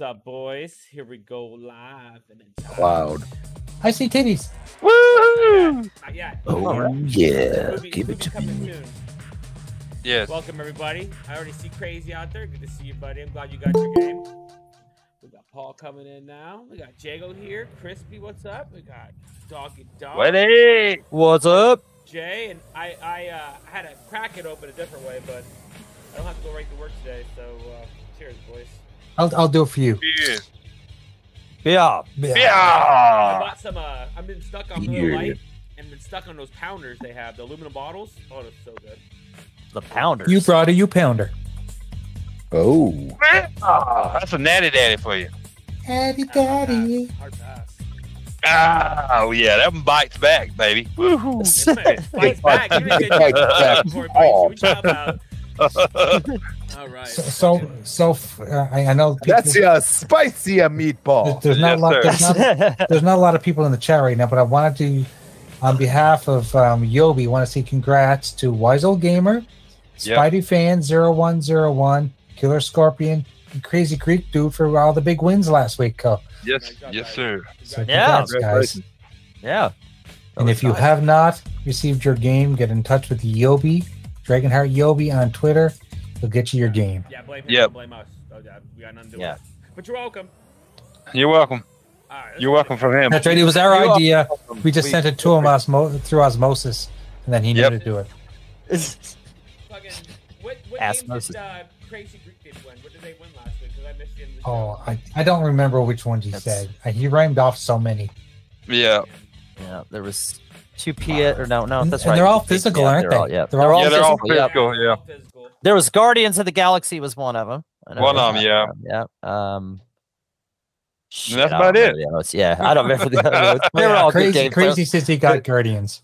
up, boys? Here we go live in the chat. Cloud. I see titties. Woo! Not yet. Oh, yeah. Give it to coming me. soon. Yes. Welcome everybody. I already see Crazy out there. Good to see you, buddy. I'm glad you got your game. We got Paul coming in now. We got Jago here. Crispy, what's up? We got Doggy Dog. Ready? What's up? Jay and I. I uh, had to crack it open a different way, but I don't have to go right to work today. So uh, cheers, boys. I'll, I'll do it for you. Cheers. Yeah. I Yeah. bought some. Uh, I've been stuck on Miller Beer. Lite and been stuck on those pounders they have, the aluminum bottles. Oh, that's so good. The pounder. You brought a you pounder. Oh. Yeah. That's a natty daddy for you. Daddy, daddy. Hard pass. Ah, oh yeah, that one bites back, baby. Woo-hoo. Yes, man. Bites back. You didn't get Bites that back. before it bites you. What you talking about? All right. So, Fucking- so f- uh, I, I know people- That's a spicier There- meatball. There's not a Yes, lot. sir. There's not, there's not a lot of people in the chat right now, but I wanted to, on behalf of um, Yobi, want to say congrats to Wise Old Gamer, Yep. Spidey Fan 0101, Killer Scorpion, and Crazy Creek Dude for all the big wins last week. Co. yes, yes, sir. So Yeah. congrats, guys. yeah. And if you have not received your game, get in touch with Yobi, Dragonheart Yobi on Twitter. He'll get you your game. Yeah, blame him. Yep. don't Blame us. Oh, yeah, we got nothing to do Yeah. with it. But you're welcome. You're welcome. All right, You're welcome from him. That's right. It was our You are- idea. We just We- sent it to him osmo- through osmosis, and then he knew Yep. to do it. Fucking, what what Ask game did Moses. uh, Crazy Greek did win? What did they win last week? Because I missed it in the Oh, I, I don't remember which ones he That's- said. Uh, He rhymed off so many. Yeah. yeah, there was two P or no, no, that's and right. they're all Yeah, physical, yeah, aren't they're they? all- yeah. They're all Yeah, they're all physical. show. physical. Yeah. Physical. There was Guardians of the Galaxy was one of them. I know One that. of 'em, yeah. Yeah. Um. shit, that's I about don't remember it. the other ones. Yeah, I don't remember the other ones. They were all crazy, good games. crazy since he got Guardians.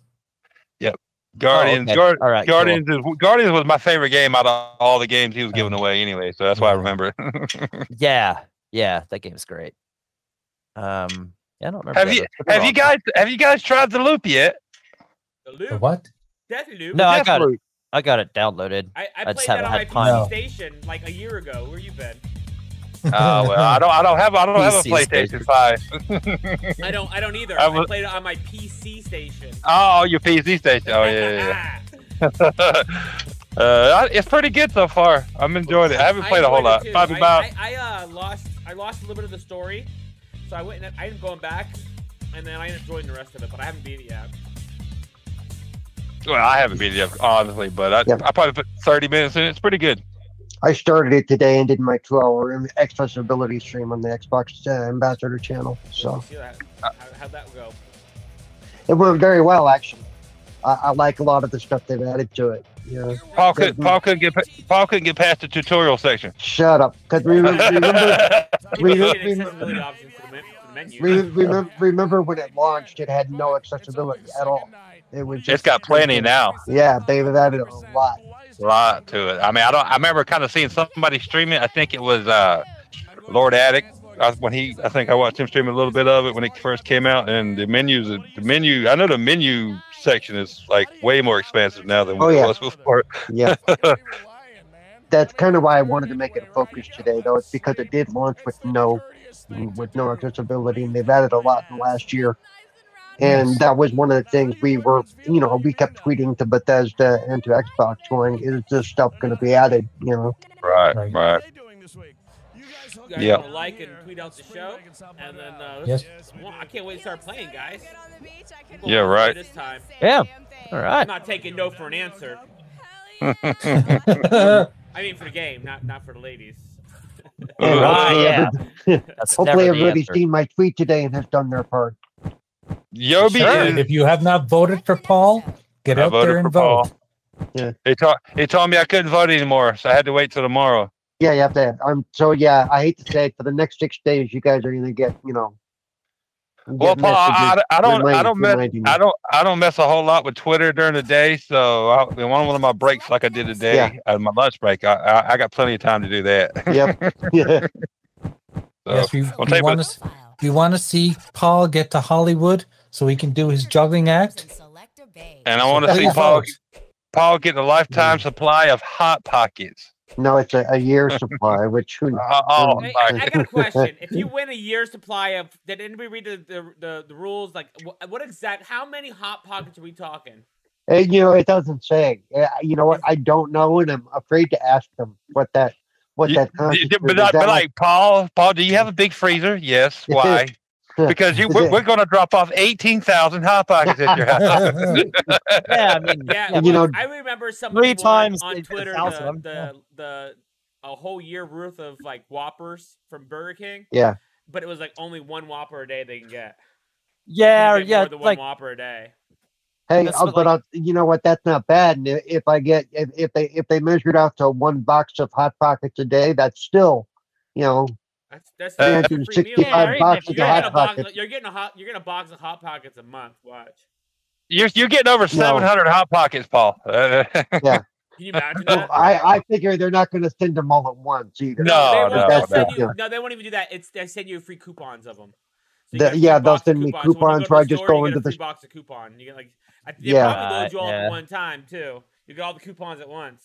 Guardians. okay. Guard, All right, cool. Guardians. Is, Guardians was my favorite game out of all the games he was giving away anyway, so that's why I remember it. Yeah, yeah, that game's great. Um, yeah, I don't remember. have the you others, but they're have all you good. guys have you guys tried the loop yet? The The loop. what? Death loop. No, I Death got it. Loop. I got it downloaded. I, I just played that on haven't my PC had time. station like a year ago. Where you been? Oh well, I don't I don't have I don't have a PC PlayStation station. Five. I don't. I don't either. I I, was- played it on my PC station. Oh, your PC station. Oh yeah, yeah. yeah. uh, I- it's pretty good so far. I'm enjoying it. I haven't played a whole enjoyed it lot. too. Probably I- about I, I, uh, lost. I lost a little bit of the story, so I went. And I ended up going back, and then I ended up joining the rest of it. But I haven't beat it yet. well, I haven't beat it yet, honestly, but I, Yeah. I probably put 30 minutes in. it. It's pretty good. I started it today and did my two-hour accessibility stream on the Xbox uh, Ambassador channel. So uh, See that- how, how'd that go? it went very well, actually. I, I like a lot of the stuff they've added to it. Yeah. Paul could Mhm. Paul couldn't get pa- Paul couldn't get past the tutorial section. Shut up. Cause re- re- remember, We We- need we- accessibility options for the, men- for the menu. re- remember, remember when it launched, it had no accessibility at all. It was just It's got plenty now. yeah, they've added a lot. lot to it. I mean, I don't. I remember kind of seeing somebody stream it. I think it was uh, Lord Attic. I, when he, I think I watched him stream a little bit of it when it first came out. And the menus, the menu. I know the menu section is like way more expansive now than what Oh, yeah. it was before. Yeah, that's kind of why I wanted to make it a focus today, though. It's because it did launch with no with no accessibility, and they've added a lot in the last year. And that was one of the things we were, you know, we kept tweeting to Bethesda and to Xbox, going, "Is this stuff going to be added?" You know, Right, Right. right. You guys Yeah. wanna like and tweet out the show, and then uh, Yes. well, I can't wait to start playing, guys. Yeah, right. This time, Yeah. All I'm right. not taking no for an answer. Oh, I mean, for the game, not not for the ladies. And Ah, hopefully, yeah. every- That's hopefully never the everybody's answer. seen my tweet today and has done their part. Yobi Sure. is. If you have not voted for Paul, get I out voted there for and Paul. vote. He told he told me I couldn't vote anymore, so I had to wait till tomorrow. Yeah, you have to. I'm so yeah. I hate to say it, for the next six days, you guys are going to get, you know. Well, get Paul, I, messages I don't I remind- don't mess reminding you. I don't I don't mess a whole lot with Twitter during the day. So I, in one one of my breaks, like I did today, Yeah. on my lunch break, I, I I got plenty of time to do that. Yep. Yeah. So, yes, we, I'll we take want to we want to see Paul get to Hollywood so he can do his juggling act. And I want to Please see Paul vote. Paul get a lifetime supply of hot pockets. No, it's a, a year supply, which who Uh, oh, Hey, sorry. I, I got a question. If you win a year's supply of, did anybody read the the, the, the rules? Like, what, what exact? How many hot pockets are we talking? Eh, you know, it doesn't say. Eh, You know what? I don't know, and I'm afraid to ask them what that what You- that. D- d- constitutes. but, Is I- that but like- like Paul, Paul, do you have a big freezer? Yes. Yeah. Why? Because you, we're, Yeah. we're going to drop off eighteen thousand hot pockets at your house. Yeah, I mean, Yeah, You know, I remember somebody three won times on the- the Twitter thousand, the, I'm- yeah. the, the a whole year worth of like Whoppers from Burger King, yeah, but it was like only one Whopper a day they can get. yeah, Couldn't or get yeah, more than one like Whopper a day. hey, That's uh, what, but like- I'll, you know what? That's not bad. And i- if I get if, if they if they measured out to one box of hot pockets a day, that's still, you know, That's that's Uh, that's a free meal. 365 Yeah, right? bucks If is you're a hot getting a box- pocket. You're getting a hot. You're getting a box of hot pockets a month. Watch. You're you're getting over seven hundred hot pockets, Paul. Uh, Can you imagine well, that? Oh, I I figure they're not going to send them all at once either. No, they won't. no, no, They'll no. send you- Yeah. no, they won't even do that. It's they send you free coupons of them. The- yeah, they'll send me coupons where I just go into the this s- box of coupon. You get like, I, they Yeah. probably Uh, load you all yeah. at one time too. You get all the coupons at once.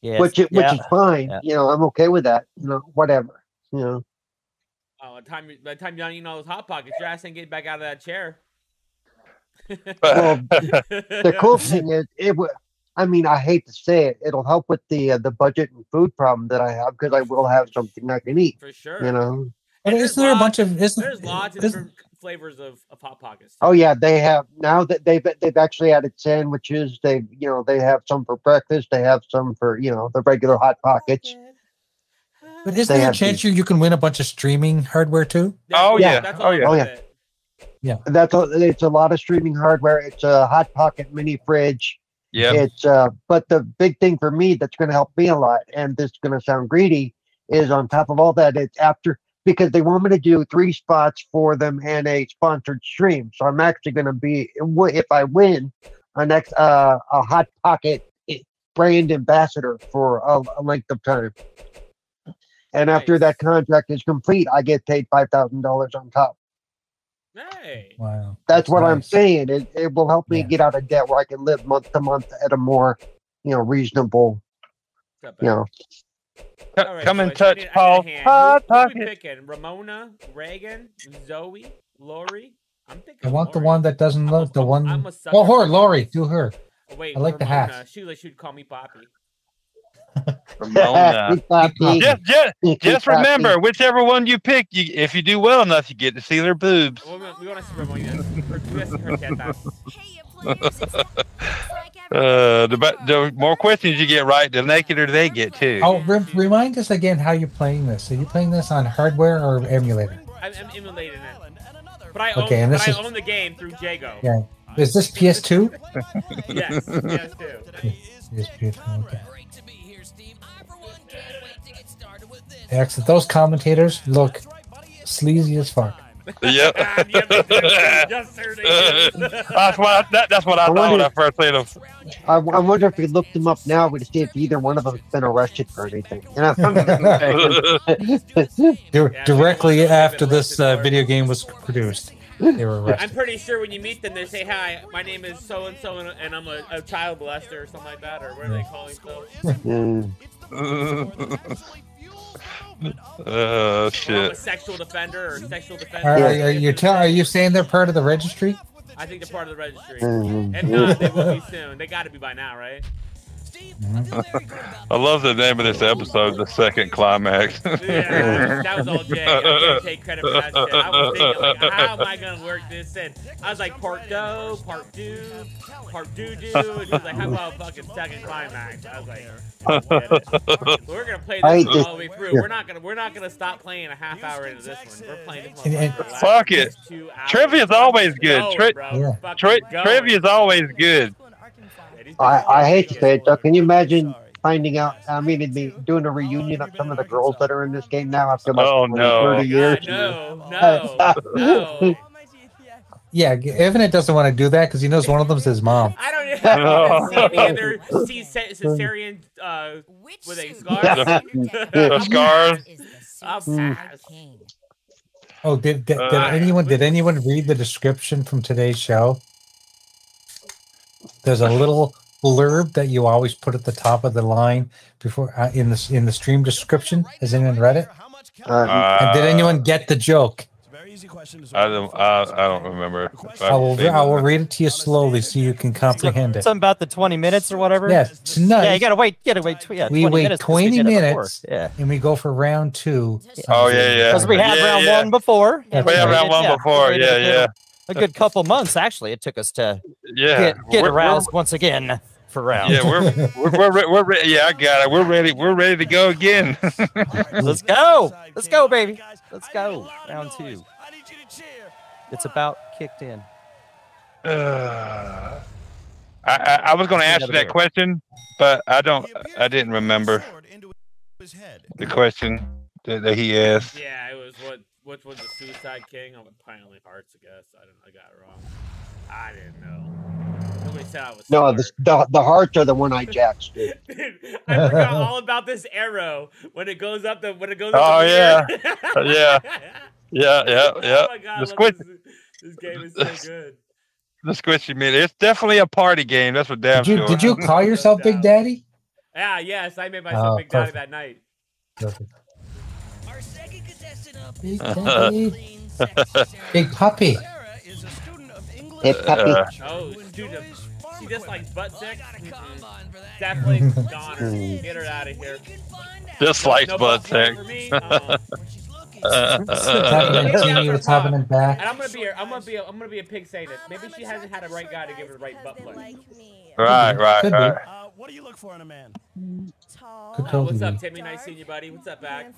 yeah, which i- which yeah. is fine. Yeah. You know, I'm okay with that. You know, whatever. You know, Oh, by the time you, by the time you're done eating all those hot pockets, your ass ain't getting back out of that chair. well, the the cool thing is it would i mean i hate to say it it'll help with the uh, the budget and food problem that i have because i will have something i can eat for sure. you know But And isn't there's there a lots- bunch of isn't there's lots of isn't- different flavors of, of hot pockets. oh yeah they have now that they've they've actually added sandwiches they you know they have some for breakfast they have some for you know the regular hot pockets But isn't They there a have chance you, you can win a bunch of streaming hardware too? Oh, yeah. That's Oh, all yeah. about Oh, yeah. it. that's a, it's a lot of streaming hardware it's a hot pocket mini fridge yeah. It's uh, but the big thing for me that's going to help me a lot, and this is going to sound greedy, is on top of all that, it's after because they want me to do three spots for them and a sponsored stream. So I'm actually going to be w- if I win, a next uh, a hot pocket i- brand ambassador for a, a length of time. And after Nice. that contract is complete, I get paid five thousand dollars on top. Hey. Wow. That's what I'm nice. saying. It it will help me Yeah. get out of debt where I can live month to month at a more, you know, reasonable, Not you bad. know, C- All right, Come and boys, I touch need- I need a Paul. hand. Hot Who, who we pockets. picking? Ramona, Reagan, Zoe, Lori. I'm thinking. I want the Lori. one that doesn't I'm look a- the one I'm a sucker Oh, her, for- Lori, do her. Oh, wait, I like the Ramona. half. She like she'd call me Poppy. Ramona. Keep that Keep beat. uh, Just, just, Keep just that beat. remember, whichever one you pick, you, if you do well enough, you get to see their boobs. We want to see Ramona. Her, her, her tetas. Uh, the, be- the more questions you get right, the nackeder they get too. Oh, re- remind us again how you're playing this. Are you playing this on hardware or emulator? I'm, I'm emulating it. But I own, Okay, and this but is- I own the game through Jago. Yeah. Is this PS2? Yes, yes, too. Yes, PS2. Okay. Excellent. Those commentators look sleazy as fuck. Yeah. And yep, yes, sir, they do. That's what I, that, that's what I, I thought wonder- when I first seen them. I, w- I wonder if we looked them up now, we'd see if either one of them's been arrested for anything. And I found that- Di- Yeah, directly they've been after this arrested uh, for- video game was produced, they were I'm arrested. pretty sure when you meet them, they say, "Hi, my name is so and so, and I'm a, a child molester or something like that, or what are they calling themselves?" Mm. Oh Or I'm a shit! sexual defender or sexual defender. Are, are, are you tell? Are you saying they're part of the registry? I think they're part of the registry. Mm. If not, they will be soon. They got to be by now, right? I love the name of this episode, the second climax. Yeah, that was all Jay. I can't take credit for that shit. I was thinking, like, how am I gonna work this in? I was like, part do, part do, part do do. And he was like, how about fucking second climax? I was like, I get it. we're gonna play I this just- all the way through. yeah. We're not gonna, we're not gonna stop playing a half hour into this one. We're playing this And- one. and- for the last Fuck it. two hours. Trivia's always good. Going, Tri- bro. Yeah. Fucking Tri- going. trivia is always good. Yeah, these I, people I are hate to genius. say it, though. Can you imagine finding out? I mean, it'd be doing a reunion of some of the girls that are in this game now after like Oh, 20, no. 30 God, years. no, no, no. Yeah, G- Evan doesn't want to do that because he knows one of them's his mom. I don't Oh. know. Caesarean, uh, With a The- scar. the scars. I'll pass. Oh, did did, did Uh, anyone did anyone read the description from today's show? There's a little blurb that you always put at the top of the line before uh, in the in the stream description? Has anyone read it? Uh, and did anyone get the joke? Uh, I don't. I, I don't remember. if I've I will. seen I will it. read it to you slowly so you can comprehend it. Something about the 20 minutes or whatever. Yeah, tonight Yeah, you gotta wait. You gotta wait. Tw- yeah, We 20 wait minutes 'cause we 20 did it before. minutes. Yeah, and we go for round two. Oh yeah, yeah. because we had yeah, round yeah. one before. Yeah, We had right. round one Yeah, before. we did Yeah, it yeah, A good couple months actually. It took us to yeah. get, get We're- aroused once again for we're- round. Yeah, we're we're, we're re- we're re- yeah. I got it. We're ready. We're ready to go again. Let's go. Let's go, baby. Let's go. Round two. Oh, It's about kicked in. Uh, I, I I was going to ask you that question, but I don't. I didn't remember the question that, that he asked. Yeah, it was what which was the Suicide King? I'm apparently Hearts, I guess. I don't I got it wrong. I didn't know. Nobody said I was no, smart. the, the the hearts are the one eyed jacks, dude. Dude, I forgot all about this arrow when it goes up the when it goes up Oh, the weird- yeah. Yeah, yeah, yeah. Oh my god, The look, squid- this, this game is so good. The squishy meat. It's definitely a party game. That's what damn Did you sure. did you call yourself Big Daddy? Yeah, Ah, yes, I made myself Oh, Big Daddy perfect. that night. Our second contestant up Big, Daddy. clean, sexy Sarah. Big puppy. Sarah is a student of English Hey, puppy. Uh, Oh, who dude, enjoys farm she just equipment. like butt Well, I sex. got a Mm-mm. combine for that. Definitely Let's goner. tune in Get her and see out of what here. we can find out Just like butt butt sex. for me. Uh-uh. when she's looking. Uh, uh, What's happening uh, to you? What's happening And back? I'm gonna be a, I'm gonna be a, I'm gonna be a pig saying Um, this. Maybe she hasn't had a right guy to give her the right butt plug. right, right, Could be. right. Uh, what do you look for in a man? Could Oh, totally what's up, be. Timmy? Nice seeing you, buddy. What's up, back?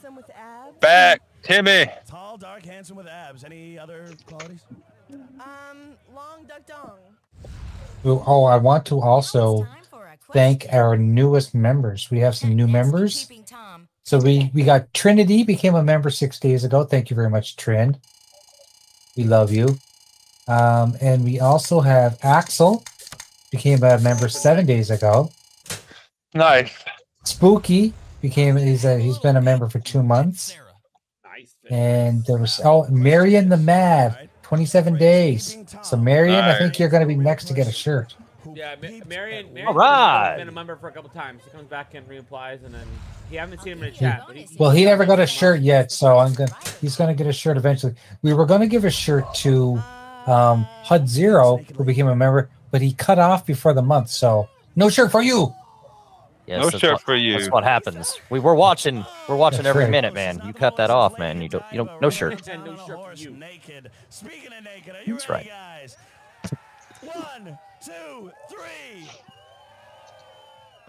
Back, Timmy. Tall, dark, handsome with abs. Any other qualities? Um, long duck dong. Oh, I want to also thank our newest members. We have some new members. So we we got Trinity became a member six days ago. Thank you very much, Trin. We love you. Um, and we also have Axel became a member seven days ago. Nice. Spooky became he's a, he's been a member for two months. Nice. And there was oh Marion the Mad, twenty seven days. So Marion, I think you're going to be next to get a shirt. Yeah, Ma- Marion. Marion Alright. Been a member for a couple times. He comes back and reapplies, and then he haven't seen him in a chat. But he's, Well, he never got a shirt yet, so I'm gonna he's going to get a shirt eventually. We were going to give a shirt to um, HUD Zero, who became a member, but he cut off before the month. So no shirt for you. Yes, no that's shirt what- for That's you. what happens. We were watching. We're watching That's every right. minute, man. You cut that off, man. You don't. You don't. No shirt. And no shirt for you. Naked. Speaking of naked, are you That's ready, guys? One, two, three.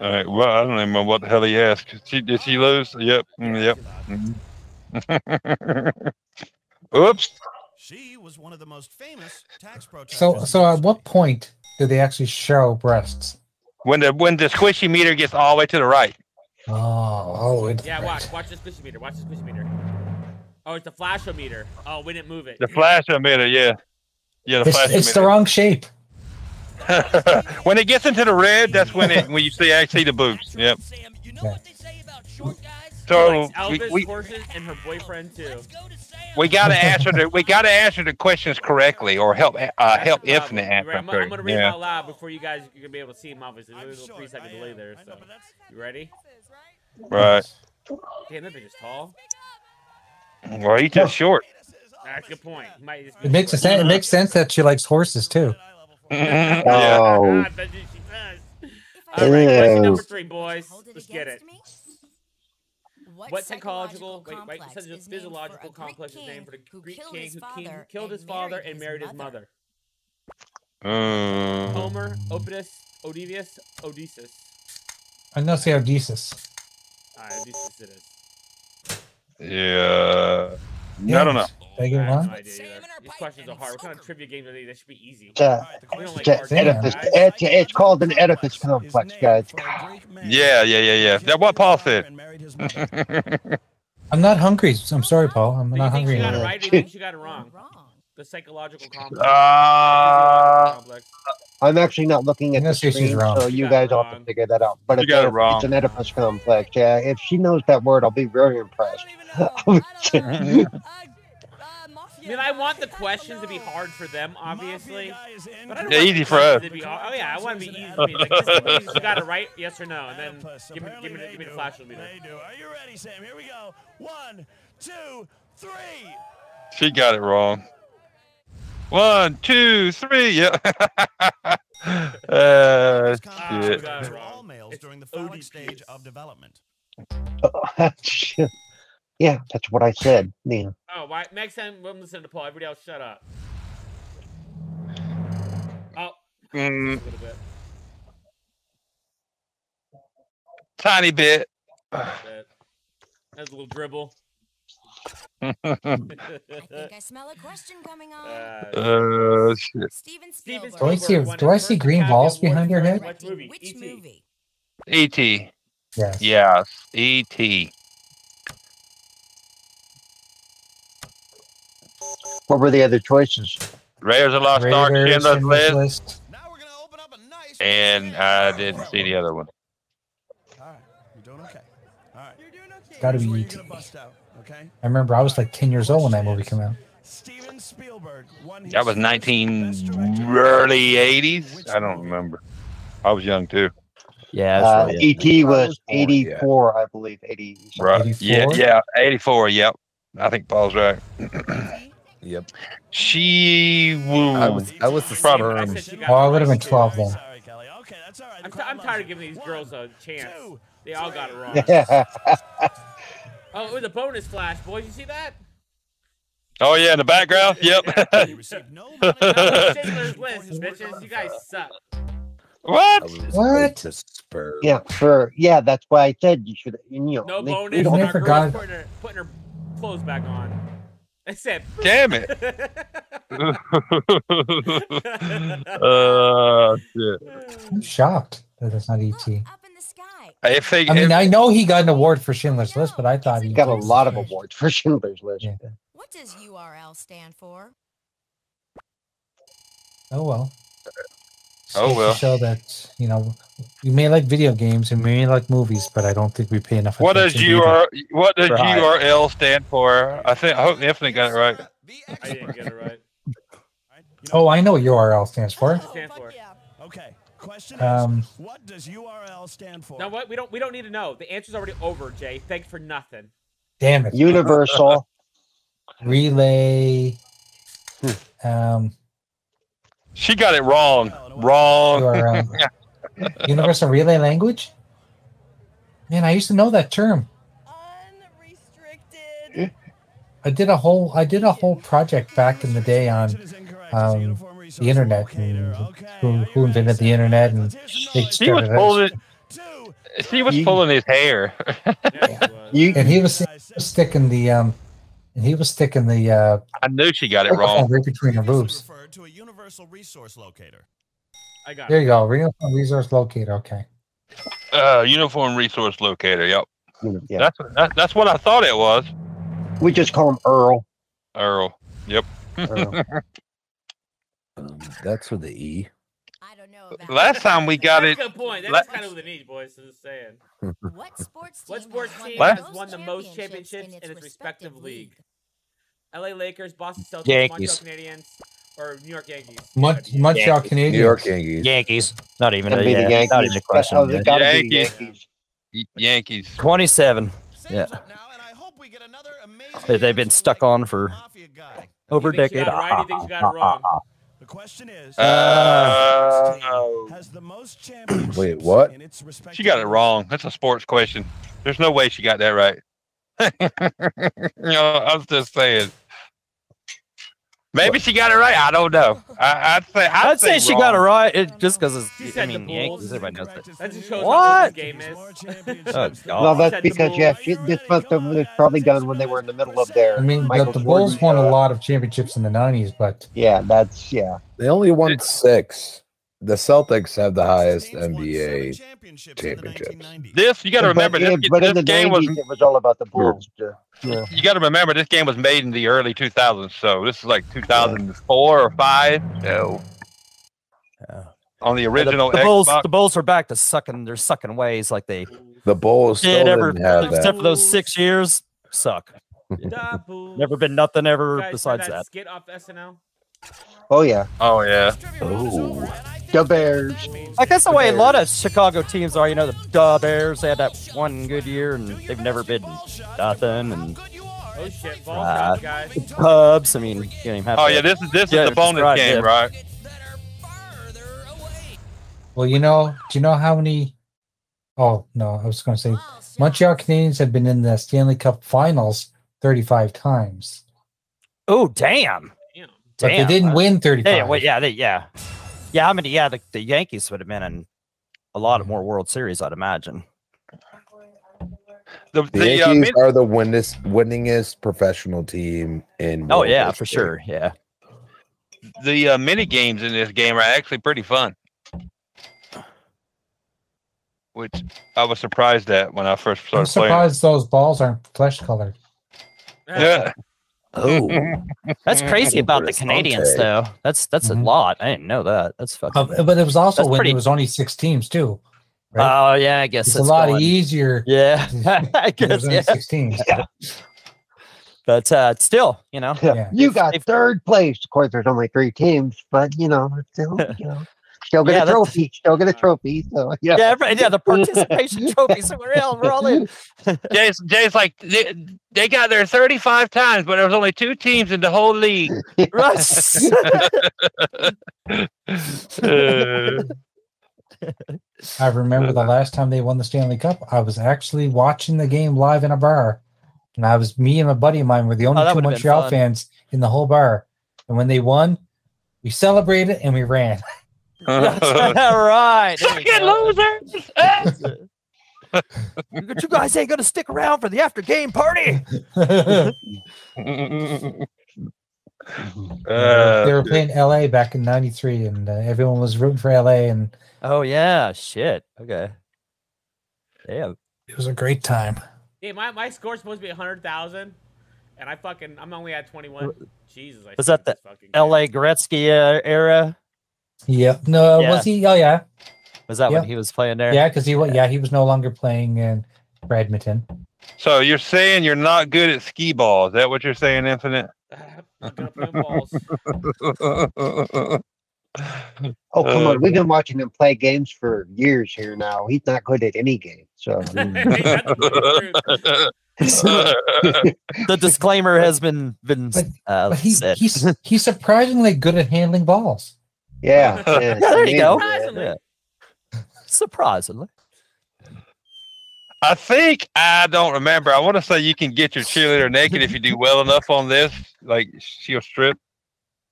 All right. Well, I don't even know what the hell he asked. She, did she lose? Yep. mm, Yep. mhm. Oops. She was one of the most famous tax protesters. So so at what point do they actually show breasts? When the when the squishy meter gets all the way to the right. Oh, oh, it's Yeah, watch, watch this squishy meter. Watch this squishy meter. Oh, it's the flashometer. Oh, we didn't move it. The flash emitter, yeah. Yeah, the It's, flash it's the emitter. wrong shape. when it gets into the red, that's when it when you see actually the boobs. Yep. Sam, you know Yeah. what they say about short guys? So Likes Elvis, we, we, horses, and her boyfriend too. Let's go to Sam. we gotta answer the we gotta answer the questions correctly or help uh That's help the problem. Infinite You're right, answer. I'm, gonna- I'm gonna read them yeah. out loud before you guys you're gonna be able to see them. Obviously, there's a little three second I delay am. there. I know, So, but that's- you ready? Right. Damn, that bitch is tall. Well he's just short. That's a good point. He might just be It makes short. sen- it makes sense that she likes horses too. Mm-hmm. Mhm, yeah. Oh, I bet you she does. All right, question Ew. number three, boys. Hold it Let's get it. against me? What, What psychological, psychological, wait, wait, it says just is named for physiological a Greek complex is king named for the Greek killed king his who king- father killed his and father and married his mother? Mm. Homer, Opidus, Odidius, Odysseus. I'm gonna say Odysseus. All right, Odysseus it is. Yeah. I don't know. Did I get it I have no wrong? idea either. These questions are hard. What kind of trivia games are these? They should be easy. it's a, it's, a edifice, it's, a- it's called an edifice complex, guys. Yeah, yeah, yeah, yeah. That's what Paul said. I'm not hungry. I'm sorry, Paul. I'm Do you not think she hungry got it anymore. right or you think she got it wrong? Wrong. The psychological complex. Uh, Complex. I'm actually not looking at the Unless she's screen, wrong. so you You got guys it all have wrong. to figure that out. But You it's, got it a- wrong. it's an edifice complex. Yeah, if she knows that word, I'll be very impressed. I don't even know. I don't know. Uh, uh, I mean, I want the questions to be hard for them, obviously. But I don't Yeah, want easy the for questions us. to be hard. Oh yeah, I want to be easy. For me. Like, you got it right, yes or no, and then give me give me give me the flash. It'll be there. They do. Are you ready, Sam? Here we go. One, two, three. She got it wrong. One, two, three. Yeah. uh, Ah, shit. we got it wrong. All males It's during the phallic ODPs. stage of development. Shit. yeah, that's what I said. Man, Oh, why? Next time I'm listening to Paul. Everybody else, shut up. Oh, a Mm, little bit. tiny bit. That that was a little dribble. Uh, I think I smell a question coming on. uh, Uh, shit. Steven Steven Spielberg. Do I see- Spielberg won do I his see first green Academy balls Award behind for your head? What directed movie? E Which E.T.. movie? E.T. Yes. E Yes. E E.T. what were the other choices? Raiders of the Lost Ark, Raiders, Schindler's Schindler's List, List. Now we're gonna open up a nice. and I didn't see the other one. All right, you're doing okay. All right. You're doing okay. Gotta Here's be where you're E.T.. gonna bust out, okay? I remember I was like 10 years old when that movie came out. Steven Spielberg won his That was first 19 Best Director. early 80s. I don't remember. I was young too. Yeah, that's Uh, right, yeah. ET was yeah. 84, I believe. 80. Right. Yeah, 84? yeah, 84. Yep. I think Paul's right. Yep. She I will. was I was the Steven, I sperm. said you got Oh, I it would have right. been 12 then. Sorry, Kelly. Okay, that's all right. I'm, The t- I'm crowd tired of loves giving these One, girls a chance. two, They all got it wrong. Oh, it was a bonus flash, boys. You see that? Oh yeah, in the background. Yep. it. He received no money. That was Schindler's List, bitches. You guys suck. I what? was What? the sperm. yeah, sure. Yeah, that's why I said you should. You know, No we- bonus. we don't- and I Our girl's forgot. putting her, putting her clothes back on. That's it. Damn it. uh, shit. I'm shocked that it's not Look, E.T. up in the sky. I think I mean, if- I know he got an award for Schindler's List, but I thought he got a lot of awards for Schindler's List. Yeah. What does URL stand for? Oh well. Oh, Just to well. Show that you know we may like video games and we may like movies, but I don't think we pay enough. what does attention to either. UR what does For high. URL stand for? I think I hope Infinite got it right. I didn't get it right. Oh, I know what URL stands for. Oh, stand fuck for? yeah. Okay. Question is, Um, what does URL stand for? Now what? We don't. We don't need to know. The answer's already over, Jay. Thanks for nothing. Damn it! Universal. Relay. Hmm. Um, She got it wrong. Wrong. URL. um, Universal Relay Language. Man, I used to know that term. Eh? Unrestricted. I did a whole I did a whole project back in the day on Question is incorrect. It's a um, uniform resource the internet locator. and Okay, who, are you who ready, invented the Sam? internet and Let's hear some they She noise. was started it. pulling Two, she was pulling his hair. Yes, it was. You and he was guys, sticking the um and he was sticking the uh I knew she got it microphone wrong. right between her previously boobs. referred to a universal resource locator. I got There it. you go. Real resource locator. Okay. Uh, uniform resource locator. Yep. know, yeah. That's what- that, that's what I thought it was. We just call him Earl. Earl. Earl. Um, that's for the E. I don't know about Last time we got That's it. a good point. Let- That's kind of what it needs, boys. I'm just saying. What sports team, What sports has won, team the Last- has most won the most championships in its respective league? L.A. Lakers, Boston Celtics, Yankees. Montreal Canadiens, or New York Yankees. Mon- Yeah, Montreal New Canadiens. York Yankees. Yankees. Not even a, Gotta be the yeah, not Yankees. even a question. Oh, they yeah. gotta be the Yankees. Yankees. Y- Yankees. 27 Sam's Yeah. up now, and I hope we get another amazing that they've been answer stuck like on for Mafia guy. over a You think she decade. got it right? You think she got it wrong? The question is, Uh, which team has the most championships Wait, what? in its She got it wrong. That's a sports question. There's no way she got that right. no, I was just saying. Maybe she got it right. I don't know. I, I'd say. I'd, I'd say she got it wrong. right it, just because She it's. I said the mean, Bulls. Yankees. Everybody knows that. That just shows how What? old this game is. Oh, No, God. that's because yeah, it- this must have was probably done when they were in the middle of their. I mean, Michael but the Bulls Jordan won a era. lot of championships in the '90s, but Yeah, that's yeah. They only won six. The Celtics have the highest NBA. championships. This you got to remember. but, yeah, this but this in the game nineties, was. it was all about the Bulls. Yeah. yeah. You got to remember this game was made in the early 2000s. So this is like 2004 or five. No. Yeah. On the The, original the Bulls. Xbox. The Bulls are back to sucking their sucking ways like they The Bulls still did ever, didn't have that. except for those six years. Suck. Double. Never been nothing You ever guys besides saw that. Skit off SNL. Oh yeah, Oh yeah. Oh. the Bears. Like that's the way a lot of Chicago teams are. You know, the Da Bears. They had that one good year, and they've never been nothing. And Oh shit, ball Ah. Uh, shot, guys. Cubs. I mean, you don't even have. Oh to- yeah. This is this Yeah, is the bonus right, game, yeah. right? Well, you know, do you know how many? Oh no, I was going to say Montreal Canadiens have been in the Stanley Cup Finals 35 times, Oh damn. Damn. but Damn. they didn't win 35. Yeah. Well, yeah. They, yeah. Yeah. I mean, yeah. The, the Yankees would have been in a lot of more World Series, I'd imagine. The, The, the, uh, Yankees mid- are the winnest, winningest professional team in. Oh world yeah, for history. sure. Yeah. the uh, mini games in this game are actually pretty fun. Which I was surprised at when I first I'm started playing. surprised those balls aren't flesh colored. Yeah. Oh, that's crazy about the Canadians, Interessante. though. That's that's Mhm. a lot. I didn't know that. That's Uh, fucking. but it was also That's when pretty- it was only six teams too. right? Oh yeah, I guess It's a lot going- easier. Yeah, when I guess There's only yeah. six teams. But uh, still, you know, Yeah. You got If- third place. Of course, there's only three teams, but you know, still, you know, still get Yeah, a that's- trophy. Still get a trophy. So yeah, yeah, everybody- yeah. The participation trophy. So we're all we're all in. Jay's, Jay's like they, they got there 35 times, but there was only two teams in the whole league. Right. Uh, I remember the last time they won the Stanley Cup, I was actually watching the game live in a bar. And I was me and a buddy of mine were the only Oh, that two would've been Montreal fun. fans in the whole bar. And when they won, we celebrated and we ran. right. there Fucking you go. losers! Ah! But you guys ain't gonna stick around for the after game party. they Uh, were playing LA back in 93 and uh, everyone was rooting for LA and Oh yeah, shit. Okay. Yeah. it was a great time. Yeah, my, my score's supposed to be 100,000, and I fucking, I'm only at 21. Jesus, I Was suck at that this fucking game. L.A. Gretzky uh, era. Yeah. No, Yeah. was he? Oh yeah. Was that Yeah. when he was playing there? Yeah, cuz he wa- yeah, he was no longer playing in Bradminton. so you're saying you're not good at skee ball? Is that what you're saying, Infinite? Ah, fucking up them balls. Oh come Uh, on, we've been watching him play games for years here now. He's not good at any game. So Ain't that the fucking truth? The disclaimer has been been But- uh, But he, said. he's he's surprisingly good at handling balls. yeah, yeah, Yeah, there you go. Surprisingly. Yeah. Surprisingly. I think I don't remember. I want to say you can get your cheerleader naked if you do well enough on this. Like she'll strip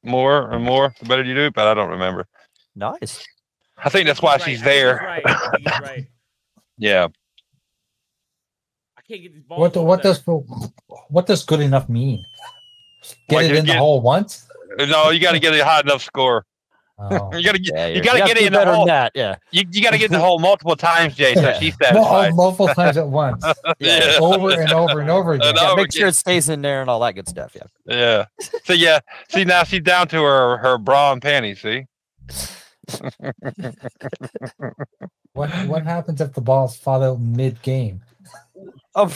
more and more the better you do, but I don't remember. Nice. I think that's why He's right, I think he's she's there. Right. I think he's right. Yeah. I can't get these balls. What over what there. does what does good enough mean? Get Like, it you in the get- hole once. No, you got to get a high enough score. Oh. You got to get Yeah, you you're- got to have get do it in the better than hole. that. Yeah. You, you got to get the hole multiple times, Jay. So Yeah. she's No, uh, satisfied. multiple times at once, Yeah. over and over and over again. And over yeah, make sure again. it stays in there and all that good stuff. Yeah. Yeah. So yeah. See now she's down to her her bra and panties. See. What what happens if the balls fall out mid game? Oh,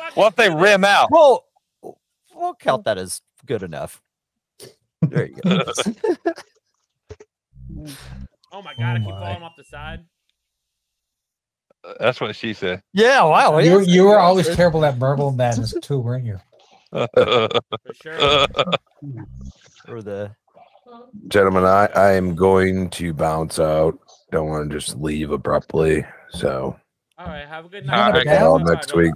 what if they rim out? well, we'll count that as good enough. There you go. Oh my god, I keep Oh my. falling off the side. That's what she said. Yeah. Oh, Wow. You, yes, you were yes, always yes. terrible at verbal madness too, weren't you? For sure. Or the Gentlemen, I, I am going to bounce out. Don't want to just leave abruptly. So All right, have a good All night. right, I got all Bye-bye. next week.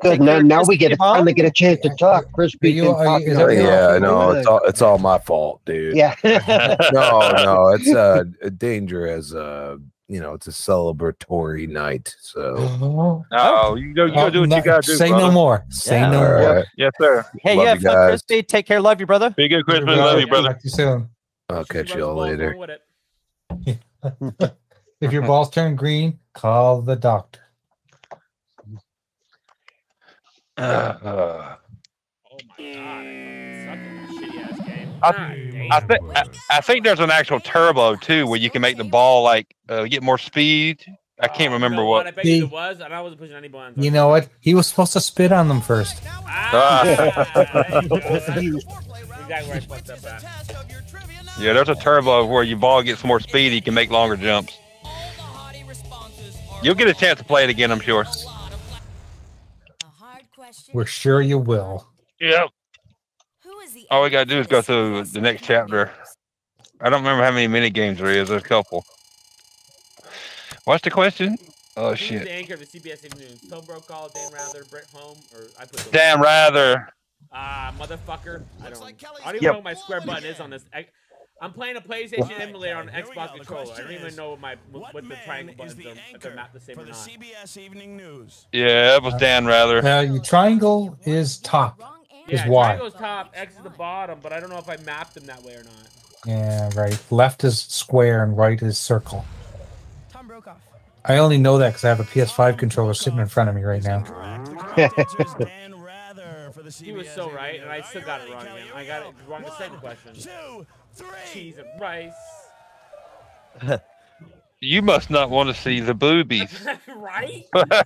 Good. Now, now we get Crispy a, finally get a chance to Pie? talk. Crispy you- been are you- talking is all everything night. Oh, Yeah, I know. It's all it's all my fault, dude. Yeah. No, no, it's uh, a danger as a you know, it's a celebratory night. So Oh, Oh, you go, you go do what no, you gotta do. say no brother. more. Say Yeah. no all more. right. Yes, sir. hey, Love yeah, you fun guys. Christy. Take care. Love you, brother. Be good, Christmas. Everybody, Love you, brother. Talk to you soon. I'll catch Runs you all balls later. along with it. If your balls turn green, call the doctor. Uh, Oh my god, I fucking suck at this shitty ass game. I- God I damn. think I, I think there's an actual turbo too, where you can make the ball like uh, get more speed I can't remember know what. I bet Oh, you The- it was, and I wasn't pushing any buttons. You know what? He was supposed to spit on them first. Ah, there you go. He was- exactly where I fucked up at. Yeah, there's a turbo where your ball gets more speed. You can make longer jumps. You'll get a chance to play it again, I'm sure. A hard question. We're sure you will. Yep. Who is the All we gotta do is go through the next chapter. I don't remember how many mini games there is. There's a couple. What's the question? Oh Who's the shit! anchor of the CBS Evening News? Tom Brokaw, Dan Rather, Brett Home, or I put the- Damn, rather. Ah, motherfucker. I don't, I don't even Yep. know what my square button is on this. I, I'm playing a PlayStation emulator on an Here we go. Xbox The controller. I question don't even is, know what my what, What what the man triangle is buttons the are, if they're anchor not the same for or the not. CBS Evening News? Yeah, that was Dan rather. Now, Uh, your triangle is top. Yeah, is Y. triangle's top, X is the bottom, but I don't know if I mapped them that way or not. Yeah, right. Left is square and right is circle. Tom Brokaw. I only know that because I have a PS5 controller sitting in front of me right now. Correct. The correct answer is Dan Rather for the CBS He was so Evening right, News. and I Are still you got ready, it wrong. Kelly? man. Here I we got it go. wrong the second One, question. Two, three. Cheese and rice. You must not want to see the boobies. right? uh, No.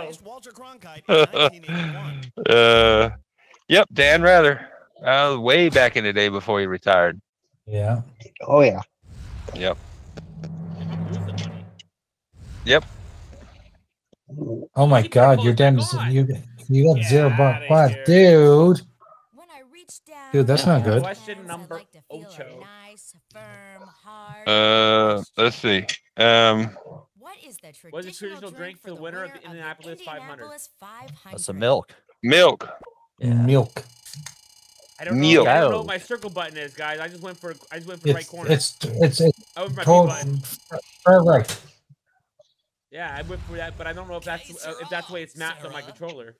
Replaced Walter Cronkite in 1981. yep, Dan rather. Uh, way back in the day before he retired. Yeah. oh yeah. Yep. Yep. Oh my Keep your God, phone you're damn. on. You you got Get zero outta bucks. What, here. dude? Dude, that's not good. Question number ocho. Nice, firm, hard Uh, let's see. Um, What is the traditional, What is the traditional drink for the winner of the Indianapolis 500? 500? That's some milk. milk. Yeah. Milk. I don't know. Neil. I don't know what Go. my circle button is, guys. I just went for I just went for the right It's corner. it's it's it's I went for my P told button. far right. Yeah, I went for that, but I don't know if that's uh, if that's the way it's mapped on my controller.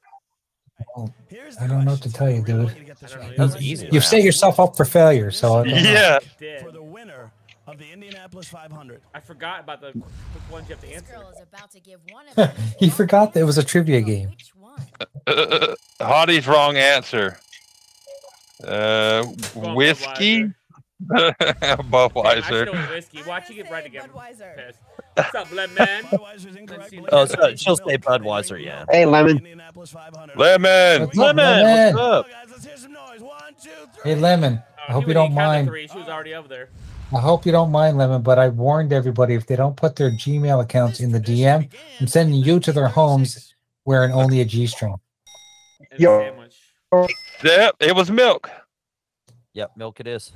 Here's I don't know what to tell you, dude. That was easy. You've set yourself up for failure. So I don't know. Yeah. Did For the winner of the Indianapolis 500. I forgot about the quick ones you have to This answer. girl is about to give one of them He one forgot that it was a answer, trivia but game. Which one? Uh, Hottie's wrong answer. Uh, Well, whiskey. I still Budweiser. want whiskey. Watch you get right again. Budweiser. Pissed. What's up, Lemon? man? Oh, Budweiser's incorrect. see. but Oh, it's so she'll say milk. Budweiser, yeah. Hey, Lemon. Indianapolis 500. Lemon. What's up, Lemon? Guys, let's hear some noise. One, two, three. Hey Lemon, I hope you don't mind. Three. She was already over there. I hope you don't mind, Lemon, but I warned everybody if they don't put their Gmail accounts in the DM, I'm sending you to their homes wearing only a G string. And Yo. the sandwich. Yep, it was milk. Yep, milk it is.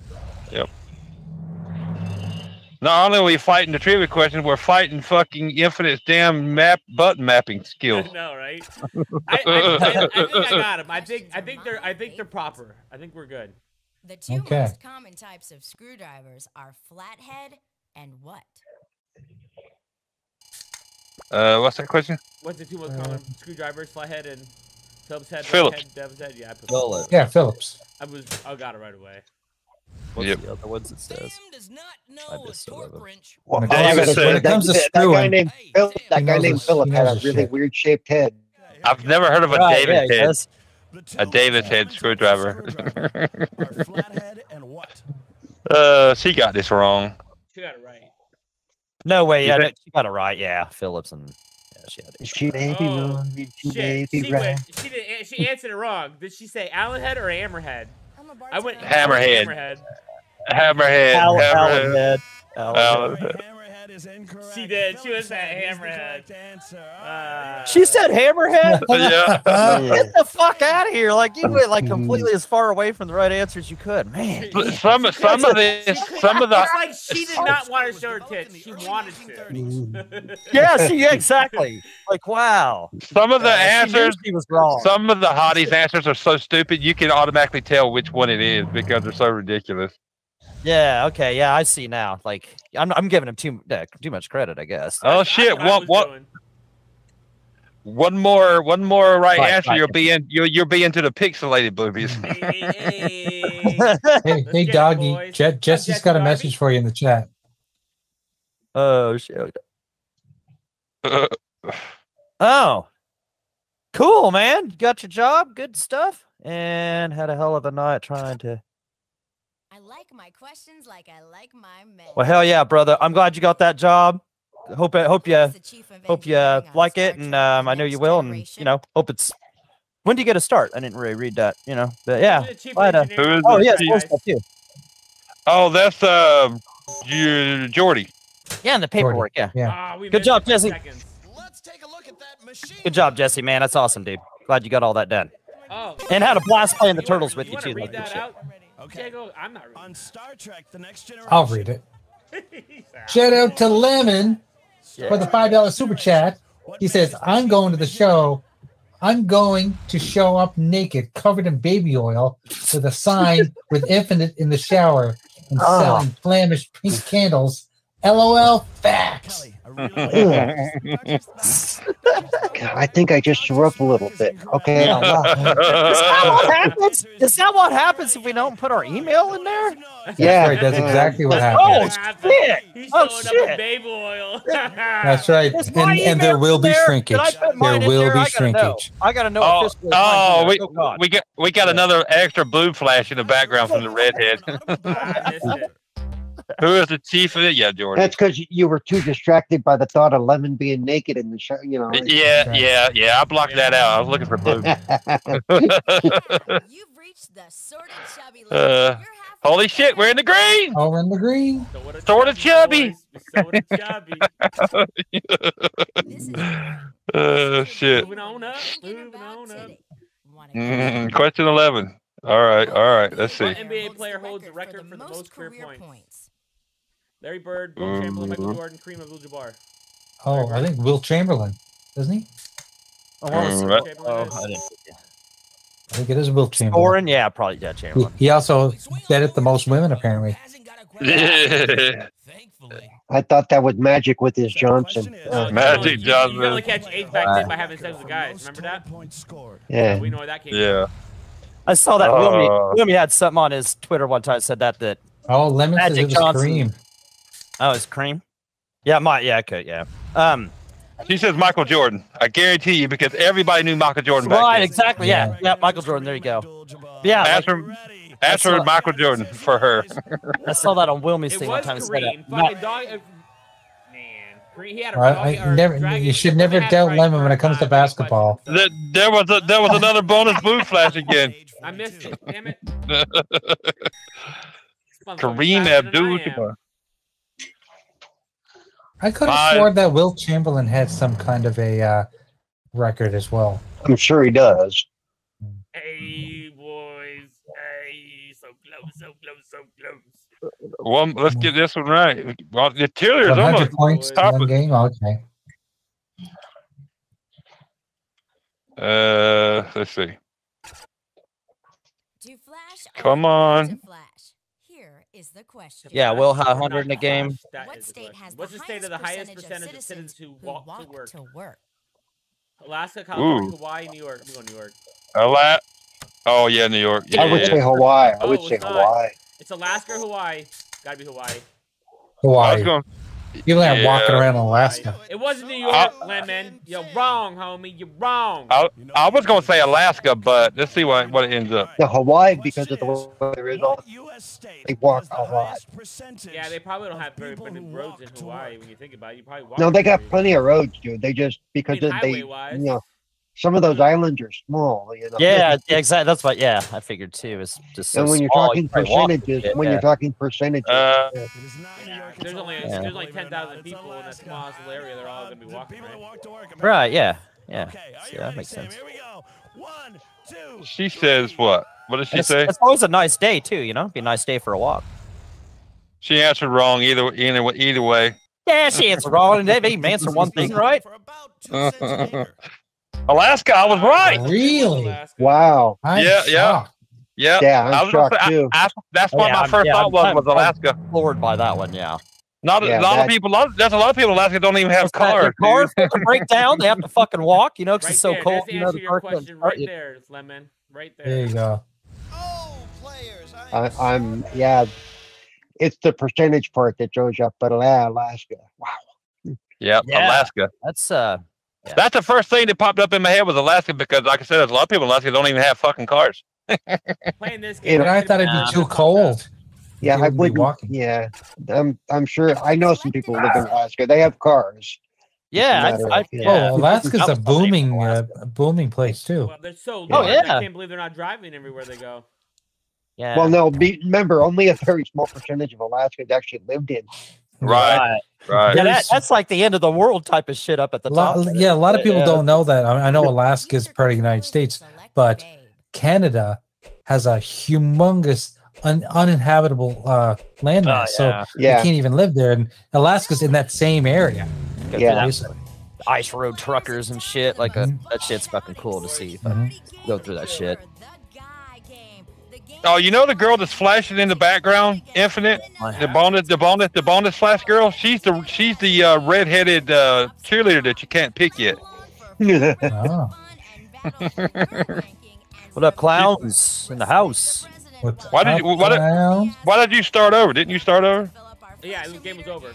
Not only are we fighting the trivia questions, we're fighting fucking infinite damn map button mapping I skills. know, right? I, I, I, I think I got them. I think I think they're I think they're proper. I think we're good. The two Okay. most common types of screwdrivers are flathead and what? Uh, what's that question? What's the two most common Uh, screwdrivers? Flathead and Phillips head. Phillips. Head, Dev's head. Yeah, I, put, Well, uh, Yeah, Phillips. I was I got it right away. what's Yep. the other ones it says? does not I know just saw that. wrench. Well, When it all I comes- gotta say when is it that- comes to that guy screwing- named Hey, Phil- damn. that guy knows named it. Philip He had a knows it, really shit. weird shaped head. I've never heard of a Right, yeah, David it head. does. The two A David head most common types of screwdriver. are flathead and what? uh, she got this wrong. She got it right. No way. You Yeah, no, think- she got it right. Yeah, Phillips and yeah, she had it. She may be Oh, wrong. and She may Shit. be She, right. went, she, did, she answered it wrong. Did she say Allen head or Hammerhead? I'm a I went Hammerhead. Hammerhead. Hammerhead. Al- Alan hammerhead. head. Alan Alan. head. Sorry, hammerhead is incorrect. She did. She was Phillips a head is the hammerhead. correct answer. All Uh, She said hammerhead. yeah. Mm. Get the fuck out of here! Like you went like completely as far away from the right answer as you could, man. But Some some of this some of the It's like Oh, she did not want to show her tits. She wanted to. Yes, yeah, exactly. Like wow. some of the Uh, she knew answers she was wrong. some of the hotties answers are so stupid you can automatically tell which one it is because they're so ridiculous. Yeah. Okay. Yeah, I see now. Like I'm, I'm giving him too uh, too much credit, I guess. Oh That's shit! what I One was one doing. one more one more right, Right, answer right. you'll be in you'll you'll be into the pixelated boobies. Hey, hey, hey. Hey, Let's hey get it, doggy. boys. Je- Jesse's Jesse got a Darby. message for you in the chat. oh shit. Uh, Oh, cool, man. Got your job. Good stuff. And had a hell of a night trying to. I like my questions like I like my men. Well, hell yeah, brother. I'm glad you got that job. hope uh, hope you hope you uh, like it, and um, I know you will, and you know, hope it's. When do you get a start? I didn't really read that, you know, but yeah. Who's the chief glad, uh, engineer? Who is Oh it? yeah, Guys, it's more stuff too. Oh, that's uh, Ju- Jordy. Yeah, and the paperwork. Yeah, ah, we Good missed job, it by Jesse. seconds. Let's take a look at that machine. good job, Jesse. Man, that's awesome, dude. Glad you got all that done, Oh, and had a blast playing the you wanna- turtles with you you wanna too. Read Like, good that shit. out, Okay. Diego? I'm not On Star Trek: The Next Generation. I'll read it. reading. Shout out to Lemon Yeah. for the five dollar super chat. What He says, makes this "I'm going to the machine show. I'm going to show up naked, covered in baby oil, with a sign with infinite in the shower and Ah. selling flamish pink candles." LOL. Facts. Kelly, I really like this. I think I just threw up a little bit. Okay. Yeah. Is that what happens? Is that what happens if we don't put our email in there? Yeah. That's right. That's uh, exactly what Oh, happened. shit. He's Oh, showing up in shit. baby oil. That's right. Is And, my and there email will be there? shrinkage. Did I put There mine in will there? be I gotta know. shrinkage. I gotta know. Oh, if this was mine oh, in there. we, Oh, God. we got we got another extra blue flash in the background from the redhead. I missed it. Who is the chief of it? Yeah, Jordy. That's because you were too distracted by the thought of Lemon being naked in the show. You know. Yeah, yeah, yeah. I blocked that out. I was looking for blue. You've reached the sordid chubby limit. Uh, You're halfway Holy there. shit, we're in the green. Over in the green. So what a Sorta chubby. voice. Sorta chubby. This is your Uh, Oh shit. Moving on up, moving on up. Mm, question eleven. All right, all right. Let's see. What NBA player holds the record for the most career points? Larry Bird, Will Mm. Chamberlain, Michael Jordan, Kareem Abdul-Jabbar. Oh, I think Will Chamberlain, doesn't he? Oh, what was- Mm, right. Chamberlain oh, is- I didn't. I think it is Will Chamberlain. Oren, yeah, probably yeah, He, Chamberlain. he also betted the most women, apparently. Thankfully. I thought that was magic with his Johnson. No, Uh, Magic you- Johnson. You can only catch eight back then by having sex with guys. Remember that? yeah. We know where that came from. Yeah. I saw that. Wilmy, Uh. Wilmy had something on his Twitter one time. Said that that Oh, Lemon says Magic it was Johnson. Kareem. oh, it's cream. Yeah, my yeah, okay, yeah. Um, She says Michael Jordan. I guarantee you because everybody knew Michael Jordan back right, then. exactly. Yeah. yeah, Michael Jordan. There you go. Yeah, Ask like, her, ask her Michael Jordan for her. I saw that on Wilmy's It thing was one time. Said that. Kareem. Not- Fucking dog. uh, Man, Kareem, he had a I- rocket- I or never- dragon- you should he never had doubt right Lemon when first it comes to time, but he basketball. questioned There, there was a, there was another bonus blue flash again. himself. I missed it. Damn it. Kareem Abdul-Jabbar. I could have Five. sworn that Will Chamberlain had some kind of a uh, record as well. I'm sure he does. Hey boys, hey, so close, so close, so close. One, let's get this one right. Well, the Taylor's 100 almost. points in one Top- game? Okay. Uh, let's see. To flash or Come not to on. flash? Here is the question. Yeah, Will had Or 100 not in the game. flash, that What is the state question. has What's the state of the highest percentage of citizens who walk to work? work? Alaska, California, Hmm. Ooh. Hawaii, New York. I'm going New York. A lot. Oh yeah, New York. Yeah, I would yeah. say Hawaii. I Oh, would it's say not. Hawaii. It's Alaska Oh. or Hawaii. Gotta be Hawaii. I was Hawaii. going. People aren't walking Yeah. around in Alaska. It wasn't New York, I- Lemon. You're wrong, homie. You're wrong. I, I was going to say Alaska, but let's see what what it ends up. The Hawaii because of the weather is all. What U.S. state They walk has a the lot. highest percentage Yeah, they probably don't of have very people many who roads in walk to Hawaii work. when you think about it. You probably walk No, they got everywhere. plenty of roads, dude. They just I because mean, they, you highway-wise. Uh-huh. know, some of those islands are small. You know. yeah, yeah, exactly. That's what. Yeah, I figured too. It's just so And when you're small, talking you probably walk with percentages, it, when yeah. you're talking percentages, Uh, yeah. It is not New Yeah, York, it's there's only- Alaska, there's only believe it or 10,000 not. It's people in that Alaska. small little area, they're all Uh, gonna be the walking, people that right? walk to work, America. right. Yeah, yeah. Okay, are you Yeah, that ready, makes Sam? sense. Here we go. One, two, She says three. what? What did she It's, say? it's always a nice day too. You know, It'd be a nice day for a walk. She answered wrong either either either way. Yeah, she answered wrong, and they answer one thing right. For about two cents an acre. Alaska, I was right. Really? Alaska. wow, I'm Yeah, yeah. shocked. Yeah, yeah, I I'm was gonna shocked say, too. I, I, that's Oh, what yeah, my I'm- first yeah, thought I'm was kind was of- Alaska. Floored by that one. Yeah. Not a Yeah, lot of that's- people. Lot, there's a lot of people in Alaska don't even have It's that cars. Their cars fucking break down. They have to fucking walk. You know, 'cause Right it's so there. cold. That's the You know, answer the to your car can't question start right you. there, Lemon. Right There there. you go. Oh, players, Uh, I, I'm yeah. It's the percentage part that shows up, but yeah, Alaska. Wow. Yep, Yeah. Alaska. That's uh. That's the first thing that popped up in my head was Alaska because, like I said, there's a lot of people in Alaska that don't even have fucking cars. Playing this You game. know, But I thought it'd Nah. be too cold. They Yeah, I wouldn't be wouldn't. walking. Yeah, I'm. I'm sure. I know some people who live in Ah. Alaska. They have cars. Yeah, matter I, I, of- yeah. Oh, well, Alaska's I a was born in booming, uh, Alaska. booming place too. Well, they're so Oh, large, I yeah. can't believe they're not driving everywhere they go. yeah. Well, no. Be, remember, only a very small percentage of Alaska is actually lived in. Right, right. Yeah, that, There's- that's like the end of the world type of shit up at the A lot, top. yeah, a lot of people Yeah. don't know that. I, I know Alaska's part of the United States. but- Canada has a humongous un- uninhabitable uh, landmass, Oh, so yeah. you Yeah, can't even live there. And Alaska's in that same area. Go Yeah. through that Ice road truckers and shit. Like uh that shit's fucking cool to see. But go through that shit. Oh, you know the girl that's flashing in the background, Infinite, the bonus, the bonus, the bonus flash girl. She's the she's the uh, redheaded uh, cheerleader that you can't pick yet. Uh, Oh. What up, clowns in the house? What's Why did you- up, why did- clown? Why did you start over? Didn't you start over? Yeah, the game was over. We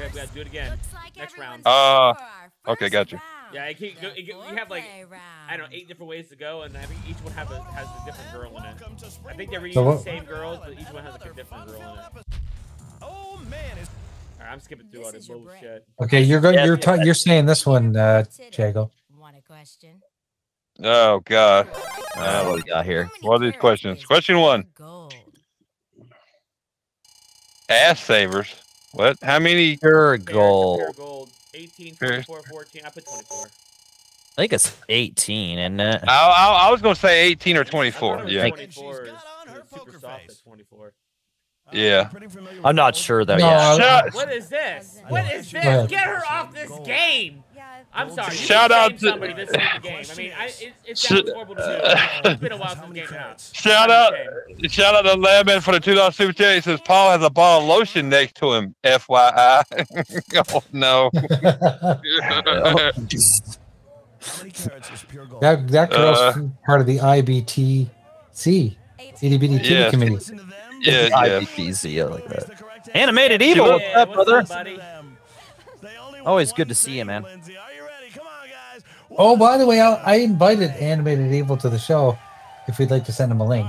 gotta, we gotta do it again. Next round. Uh, okay, gotcha. Yeah, it keep, it, it, you have like I Um. don't know eight different ways to go, and I think each one have a, has a different girl in it. I think they're reusing the what- same girls, but each one has like a different girl in it. All Oh man, it's right, I'm skipping through all this bullshit. Okay, you're going. Yeah, you're yeah. ta- you're saying this one, uh, Jago. Want a question? Oh God. Uh, what we got here? What are these questions? Question one. Gold. Ass savers. What? How many? Pure Fair, compare gold. Gold. 18, Fair. 24, 14. I put 24. I think it's 18, isn't it? I, I, I was gonna say 18 or I thought it 24. was Yeah. 24. She's got on her It was super poker soft face. at 24. Yeah. pretty familiar with I'm not those. sure though. No, Oh, yeah. I- Shut- What is this? What is Well- this? Get her off this game! I'm sorry. you Shout can out blame to- somebody that's in the game. I mean, I, it, it Sh- sounds horrible to do. It's been a while since the game came out. Shout out, shout out to Lemon for the two dollar super chat. He says Paul has a ball of lotion next to him. FYI. oh no. How many carats is pure gold? that that girl's Uh. part of the IBTC, itty bitty titty Yeah. committee. Listen to them. Yeah, yeah. IBTZ, I like Raise that. the correct answer. Animated E, Yeah, Evil, Yeah, what's what's up, up, brother? buddy? They only want Always good one to see you, thing, man. Lindsay. Are you ready? Come on, guys. Oh, One, by the way, I, I invited Animated Evil to the show. If we'd like to send him a link,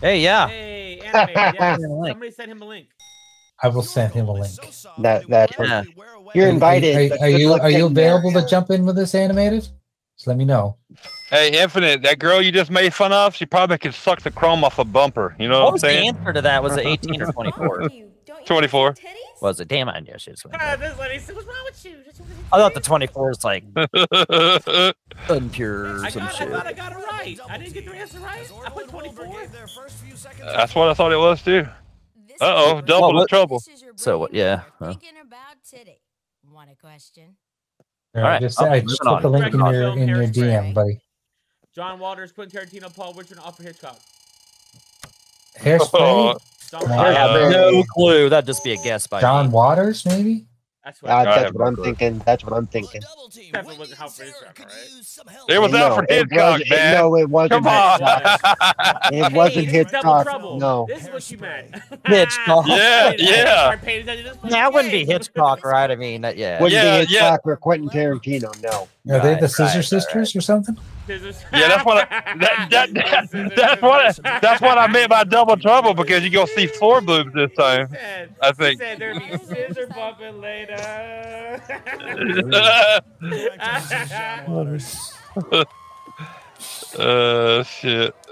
Hey, yeah. Hey, anime, yes. Somebody send him a link. I will send him a link. That- that- Yeah. You're Are- invited, Are, but are good you luck are you getting there, available to yeah. jump in with this animated? Just let me know. Hey, Infinite, that girl you just made fun of, she probably could suck the chrome off a bumper. You know what, What I'm was the saying? answer to that? Was it 18 or 24? 24. Was it? Damn, I knew she was. Ah, 24. this lady said, what's wrong with you? That's what I thought the 24 is like That's unpure or I, some got, I shit. thought I got it right. I didn't get the answer right. I put 24. what I thought it was too. Uh-oh, double Well, the what- trouble. So what- yeah, huh. Thinking about titty. Want a question? All right, Just, I'll- I just moving put the on. link in Moving your on. in your Harry DM, Frank. buddy. John Waters, Quentin Tarantino, Paul Richard, Alfred Hitchcock. Hairspray, Oh, John Uh, Waters. Uh, No clue. That'd just be a guess by John me. Waters, maybe. That's what Uh, I that's have what no I'm clue. thinking. That's what I'm thinking. Definitely wasn't Alfred Hitchcock, right? it was no, Alfred it Hitchcock, wasn't- man. No, it wasn't. Come on. Hitchcock. hey, It wasn't this is double Hitchcock. trouble. No. This is what you meant. Hitchcock. Yeah, Wait a minute, yeah. I paid attention to this That wouldn't be fucking game. Hitchcock, right? I mean, that, yeah. Wouldn't Yeah, be yeah. Hitchcock or Quentin Tarantino. No. Are they Right, the Scissor right, right, Sisters or something? Scissors. Yeah, that's what I, that, that, that- that's what I, that's what I meant by double trouble because you're gonna see four boobs this time. He said- I he think. said there'd be scissor bumping later. uh, Waters. Uh, shit.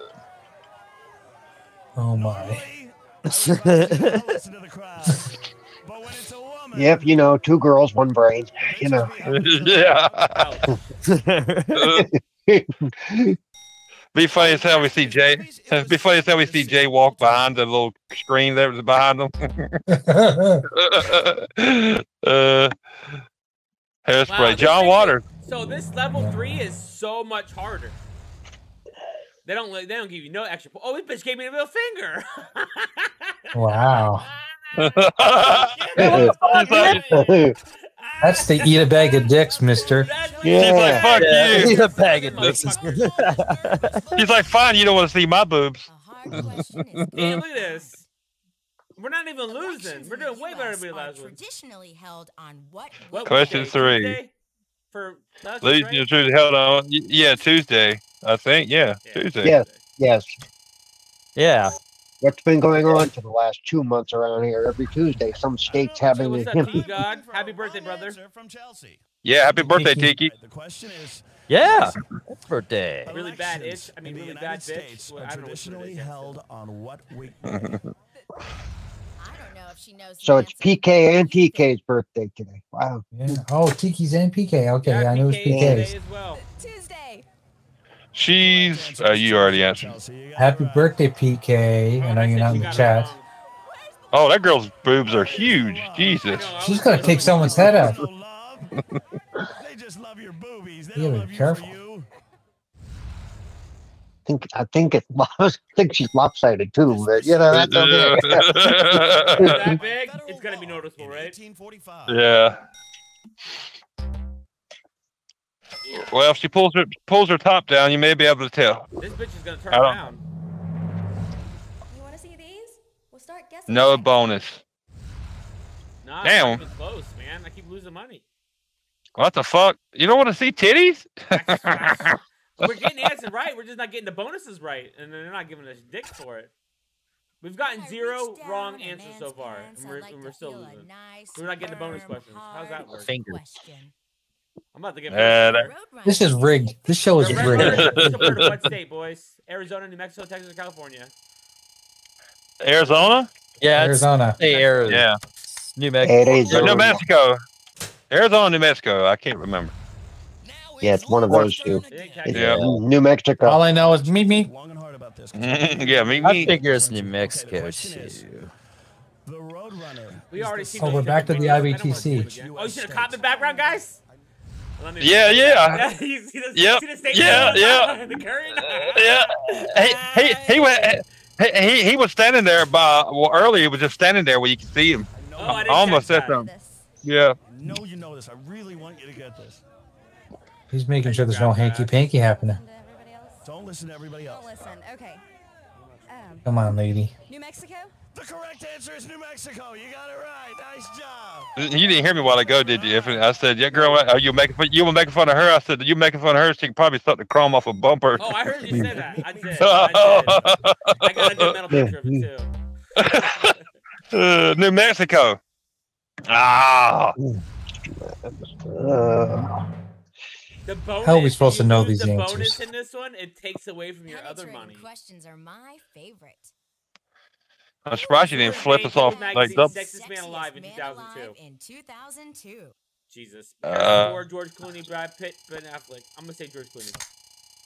Oh my! Listen to the crowd. But when it's a woman, Yep, you know, two girls, one brain. You know. yeah. Ouch. Be funny as hell we see Jay. It'd be funny as hell we see Jay walk behind the little screen that was behind him. uh, hairspray. Wow, this John thing- Waters. So this level three is so much harder. They don't let- they don't give you no extra. po- Oh, this bitch gave me the middle finger. wow, She's like, that's the eat a bag of dicks, Mister. Yeah. she's like, fuck Yeah, you. he's a bag of dicks. He's like, fine, you don't want to see my boobs. A hard question is Damn, look at this. We're not even losing. We're doing way better than we did last week. Traditionally held on what? What was Question today? three. Tuesday? For that's Ladies right? and gentlemen, held on. Y- Yeah, Tuesday. I think. Yeah, Yeah. Tuesday. Yeah. yes. Yeah. What's been going on for the last two months around here? Every Tuesday, some state's having What's a up, T him. God? Happy birthday, brother. From Chelsea. Yeah, happy birthday, Tiki. The question is, Yeah. Happy birthday. Really bad elections itch? I mean, in the really bad United bitch? States Well, are I don't know what traditionally it is. held on what week? I don't know if she knows. the So it's answer. PK and TK's birthday today. Wow. Yeah. Oh, Tiki's and PK. Okay, I knew it was PK today PK's. as well. Tuesday. She's. Uh, you already answered. Chelsea, you got Happy it right. birthday, PK. I know Oh, said she you're not in the got it chat. wrong. Oh, that girl's boobs are huge. Jesus. No, I She's was- gonna take someone's head off. No love. they just love your boobies. They Yeah, don't but love you careful. for you. I think I think it's lo- I think she's lopsided too, but you know that's okay. It's yeah. that big? It's gonna be noticeable, right? 1845. Well, if she pulls her pulls her top down, you may be able to tell. This bitch is gonna turn I don't- around. You want to see these? We'll start guessing. No bonus. Nah, Damn. I'm fucking close, man. I keep losing money. What the fuck? You don't want to see titties? We're getting the answer right. We're just not getting the bonuses right, and they're not giving us dick for it. We've gotten I zero reach down wrong in a answers so man's far, pants, and I we're, like and to we're still feel a losing. nice, We're not getting the bonus firm, questions. How's that hard work? Fingers. question. I'm about to get. Uh, fired. that- Roadrunner. This is rigged. This show The is red rigged. letters is compared to what state, boys? Arizona, New Mexico, Texas, or California? Arizona? Yeah, it's Arizona. Hey, Arizona. Yeah. New It Mexico. is uh, Or New Arizona. Mexico. Arizona, New Mexico. I can't remember. Yeah, it's one of those two. It ain't It's Texas. Yeah. uh, New Mexico. All I know is me, me. Long and hard about this. yeah, me, I me. figure it's New Okay, the Mexico question is- too. The Roadrunner. We is already the seen. Oh, those we're back to the different pictures. I don't wanna IBTC. see them again. Oh, you see the cop in the background, guys? Well, I mean- Yeah, yeah. you see the, Yep. see the state Yeah, flag? yeah. the current? yeah. Hey, he, he went. He, he, he was standing there by well earlier. He was just standing there where you could see him. I know, Oh, I I didn't almost catch said that. something. Yeah. I know you know this. I really want you to get this. He's making sure there's no hanky panky happening. Don't listen to everybody else. listen. Okay. Um, Come on, lady. New Mexico. The correct answer is New Mexico. You got it right. Nice job. You didn't hear me a while ago, did you? If I said, "Yeah, girl, are you making fun, you were making fun of her?" I said, "You making fun of her? She could probably suck the chrome off a bumper." Oh, I heard you say that. I did. I, did. I got a good metal picture of it, too. Uh, New Mexico. Ah, Uh, The bonus, How are we supposed if to you know lose these the answers? bonus in this one, it takes away from your other Penetrating money. questions are my favorite. I'm surprised you didn't flip us off like double. Sexiest man alive in Sexiest 2002. alive in 2002. Jesus. Uh, Or George Clooney, Brad Pitt, Ben Affleck. I'm gonna say George Clooney.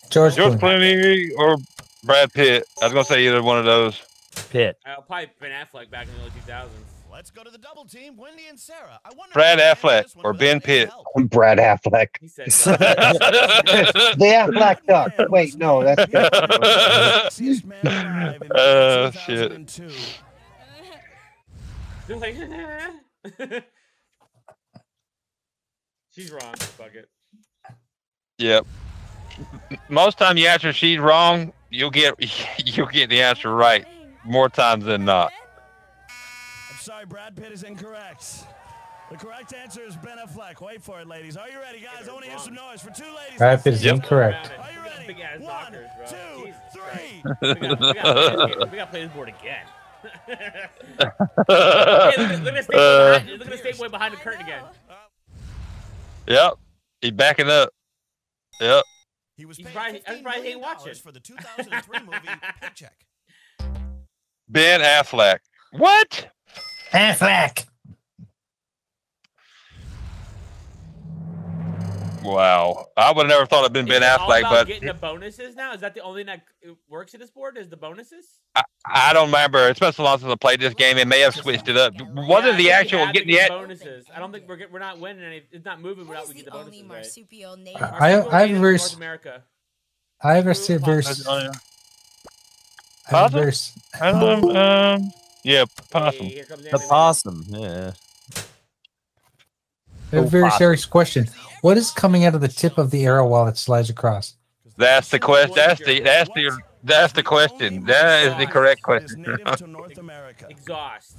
George, George Clooney. Clooney or Brad Pitt? I was gonna say either one of those. Pit. Uh, probably Ben Affleck back in the early 2000s. Let's go to the double team. Wendy and Sarah. I wonder if Brad they can Affleck this one or without Ben any Pitt. help. Brad Affleck. He said. Brad Pitt. The Affleck duck. Wait, no, that's Sexiest man alive in Uh, shit. 2002. They're like, she's wrong. Fuck it. Yep. Most time you answer she's wrong, you'll get you'll get the answer right more times than not. I'm sorry, Brad Pitt is incorrect. The correct answer is Ben Affleck. Wait for it, ladies. Are you ready, guys? I want to hear some noise for two ladies. Brad Pitt is Yep. incorrect. Around it. We Are you got ready? Big ass One, knockers, bro. two, Jesus three. Christ. We gotta- we gotta we gotta play this board again. hey, look, at- look at the state boy Uh. behind- look at the state boy behind the curtain again. Yep. He backing up. Yep. He was He's paid probably- that's $15 probably he million ain't watching. for the 2003 movie Paycheck. Ben Affleck. What? Affleck. Wow. I would have never thought it'd been Ben Is it all Affleck, about but getting the bonuses now. Is that the only thing that c- works at this board? Is the bonuses? I don't remember. It's been so long since I played this game. It may have switched it up. Wasn't Yeah, the I think you actual have to getting the get act- bonuses? I don't think we're get, we're not winning any. It's not moving What without is we get the the bonuses only right. marsupial native? Uh, I- Marsupial I've native of vers- North America. I have a se- vers- I have a Pardon? vers- Um, um, yeah, Hey, possum. here comes The Anthony. possum. Yeah. I have a very serious question. What is coming out of the tip of the arrow while it slides across? That's the question. That's the that's the that's the question. That is the correct question. native to North America. Exhaust.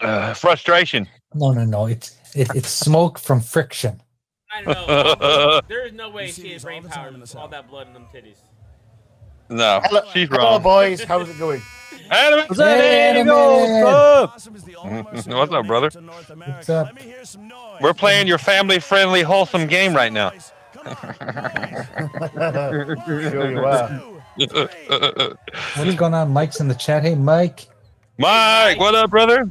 Uh, frustration. No, no, no. It's it, it's smoke from friction. I don't know. there is no way You see she had these all brain the power time in with the all South. that blood in them titties. No, Hello- she's Hello, wrong. boys. How's it going? Adam, What's up, Danny Gold? man. Club? What's up, brother? What's up? we're playing your family-friendly, wholesome game right now. Sure you are. What is going on? Mike's in the chat. Hey, Mike. Mike, what up, brother?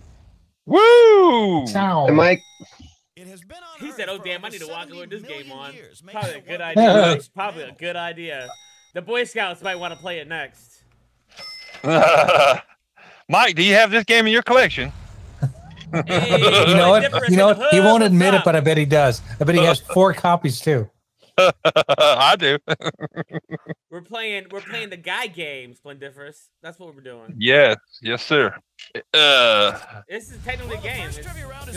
Woo! Ciao. Hey, Mike, He said, "Oh damn, I need to walk away with this game on." Probably a Probably good idea. Probably a good idea. The Boy Scouts might want to play it next. Mike, do you have this game in your collection? Hey, You know it's what? different You know in the what? He hood, won't what's admit it, up? but I bet he does. I bet he has four copies too. I do. we're playing we're playing the guy game, Splendiferous. That's what we're doing. yes, yes, sir. Uh, This is technically a game. It's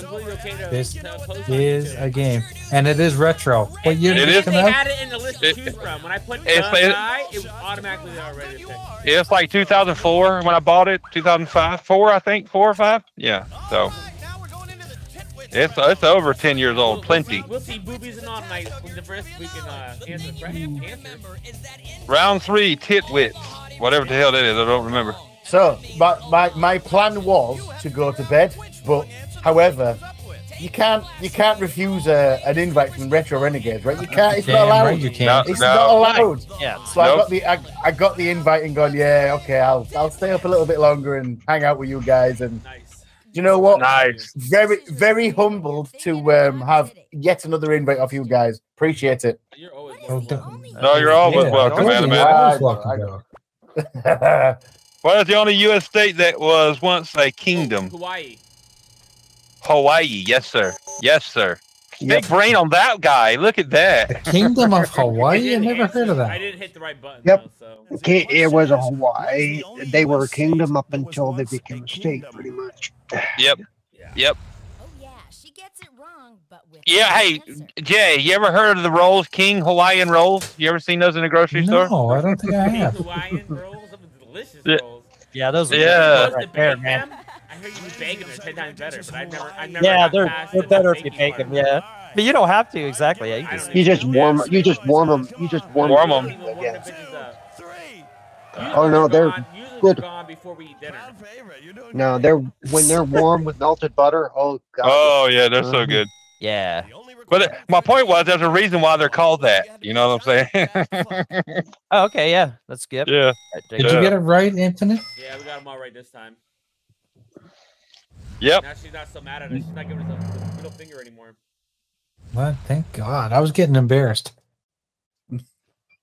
completely okay to, This to post on Is YouTube. a game, and it is retro. What year did it It is. If come they out? had it in the list to It- choose from, when I put it's- Gun it- Guy, it was automatically there already. to pick. it's like 2004 when I bought it. 2005, four, I think, four or five. Yeah. So it's it's over 10 years We'll- old. Oh, Plenty. We'll see, we'll see boobies and all night from the first we can uh, answer the question. Answer. Round three, titwits. Whatever the hell that is, I don't remember. So, my, my, my plan was to go to bed, but however, you can't you can't refuse a, an invite from Retro Renegades, right? You can't. It's not Damn allowed. right you can't. It's No, not no. allowed. Yeah. So I Nope. got the I, I got the invite and gone. Yeah, okay. I'll I'll stay up a little bit longer and hang out with you guys. And Nice. you know what? Nice. Very very humbled to um, have yet another invite off you guys. Appreciate it. You're always Oh, welcome. don't- No, you're always Yeah, welcome, don't Adam. you- Wow. man. always welcome, though. Well, it's the only U.S. state that was once a kingdom. Hawaii. Hawaii. Yes, sir. Yes, sir. Yep. Big brain on that guy. Look at that. Kingdom of I Hawaii. I didn't never answer- heard of I that. didn't hit the right button. Yep. Though, so. okay, it was a Hawaii. They were a kingdom up until they became a state, pretty much. Yep. Yep. Oh yeah, she gets it wrong, but with Yeah. the Hey, answer. Jay, you ever heard of the rolls, King Hawaiian rolls? You ever seen those in the grocery store? No, I don't think I These have. Hawaiian rolls, some of the delicious Yeah. rolls. Yeah, those are Yeah. yeah. Those that right there, bake man. them, I heard you bake them; they're ten times better. But I've never, I've never. Yeah, got they're past they're the better if you baking bake part. them. Yeah, but you don't have to exactly. Yeah, you I just don't You just even- warm. You just warm them. You just warm, Warm I don't 'em. even warm Yeah. the bitches up. Three. Usually Oh, no, they're gone, usually good. They're gone before we eat dinner. Proud favorite. You're doing No, great. they're when they're warm with melted butter. Oh god. Oh yeah, they're so good. yeah. But uh, my point was, there's a reason why they're called that. You know what I'm saying? Oh, okay, yeah. That's good. yeah. Right, Did Jacob. you get it right, Infinite? Yeah, we got them all right this time. Yep. Now she's not so mad at us. She's not giving us a middle finger anymore. Well, thank God. I was getting embarrassed.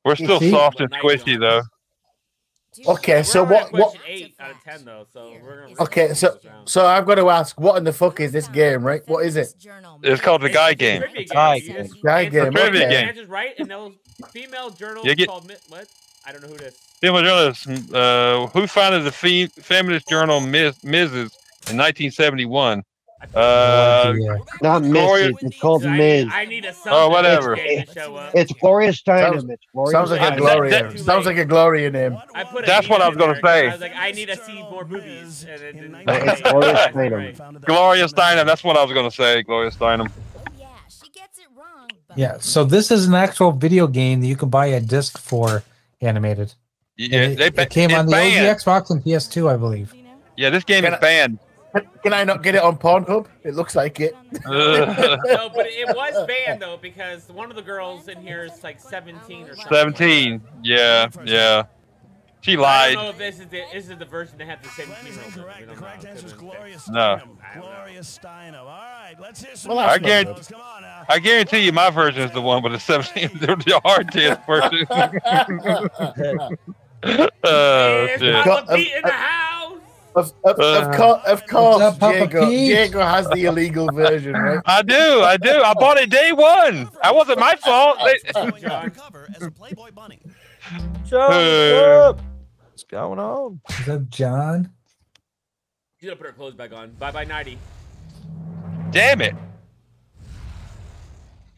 We're still See? soft and squishy though. Do Okay, you- so We're on what- what- question Eight out of ten though. So we're gonna. Okay, so so I've got to ask, what in the fuck is this game, right? What is it? It's called the guy game. Trivia Guy game. You game. just Guy answer game, the question, Trivia the game. answer's right, and those female journals You get- called mi- what? I don't know who this. Female journalist, uh, who founded the fe- feminist journal Ms. Mrs. in 1971. Uh, yeah. Not Glorious- Mrs. It's called I, Miz. I need a Oh, whatever. Game to show up. It's Gloria Steinem. Sounds- It's Gloria. Sounds like a Steinem. Gloria. Sounds like a Gloria name. I put a That's name what I in was gonna there 'cause say. I was like, I need to see more movies. And it didn't- It's Gloria Right. Steinem. Gloria Steinem. That's what I was going to say. Gloria Steinem. Oh yeah, she gets it wrong, but Yeah, so this is an actual video game that you can buy a disc for animated. Yeah, it, they it came it's on the OG banned. Xbox and PS2, I believe. you know. Yeah, this game Can is I- banned. Can I not get it on Pornhub? It looks like it. Ugh. No, but it was banned though because one of the girls in here is like 17 or something. 17. Yeah, yeah. She I lied. don't know if this is the this is the version that had the 17 year old. Correct. The correct answer is Gloria No. Steinem. Gloria Steinem. All right, let's hear some. Well, that's I guarantee- those. Come on uh, now. I guarantee you my version is the one with the 17, the hard disk version. oh, shit. Papa Got- Pete in the house. Of of, Uh. of, course, of course, up, Papa Diego, Pete? Diego has the illegal version, right? I do, I do. I bought it day one. That wasn't my fault. They- Jacob! What's going on? Is that John? You gotta put her clothes back on. Bye bye, Nighty. Damn it.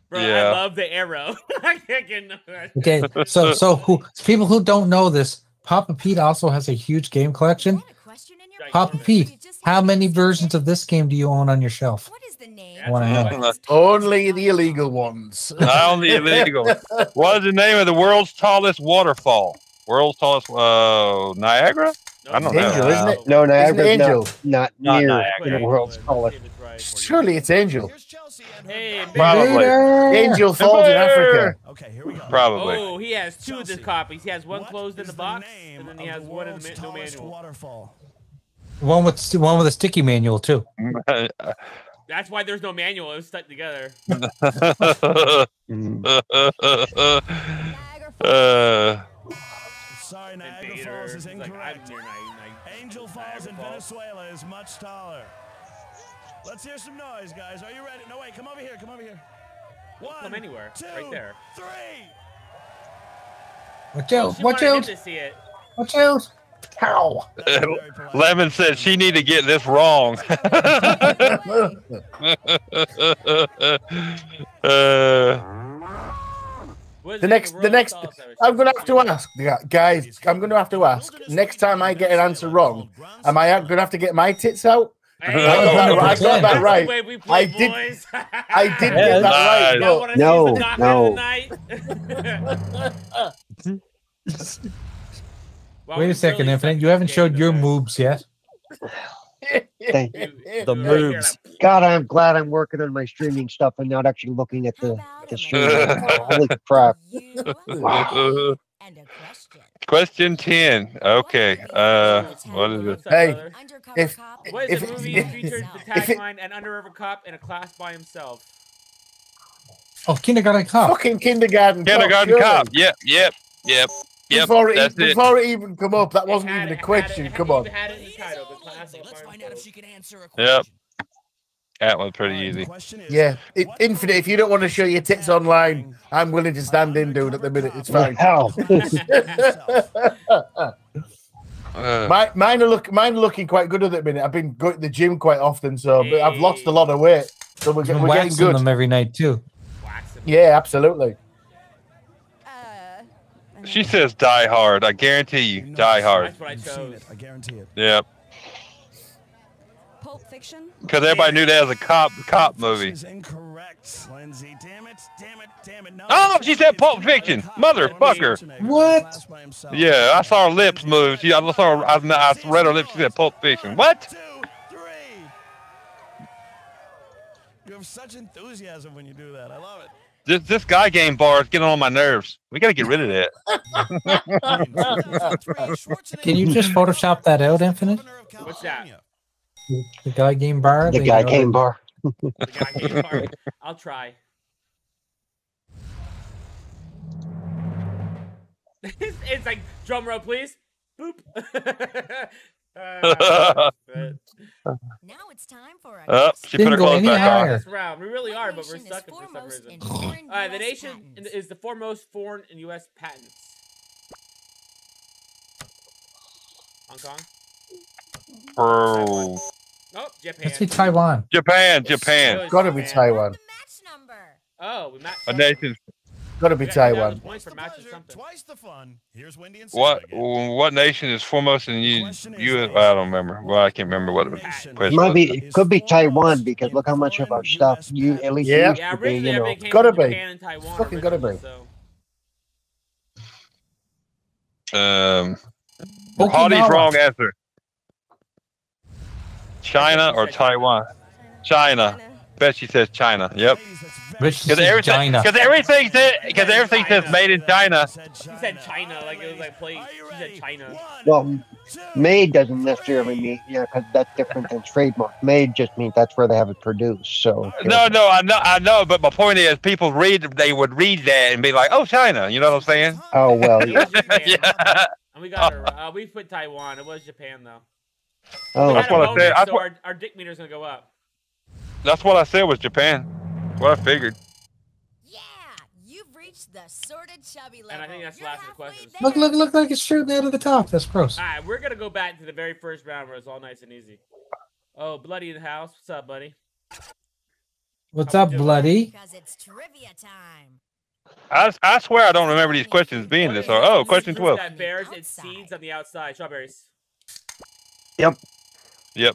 Bro, Yeah. I love the arrow. I can't get enough of that. Okay, so so who people who don't know this, Papa Pete also has a huge game collection. What a question in your Right. Papa pocket. You Pete, just how have many to versions say, of this game do you own on your shelf? What is the name? That's Wanna a have- question. Only the illegal ones. Not only illegal. What is the name of the world's tallest waterfall? World's tallest uh, Niagara? I don't know. Angel, isn't it? No, Niagara's Isn't it Angel? not, Not not near Niagara. the world's tallest. Surely it's Angel. Hey, big- Probably. Angel falls in Africa. Okay, here we go. Probably. Oh, he has two of the Chelsea, copies. He has one What closed in is the the box, name and then of he the has one in world's the ma- no tallest manual. Waterfall. One with st- one with a sticky manual too. That's why there's no manual. It was stuck together. uh, Sorry, Niagara Invader. Falls is He's like, I'm incorrect. near Ni- Ni- Angel Niagara Falls in Falls. Venezuela is much taller. Let's hear some noise, guys. Are you ready? No, wait. Come over here. Come over here. One, come anywhere. two, Right there. Three. Watch Oh, out! she Watch wanted him out! to see it. Watch out! Ow! That was very polite. Lemon said she need to get this wrong. uh, What is The it? next, the world's next, tallest ever. I'm gonna have to ask, yeah, guys. I'm gonna have to ask. Next time I get an answer wrong, am I gonna have to get my tits out? Hey, I got that- I got that that's the right. way we play, I did- boys. I did Yeah, get that right. Y'all nice. But wanna see us No, adopt no. tonight? Well, Wait we a second, really Infinite. suck You haven't at showed games your tonight. moves yet. Thank- You- The you right here, moves. like, God, I'm glad I'm working on my streaming stuff and not actually looking at the, the stream. Holy crap. uh, And a question. question 10. Okay. Uh, what is it? what's up, Hey, brother? Undercover if- cop. What is If- the movie if- that featured the if it- tagline "An undercover cop in a class by himself"? Oh, kindergarten cop. Fucking kindergarten. cop, Kindergarten surely. cop. Yep, yep, yep, yep. before it, That's even- it. before it even come up, that wasn't It had- even it a had question. it had- Come it on. had it in the title, the class by himself. can answer a Yep. That one's pretty Alright, the easy. question is, Yeah, it, what infinite. If you don't want to show your tits online, I'm willing to stand in, dude. At the minute, it's fine. Hell. Uh, My, mine are look, mine are looking quite good at the minute. I've been going to the gym quite often, so but I've lost a lot of weight, so we're, You've get- been we're getting waxing good. them every night too. Wax him. Yeah, absolutely. she says Die Hard. I guarantee you, Die Hard. That's what I You've seen chose. it, I guarantee it. Yep. Pulp Fiction. Because everybody knew that was a cop cop movie. This is incorrect, Lindsay. Damn it, damn it, damn it. No, Oh, she said Pulp it's not Fiction. a cop. Motherfucker. Schwarzenegger. What? Class by himself. Yeah, I saw her lips move. She, I saw her, I, I read her lips. She said Pulp Fiction. What? Two, three. You have such enthusiasm when you do that. I love it. This this guy game bar is getting on my nerves. We gotta get rid of that. Can you just Photoshop that out, Infinite? What's that? The guy game bar. The guy uh, came bar. The guy came apart. I'll try. it's, it's like drum roll, please. Boop. uh, but Now it's time for a Oh, she put her Didn't go clothes any back on. higher. this round, we really are, but we're Nation is sucking for some foremost reason. in foreign Uh, the US nation patents. is the foremost foreign and U.S. patents. Hong Kong. Bro. Oh, Japan. Let's see Taiwan. Japan, Japan. Good, Got to be Japan. Taiwan. The match number. Oh, we matched. A nation. Got to be Taiwan. Once Points the for matching pleasure, something. twice the fun. Here's Wendy and Sarah What again. what nation is foremost in you? You I don't remember. Well, I can't remember what it was. It might be, it could be Taiwan because look how much of our stuff you at least Yeah. used Yeah, to be, originally you know. everything came gotta from be. Japan and Taiwan. Fucking gotta originally, be. So. Um, Okinawa. Hardy's wrong answer. China or Taiwan? China. Bet she says China. Yep. Ladies, that's very Rich Because is everything, China. because everything, because everything says made in China. She said China, like it was like play. Are She you said ready? China. One, Well, two, made doesn't necessarily mean, yeah, because that's different than trademark. Made just means that's where they have it produced. So, No, no, I know, I know, but my point is, people read, they would read that and be like, "Oh, China," you know what I'm saying? oh, well, Yeah, yeah. Japan. yeah. And we got her. Uh, we put Taiwan. It was Japan though. Oh, That's That's what I what said. I said. That's So what- our, our dick meter's gonna go up. That's what I said was Japan. What I figured. Yeah, you've reached the sorted chubby level. And I think that's You're last of the halfway questions. there. Look, look, look! Like it's shooting out of the top. That's gross. All right, we're gonna go back to the very first round where it's all nice and easy. Oh, bloody in the house. What's up, buddy? What's up, bloody? Because it's trivia time. I, I swear I don't remember these questions being this. Or, oh, question twelve. That bears its seeds on the outside. Strawberries. Yep,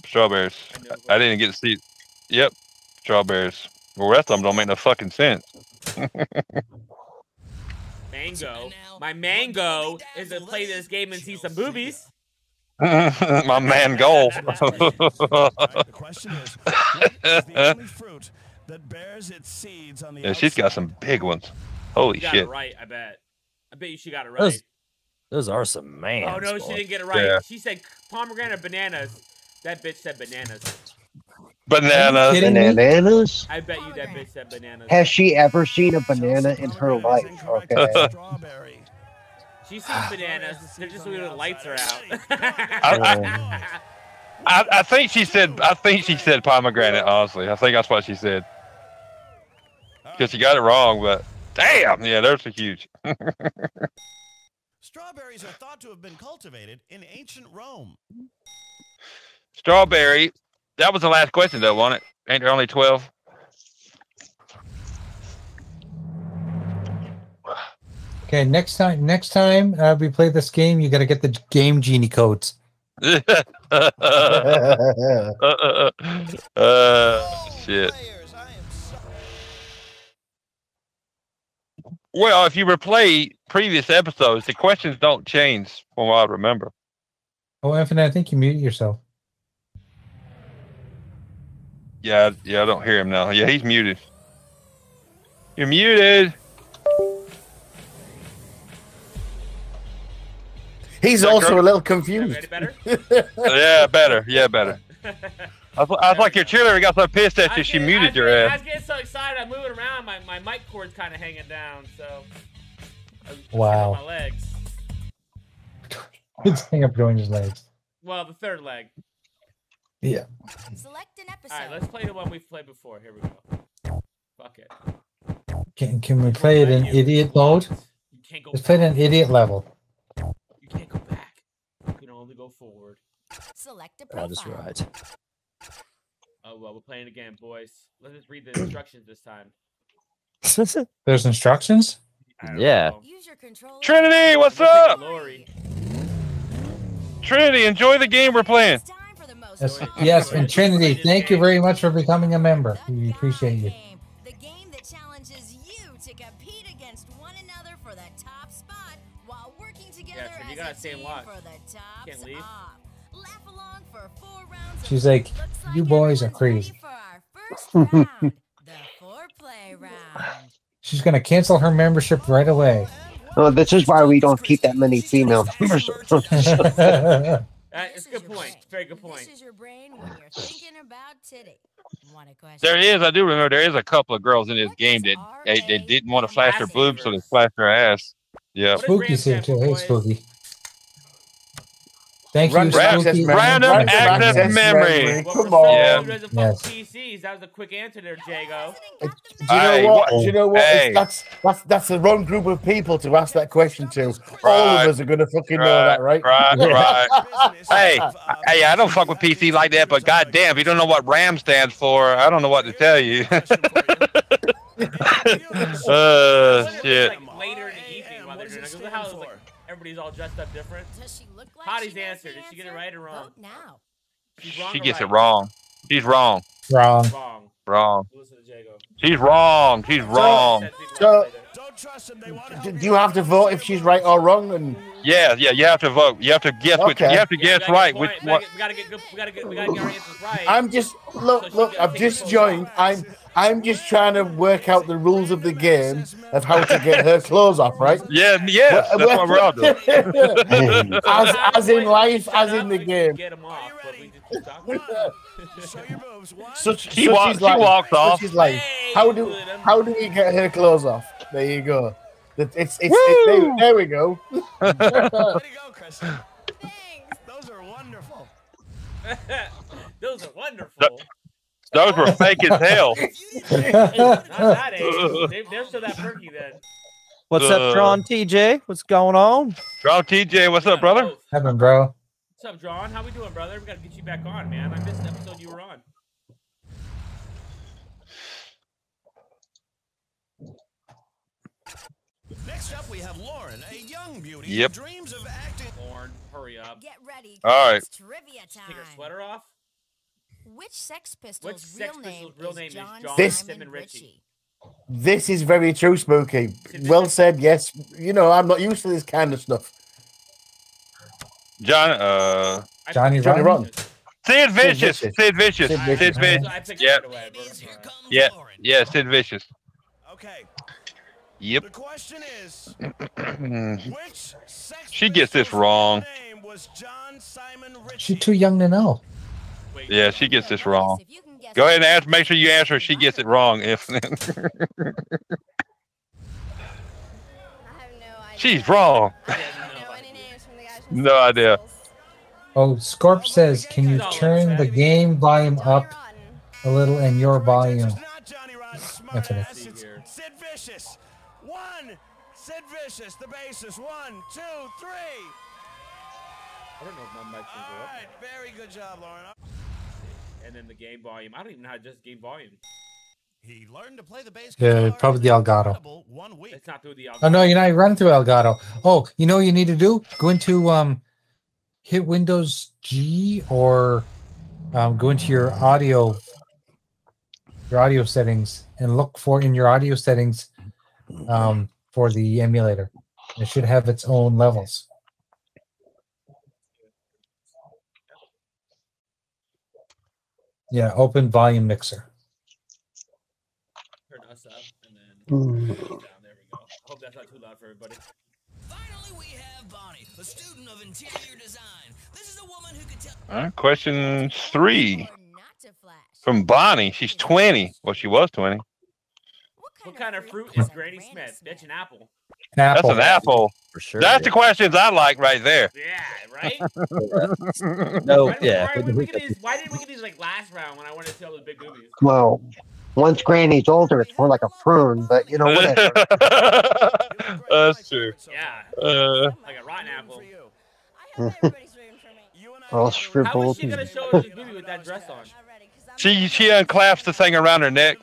strawberries. I didn't get to see. Yep, strawberries. The rest of them don't make no fucking sense. mango. My mango is to play this game and see some movies. My man goal. fruit that bears its seeds on the yeah, she's got some big ones. Holy You got shit. it right, I bet. I bet you she got it right. Those, those are some man. oh no, she didn't get it right. Yeah. She said pomegranate or bananas. That bitch said bananas. Banana. kidding? Bananas? I bet you that bitch said bananas. Has she ever seen a banana in her life? Okay. Strawberry. She sees bananas. They're just when the lights are out. I- I, I think she said. I think she said pomegranate. Honestly, I think that's what she said. Because she got it wrong, but damn, yeah, those are huge. Strawberries are thought to have been cultivated in ancient Rome. Strawberry. That was the last question, though, wasn't it? Ain't there only twelve? Okay, next time, next time uh, we play this game, you got to get the game genie codes. uh, uh, uh, uh, shit. Oh, Players, I am so- Well, if you replay previous episodes, the questions don't change from what I remember. Oh, Infinite, I think you muted yourself. Yeah, I- yeah, I don't hear him now. Yeah, he's muted. You're muted. He's That also girl- a little Is that confused. ready better? yeah, better. Yeah, better. I was, I was like, your cheerleader got so pissed at I you, was she getting- I muted was your getting- I ass. was getting so excited, I'm moving around. My, my mic cord's kind of hanging down, so. I was kicking Wow. My legs. It's hang up between his legs. Well, the third leg. Yeah. Select an episode. All right, let's play the one we've played before. Here we go. Fuck it. Can, can we play it in idiot mode? You can't go. Let's play it in idiot level. You can't go back. You can only go forward. Select a That is profile. right. Oh well, we're playing again, boys. Let's just read the instructions this time. There's instructions. I don't Yeah. know. Use your controller. Trinity, what's Look at up? Glory. Trinity, enjoy the game we're playing. It's time for the most Yes, fun- yes, and Trinity, thank you very much for becoming a member. The We appreciate God you. Game, the game that challenges you to compete against one another for the top spot while working together Trinity, you as gotta a stay and team watch. for the top Can't leave. off. Laugh along for four rounds. of She's like, Looks "You boys are everyone's crazy." ready For our first round, the foreplay round. She's gonna cancel her membership right away. Oh, this is why we don't keep that many female members. Uh, This it's a is good your point. brain. Very good point. This is your brain when you're thinking about titty. Want a question? There is, I do remember, there is a couple of girls in this game that they, they didn't want to flash their boobs, so they flashed their ass. Yep. Spooky's here too. Hey, Spooky. Thank you, Random access Spooky. memory. Random access memory. Well, Come for someone Yeah. on. who Do doesn't fuck Yes. PCs, that was a quick answer there, Jago. President got the you know Hey, what? what- Do you know what? hey. It's- That's, that's that's the wrong group of people to ask that question to. All Right. of us are gonna fucking know that, right? Right, right. Business Hey, of, uh, Hey, I don't fuck with PC like that, but goddamn, if you don't know what RAM stands for, I don't know what to tell you. uh, shit. Like later in the evening while they're doing it. How it was like- Everybody's all dressed up different. Does she look like Hottie's she knows answer. the Did she get it answer? right or wrong? Vote now. She's wrong She or gets it right? wrong. She's wrong. Wrong. Wrong. Wrong. Listen to Jago. She's wrong. She's wrong. Said people So- later. Don't trust them. They want to help Do you have to vote if she's right or wrong? And Yeah, yeah. You have to vote. You have to guess which. Okay. You have to Yeah, we guess gotta right. get Which point- what? We gotta get good. We gotta get. We gotta get our answers right. I'm just look, look. I've just joined. I'm I'm just trying to work out the rules of the game of how to get her clothes off, right? Yeah, yeah. That's what we're all doing. as, as in life, as Shut in up, the we can game. Get 'em off, but we just keep talking. One. Show your boobs. One. Such, She such walks- is she life. walks Such off. is life. Hey, How do good, I'm- how do we get her clothes off? There you go. That- It's it's, it's there, there we go. Way to go, Kristen. Thanks. Those are wonderful. Those are wonderful. Those were fake as hell. Not that age. They, they're still that perky then. What's Uh. up, Tron TJ? What's going on? Draw TJ, what's up, brother? Both. Heaven, bro. What's up, John? How we doing, brother? We gotta get you back on, man. I missed the episode you were on. Next up, we have Lauren, a young beauty Yep. who dreams of acting. Lauren, hurry up. Get ready. All right. It's trivia Take time. her sweater off. Which Sex Pistols' Sex real Pistols' name real name is John John This- Simon Simon Ritchie? Ritchie? This is very true, Spooky. Well said. Yes, you know I'm not used to this kind of stuff. John, uh, Johnny, Johnny Rotten? Rotten. Sid Vicious, Vicious. Sid Vicious, Sid Sid Vicious. Vicious. I picked Yep. it away. but- Yeah, yeah, Sid Vicious. Okay. Yep. The question is, which sex She gets this pistol's wrong. name was John Simon She Ritchie? too young to know. Wait, Yeah, she gets this wrong. Go ahead and ask. Make sure you answer. if She gets it wrong. If she's wrong. No idea. Oh, Scorp says, can you turn the game volume up a little and your volume? It's not Johnny Rotten, That's smart it. ass. It's Here. Sid Vicious. One. Sid Vicious, the basis. One, two, three. All right, very good job, Lauren. And then the game volume. I don't even know how to adjust game volume. He learned to play the bass Yeah, probably the Elgato. Audible One week. It's not through the. Oh no, you're not running through Elgato. Oh, you know what you need to do? Go into um hit Windows G or um, go into your audio your audio settings and look for in your audio settings um for the emulator. It should have its own levels. Yeah, open volume mixer. Turn us up and then. There we go. I hope that's not too loud for everybody. Finally, we have Bonnie, a student of interior design. This is a woman who could tell. All right, question three from Bonnie. She's 20. Well, she was 20. What kind of fruit is Granny Smith? Bitch, an apple. That's Apple. an apple. for sure. That's the questions I like right there. Yeah, right. no, Oh, Why did- yeah. Why, did we get these, why didn't we get these like last round when I wanted to tell the big movies? Well, once Granny's older, it's more like a prune, but you Oh, know, whatever. That's true. Yeah, Uh, like a rotten apple. How All shriveled. is she gonna show us this movie with that dress on? she she unclasps the thing around her neck.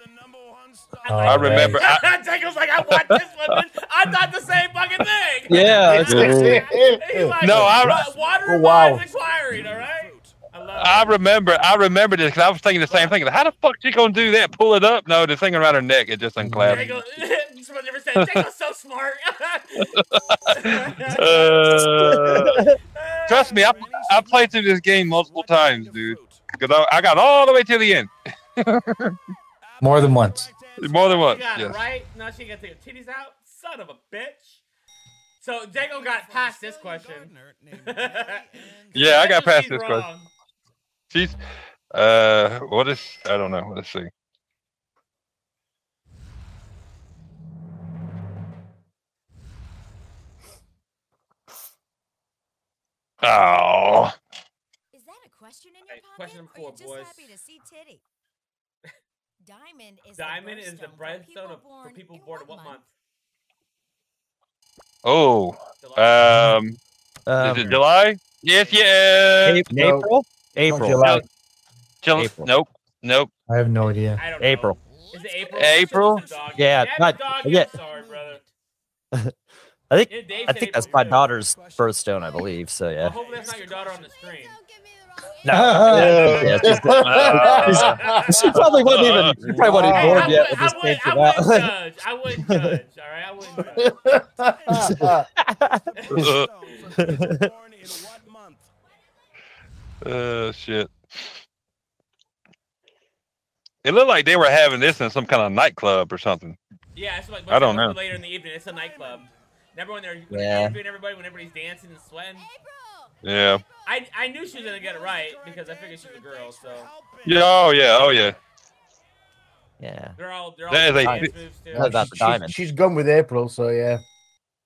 Oh, I remember. I, Jacob's like, I want this one. bitch. I thought the same fucking thing. Yeah, He's it's- like, No, I- Oh, "Wa- Water Wow. wow. inquiring. All right. I love I it. remember. I remember this because I was thinking the same thing. How the fuck she gonna do that? Pull it up? No, the thing around her neck. It just unclasps. Jacob, someone never said Jacob's so smart. Uh, trust me, I I played through this game multiple times, dude. Because I, I got all the way to the end, More than once. more than She once. got it Yes. right. Now she got to take her titties out. Son of a bitch. So Jacob got past this question. Yeah, I That's got what past she's this wrong. question. She's uh, what is? I don't know. Let's see. Oh, Is that a question in Hey, your pocket? question or you four, just boys. happy to see titty? Diamond is Diamond is the for birthstone of, born for people in born in what month? oh, July. um, Um, is it July? Yes, yeah. April. April. April. July. Jul- April. Nope, nope. I have no idea. I don't know. April. Is it April? April? Shut the dog. Yeah, Damn it, not- dog, yeah. I'm sorry, brother. I think. Yeah, Dave I said think that's April my too. daughter's birthstone, I believe. So Well, yeah. hopefully that's not your daughter on the screen. No. Yeah, she's- Uh, she probably wasn't even. She probably wasn't Hey, even Hey, born I, yet would, when I, this would, came I out. wouldn't judge. I wouldn't judge. All right, I wouldn't judge. Uh, shit. It looked like they were having this in some kind of nightclub or something. Yeah, it's like I don't know. Later in the evening, it's a nightclub. Remember when they're when Yeah. they're interviewing everybody when everybody's dancing and sweating? Yeah. I I knew she was gonna get it right because I figured she's a girl. So Yeah. Oh yeah. Oh yeah. Yeah. they're all they're all That is a- dance moves too. That's about the She's- diamond. She's gone with April, so yeah.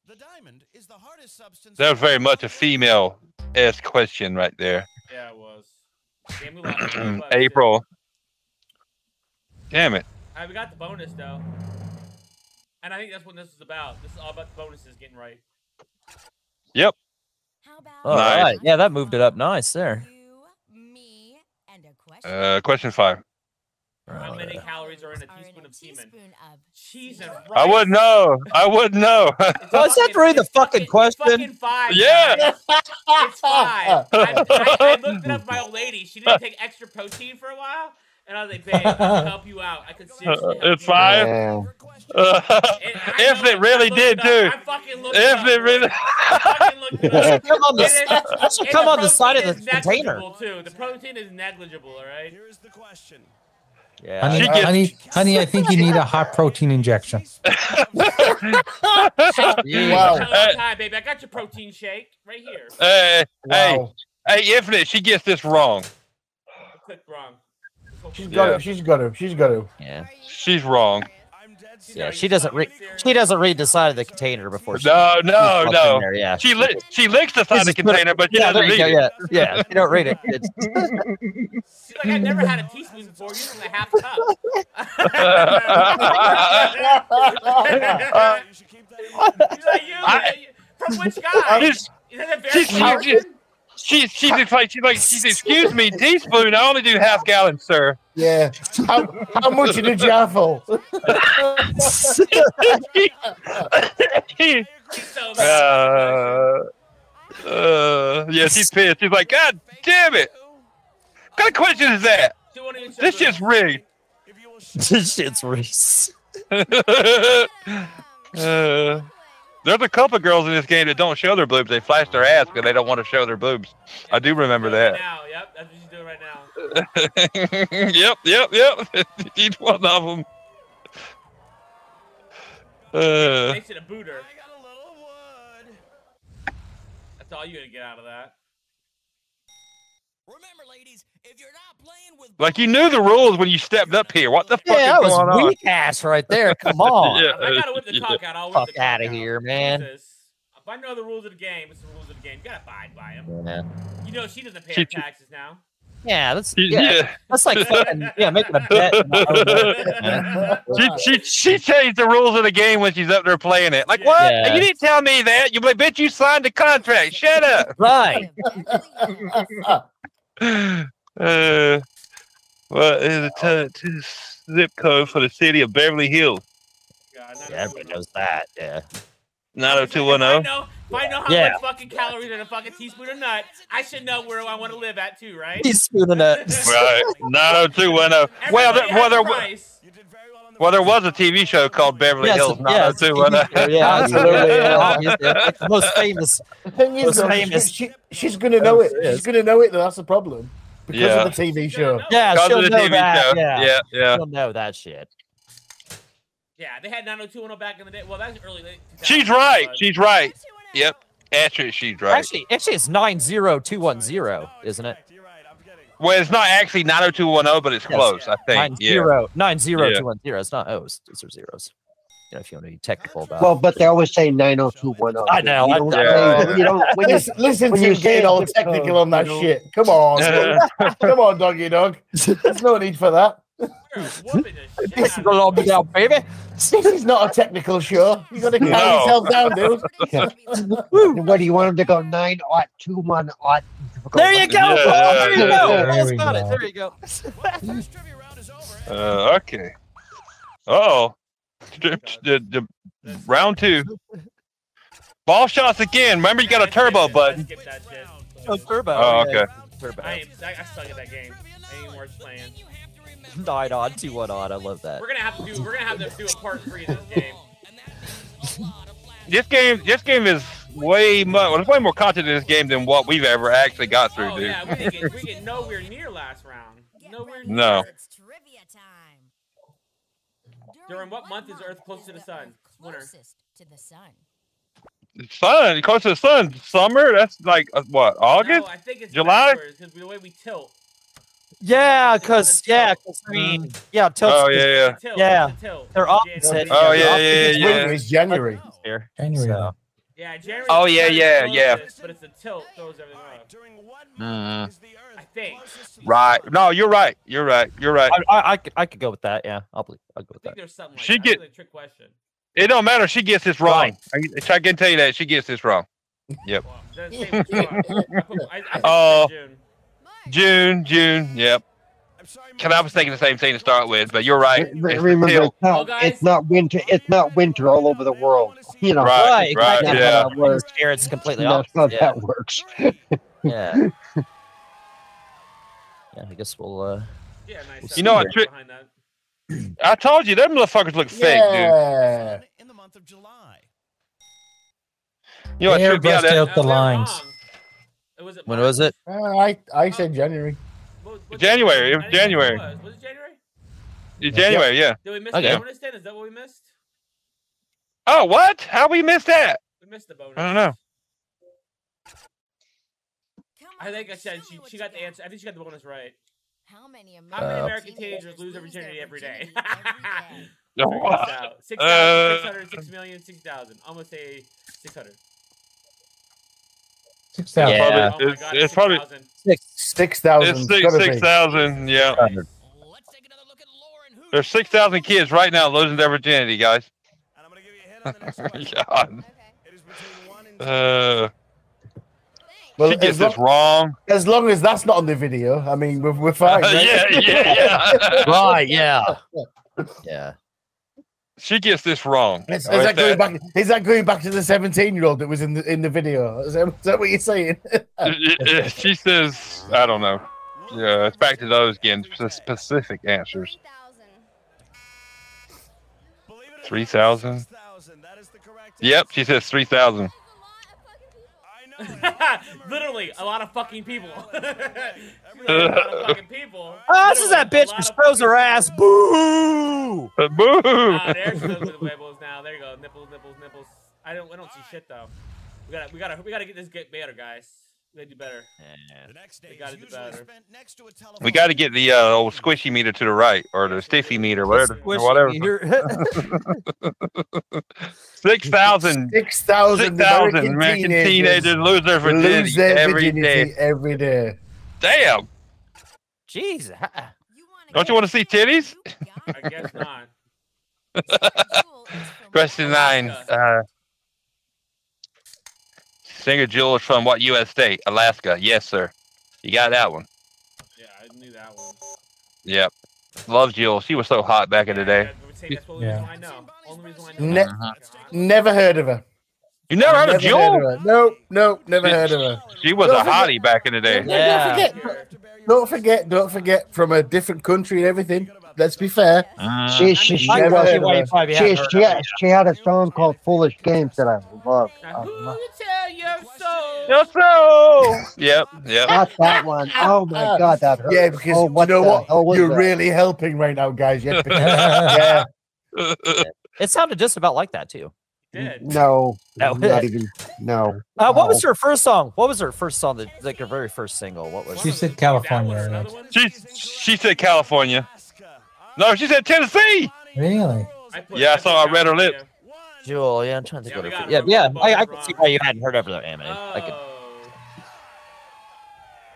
The diamond is the hardest substance. That was very much a female s question right there. Yeah, it was. Damn, we lost the bonus, too. April. Damn it. All right, we got the bonus though, and I think that's what this is about. This is all about the bonuses getting right. All Nice. right. Yeah, that moved it up nice there. You, me, and a question. Uh, question five. How many Uh, calories are in a Are teaspoon of semen? teaspoon of Cheese and rice. I wouldn't know. I wouldn't know. Was that really the it's fucking question? Fucking five. Yeah. guys. It's five. I, I, I looked it up. for My old lady. She didn't take extra protein for a while, And I was like, babe, I can help you out. I could seriously help It's you out. five. Uh, if it really did too. I fucking looked it If up. it really. should come on And the, it- it should and come on the side protein of is the container. negligible, Too. The protein is negligible, all right? Here's the question. Yeah. Honey, She gets- honey, honey, I think you need a hot protein injection. Oh. Wow. Wow. Hey, Hi, baby. I got your protein shake right here. hey, hey, Wow. hey, Infinite, she gets this wrong. I clicked wrong. She's got Yeah. to. She's got to. She's got to. Yeah. She's wrong. Yeah. She doesn't read. She doesn't read the side of the container before. She, No, no, Up no. in there, yeah. She li- she licks the side of the Just put it- container, but she yeah, doesn't there you read go, it. yeah, yeah. If you don't read it. It's, She's like, I've never had a teaspoon before. You're in a half cup. Uh, She's like, you, I- from which guy? She's- Is that a very she's- she's- She she just like she's like she's excuse me, teaspoon. I only do half gallon, sir. Yeah. How, how much in a jar full? so bad. uh, uh, yeah, she's pissed. She's like, God damn it! What kind of question is that? She won't even show This the- shit's rigged. this shit's Reese. Uh, there's a couple girls in this game that don't show their boobs. They flash their ass because they don't want to show their boobs. I do remember that. Now, yep, that's what she's doing right now. yep, yep, yep. Each one of them. Uh, Makes it a booter. That's all you're gonna get out of that. Remember, ladies, if you're not playing with like you knew the rules when you stepped up here. What the fuck Yeah, that is going was on? weak ass right there. Come on. Yeah, uh, I gotta whip the yeah. cock out. I'll whip Fuck the cock outta here, man. Jesus. If I know the rules of the game, it's the rules of the game. You gotta abide by them. Yeah, You know she doesn't pay She- her taxes now. yeah that's yeah, Yeah. that's like fucking yeah, making a bet. and not knowing what it is, man. She, she she changed the rules of the game when she's up there playing it. Like what? Yeah. You didn't tell me that. You like, bitch, you signed the contract. Shut up. Right. Uh, what is the t- t- zip code for the city of Beverly Hills? God, Yeah, everybody knows that. Yeah. Nine zero two one oh. If I zero. know, if I know how Yeah. much fucking calories in a fucking teaspoon of nut, I should know where I want to live at too, right? He's spooning it. Right. Nine zero two one zero. Well, there, Everybody well, has there, a wa- price. well, there was a TV show called Beverly Yes, Hills nine yes. zero two one oh. Yeah, zero. absolutely. Yeah, yeah, yeah. It's the most famous. The thing is, Those though, she, famous- she, she's gonna know it. She's gonna know it. Though that's the problem because Yeah. of the TV show. Yeah, Because she'll of the know TV that. show. Yeah. yeah. yeah. she'll know that shit. Yeah, they had 90210 back in the day. Well, that's early. late 2000s, She's right. but- She's right. Yep. Actually, she's right. Actually, actually, it's nine zero two one zero, isn't it? Well, it's not actually 90210, but it's Yes. close, I think. Nine yeah. zero nine zero Yeah. two one zero. It's not O's. These are zeros. You know, if you want to be technical about. Well, but they always say 90210. I know, You I don't, know. say- you don't, when you, Listen, listen when to you you say getting all zip code, technical on that you know. shit. Come on, come on, doggy dog. There's no need for that. You're a woman, a shit this is out gonna of- all be down, baby. This is not a technical show. You gotta calm No. yourself down, dude. what do you want them to go? 90210. There you go. Yeah, Paul, there you yeah, go. yeah. Paul's There we got it. go. There you go. Uh, okay. Oh, the, the, the round two. Ball shots again. Remember, you got a turbo button. Skip that shit. Oh, turbo. Oh, yeah. okay. Turbo. I, am, I, I suck at that game. I ain't worth playing. Nine odd, two one odd. I love that. We're gonna have to do. We're gonna have to do a part three of this game. This game, this game is way more. Well, there's way more content in this game than what we've ever actually got through, Oh dude. yeah, we didn't get, we get nowhere near last round. Nowhere near. No. It's trivia time. During what month is Earth closest to the sun? Winter. Closest to the sun. Sun, close to the sun. Summer. That's like uh, what August. No, I think it's July? because the way we tilt. Yeah, cause yeah, cause I mean, yeah, tilt. oh yeah, yeah. Tilt, Yeah. it's a tilt. They're opposite. Oh yeah, They're opposite yeah, It's winter, yeah. It's January. here. January. So- Yeah, January. Oh, yeah, yeah, yeah. But it's the tilt throws everything off. Mm. I think. Right. No, you're right. You're right. You're right. I, I, I could, I could go with that. Yeah, I'll, believe, I'll I go with think that. there's something like She that. get- That's a trick question. It don't matter. She gets this wrong. I, I can tell you that she gets this wrong. Well, that's the same as you are. I put- I- I think it's Oh. June. June, June. Yep. Cause I was thinking the same thing to start with, but you're right. Re- It's Remember, still- it's not, it's not winter. It's not winter all over the world. You know, Right. right, exactly. yeah. That works here. It's completely that's how opposite. Yeah, that works. yeah. yeah. I guess we'll. Uh, Yeah, nice. You know, I, setup tri- behind that. I told you, them motherfuckers look fake, yeah. dude. You know, I They tripped me out. airbrush That, out the lines. It was it When was it? Uh, I I said January. what- what- January, it was I didn't know January. what it Was. Was it January? It's January, yeah. Did we miss Okay. the bonus then? Is that what we missed? Oh, what? How we missed that? We missed the bonus. I don't know. I think I said she, she got the answer. I think she got the bonus right. How many How many Uh, American teenagers lose their virginity every day? Oh, Figure this out. Six Uh, thousand, six hundred, six million, six thousand. I'm gonna say six hundhundred. Six thousand. Yeah. Probably- Oh my it's- God, it's probably- 6,000. Six thousand. It's six six thousand. Yeah, Let's take another look at Lauren Hoover. there's six thousand kids right now losing their virginity, guys. Oh And I'm going to give you a hint on the next question. God. It is between one and Uh, well, she as, gets lo- this wrong. as long as that's not on the video, I mean, we're, we're fine. right? yeah, yeah, yeah. Right, yeah. Yeah. she gets this wrong. Is, is Right that going there. back? Is that going back to the seventeen-year-old that was in the in the video? Is that, is that what you're saying? she says, I don't know. Yeah, it's back to those again. sp- Specific answers. Believe it or not, 3,000. 6,000. That is the correct Yep, answer. she says three thousand. I know, and all of them are Literally, a lot of fucking people. Well, it's She was like, a lot okay. of fucking people. Oh, this is that Literally, bitch a who lot of throws her fucking- ass. Boo! Boo! Ah, there's the little labels now. There you go. Nipples, nipples, nipples. I don't, I don't see shit though. We gotta, we gotta, we gotta get this get better, guys. We gotta do better. The next day They is gotta do usually better. spent next to a telephone. We got to get the uh, old squishy meter to the right, or the stiffy meter, whatever. Squish whatever. your- Six thousand. Six Six thousand thousand American teenagers lose their virginity lose their every virginity day. every day. Damn. Jeez. ha- Don't you want to see titties? I guess not. Question nine. Uh, singer Jewel is from what U.S. state? Alaska. Yes, sir. You got that one. Yeah, I knew that one. Yep. Love Jewel. She was so hot back in the day. Yeah, I would say that's the only Yeah. reason why I know. Only reason why I know. Ne- Uh-huh. Uh-huh. Never heard of her. You never heard of Never heard Jewel? of her. No, no, never She- heard of her. She was a hottie back in the day. Yeah. Don't forget, don't forget, don't forget, from a different country and everything. Let's be fair. Mm. She, she, she, Uh, I never can see heard why of you her. probably she, haven't she, heard she, of her. had, she had a song called Foolish Games that I Um, love. Now, I who love. you tell your soul? Yes, sir. Yep. Yep. Not that one. Oh my god, that hurt. Yeah, because oh, you know the what? hell was You're that? really helping right now, guys. Yeah, yeah. It sounded just about like that, too. Dead. No, That was not it. even. No. Uh, Oh. what was her first song? What was her first song? The, like her very first single. What was She it? said California, That one or right? another one? She she said California. Alaska. No, she said Tennessee. Really? put- Yeah, I put saw I read her California. lips. Jewel? Yeah, I'm trying to Yeah, go we to. got Yeah, it. yeah. I, Bones I can Rock. see why you hadn't heard of that anime. I could. Oh.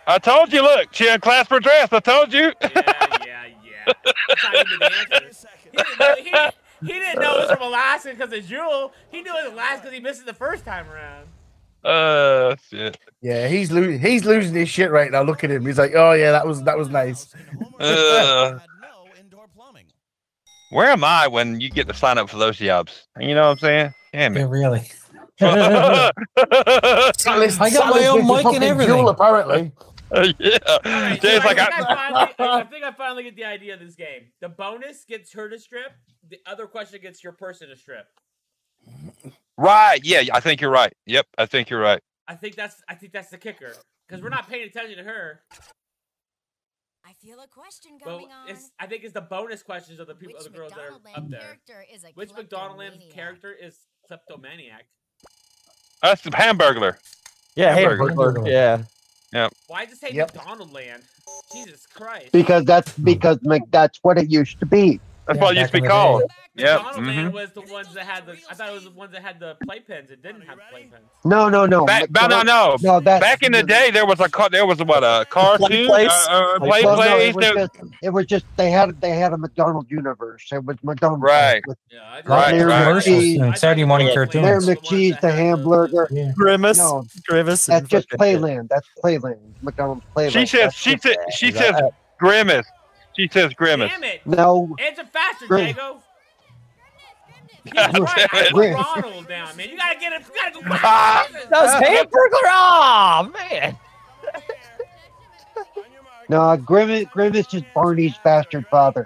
I told you. Look, she unclasped her dress. I told you. Oh. yeah, yeah, yeah. That's not even the answer. He didn't know, he, didn't- he didn't know it was from Alaska because of Jewel. He knew it was Alaska because he missed it the first time around. Uh, shit. yeah, he's losing. He's losing his shit right now. Look at him. He's like, oh yeah, that was that was nice. Uh. Had no indoor plumbing. Where am I when you get to sign up for those jobs? You know what I'm saying? Damn Yeah, it. really. yeah. Salis- I got my Salis own is a mic and fucking everything. jewel, apparently. Alright, so Jay's like, I, think I, I, finally, I think I finally get the idea of this game. The bonus gets her to strip. The other question gets your person to strip. right. Yeah, I think you're right. Yep, I think you're right. I think that's I think that's the kicker because we're not paying attention to her. I feel a question But coming on. it's I think it's the bonus questions of the people, Which of the girls that are McDonaldland up there. character is a Which McDonaldland kleptomaniac? character is kleptomaniac? That's the hamburglar. Yeah, hey, Hamburger. Hamburger, yeah. Why just say Yep. McDonaldland? Jesus Christ! Because that's because like, that's what it used to be. That's Yeah, what it back used to in the be day. called. Yep. McDonaldland mhm. was the ones that had the. I thought it was the ones that had the playpens. It didn't have playpens. No, no, no. Back, but no, McDonald's- no. Oh, no, that's, Back in the day, there was a car. There was a, what a cartoon, place? Uh, uh, play Like, Well, no, place. it, was there- just, it was just they had they had a McDonald's universe. It was McDonald's Right. with Yeah, I just, Right, Mayor right. McCheese, Commercials and Saturday morning cartoons. Mayor Mayor McCheese, the hamburger. Yeah. Grimace, No, Grimace. and that's just fucking- Playland. That's Playland. McDonald's Playland. She says. That's She just- says. She says. Grimace. She says grimace. Damn it! No, Answer faster, Great. Dago. God Jesus Christ, I damn put Great. Ronald down, man. You gotta get it. You gotta go. Ah. That was Hamburger. Oh man. On your mark, No, Grimace, Grimace is Barney's bastard father.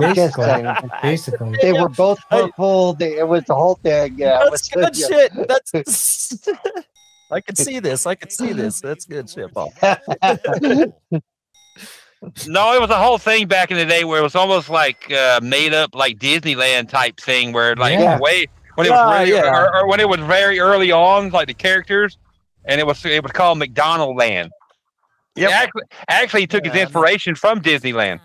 I'm just saying. Basically, basically. They were both purple. They, it was the whole thing. Yeah, it That's was- good shit. That's. I can see this. I can see this. That's good shit, Paul. No, it was a whole thing back in the day where it was almost like uh, made up, like Disneyland type thing, where like Yeah. way when it Yeah, was really, yeah. or, or when it was very early on, like the characters, and it was it was called McDonald Land. Yeah, actually, actually took its inspiration from Disneyland.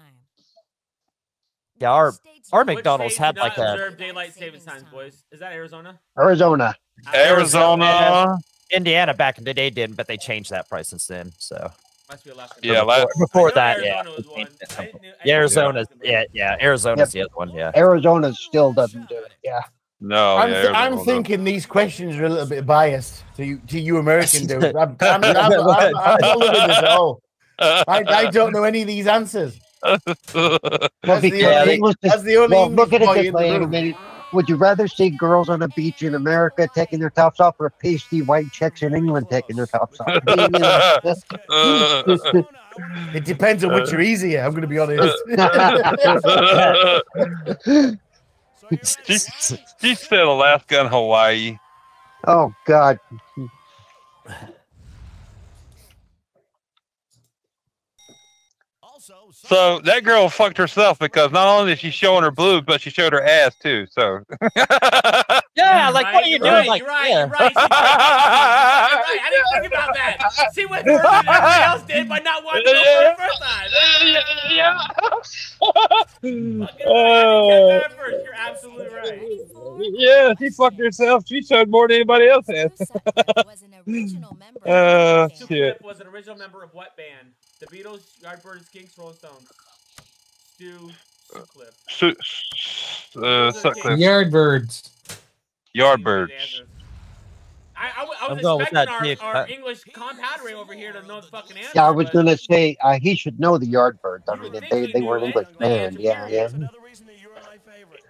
Yeah, our our Which McDonald's states had do not like that. observe daylight savings times, boys. Is that Arizona? Arizona. Arizona. Indiana back in the day didn't, but they changed that price since then. So Must be Alaska. Yeah, la- before I know that, yeah, Arizona was one. I didn't know- I yeah, didn't know Arizona, Alaska. yeah, yeah, Arizona's the other one. Yeah, Arizona still doesn't do it. Yeah. no, I'm, yeah, th- I'm Arizona. thinking these questions are a little bit biased to you, to you American dudes. I'm, I'm, I'm, I'm, I'm, not living this at all. I, I don't know any of these answers. Well, That's the because only- English is- that's the only well, look at English it boy this in the way, room. Andy. Would you rather see girls on a beach in America taking their tops off or pasty white chicks in England taking their tops off? Uh, It depends on which are easier. I'm going to be honest. uh, she, she said Alaska and Hawaii. oh, God. So that girl fucked herself because not only is she showing her boobs, but she showed her ass too. So yeah. You're Like, right, what are you you're doing? Right, like, you're right. yeah. You're right. You're right. I didn't think about that. She went further than everybody else did by not watching it for the first time. yeah. Fucking right, I didn't catch that at first. You're absolutely right. yeah, she fucked herself. She showed more than anybody else has. Uh, Supertramp shit. was an original member of what band? The Beatles, Yardbirds, Kinks, Rolling Stones. Stu Sutcliffe. Su- s- uh, Sutcliffe. Yardbirds. Yardbirds. I, I, was- I I'm was going with that, expecting Nick. our, I- our English compounding over here to know the fucking answer. Yeah, I was but going to say uh, he should know the Yardbirds. I You mean, would think they, he they knew were an that. English band. Yeah, yeah. Another reason that you are my favorite.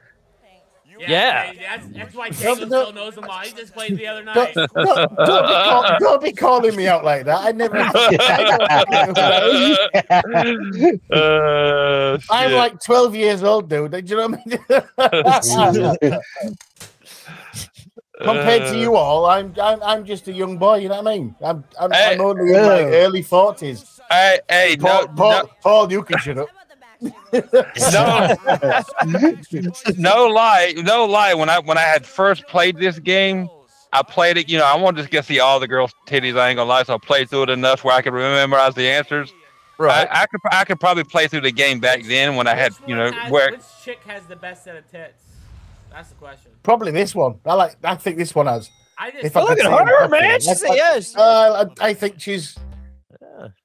You Yeah. okay, that's, that's why No, Jacob but no- still knows them all. He just played the other night. don't, don't, don't, be call, don't be calling me out like that. I never. Uh, I'm shit. like 12 years old, dude. Do you know what I mean? Uh, Compared to you all, I'm, I'm I'm just a young boy. You know what I mean? I'm I'm, I'm Hey. only in my Yeah. early 40s. Hey, hey, Paul, no, Paul, Paul, you can shut up. no, no, no lie, no lie. When I when I had first played this game, I played it. You know, I wanted to get see all the girls' titties. I ain't gonna lie, so I played through it enough where I could memorize the answers. Right. I, I could I could probably play through the game back then when I had Which you one know has- where Which chick has the best set of tits? That's the question. Probably this one. I like. I think this one has. I just If I Look could at see it her, properly, man. She I'd- said yes. Uh, I I think she's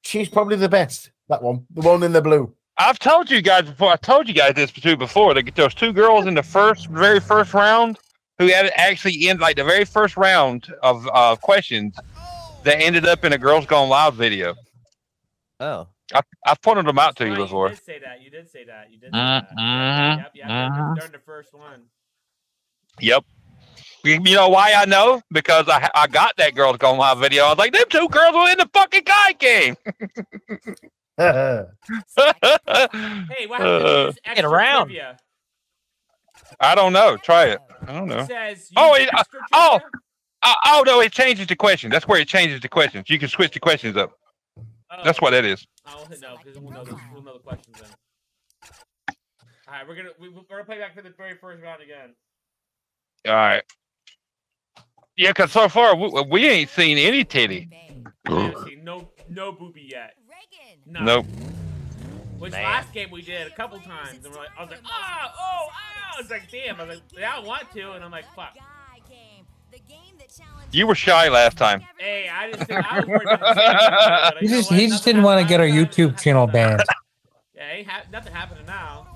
she's probably the best. That one, the one in the blue. I've told you guys before. I told you guys this too before. There, there was two girls in the first, very first round who had actually in like the very first round of uh, questions that ended up in a girls gone wild video. Oh, I, I've pointed them out to you That's before. right, You did say that. You did say that. You did. Say Mhm, Mm-hmm. that. Yep, yep, yep. mhm. During the first one. Yep. You you know why I know? Because I I got that girls gone wild video. I was like, them two girls were in the fucking guy game. Hey, what happened to Uh, this Get extra around. trivia? I don't know. Try it. I don't It know. says. Oh, use it- extra oh! trivia? Uh, oh no, it changes the question. That's where it changes the questions. You can switch the questions up. That's Oh. what that is. I don't know because we'll know the, we'll know the questions then. All right, we're gonna we, we're gonna play back for the very first round again. All right. Yeah, because so far we, we ain't seen any titty. Seriously, no no booby yet. No. Nope. Which Man. last game we did a couple times, and we're like, I was like, ah, oh, ah, it's like, damn, I was like, yeah, I want to, and I'm like, fuck. You were shy last time. Hey, I just didn't, I was worried about the schedule, but He you know just what? he just Nothing didn't want to get our happened last time, YouTube nothing channel happened banned. last time. Yeah, ain't hap- nothing happening now.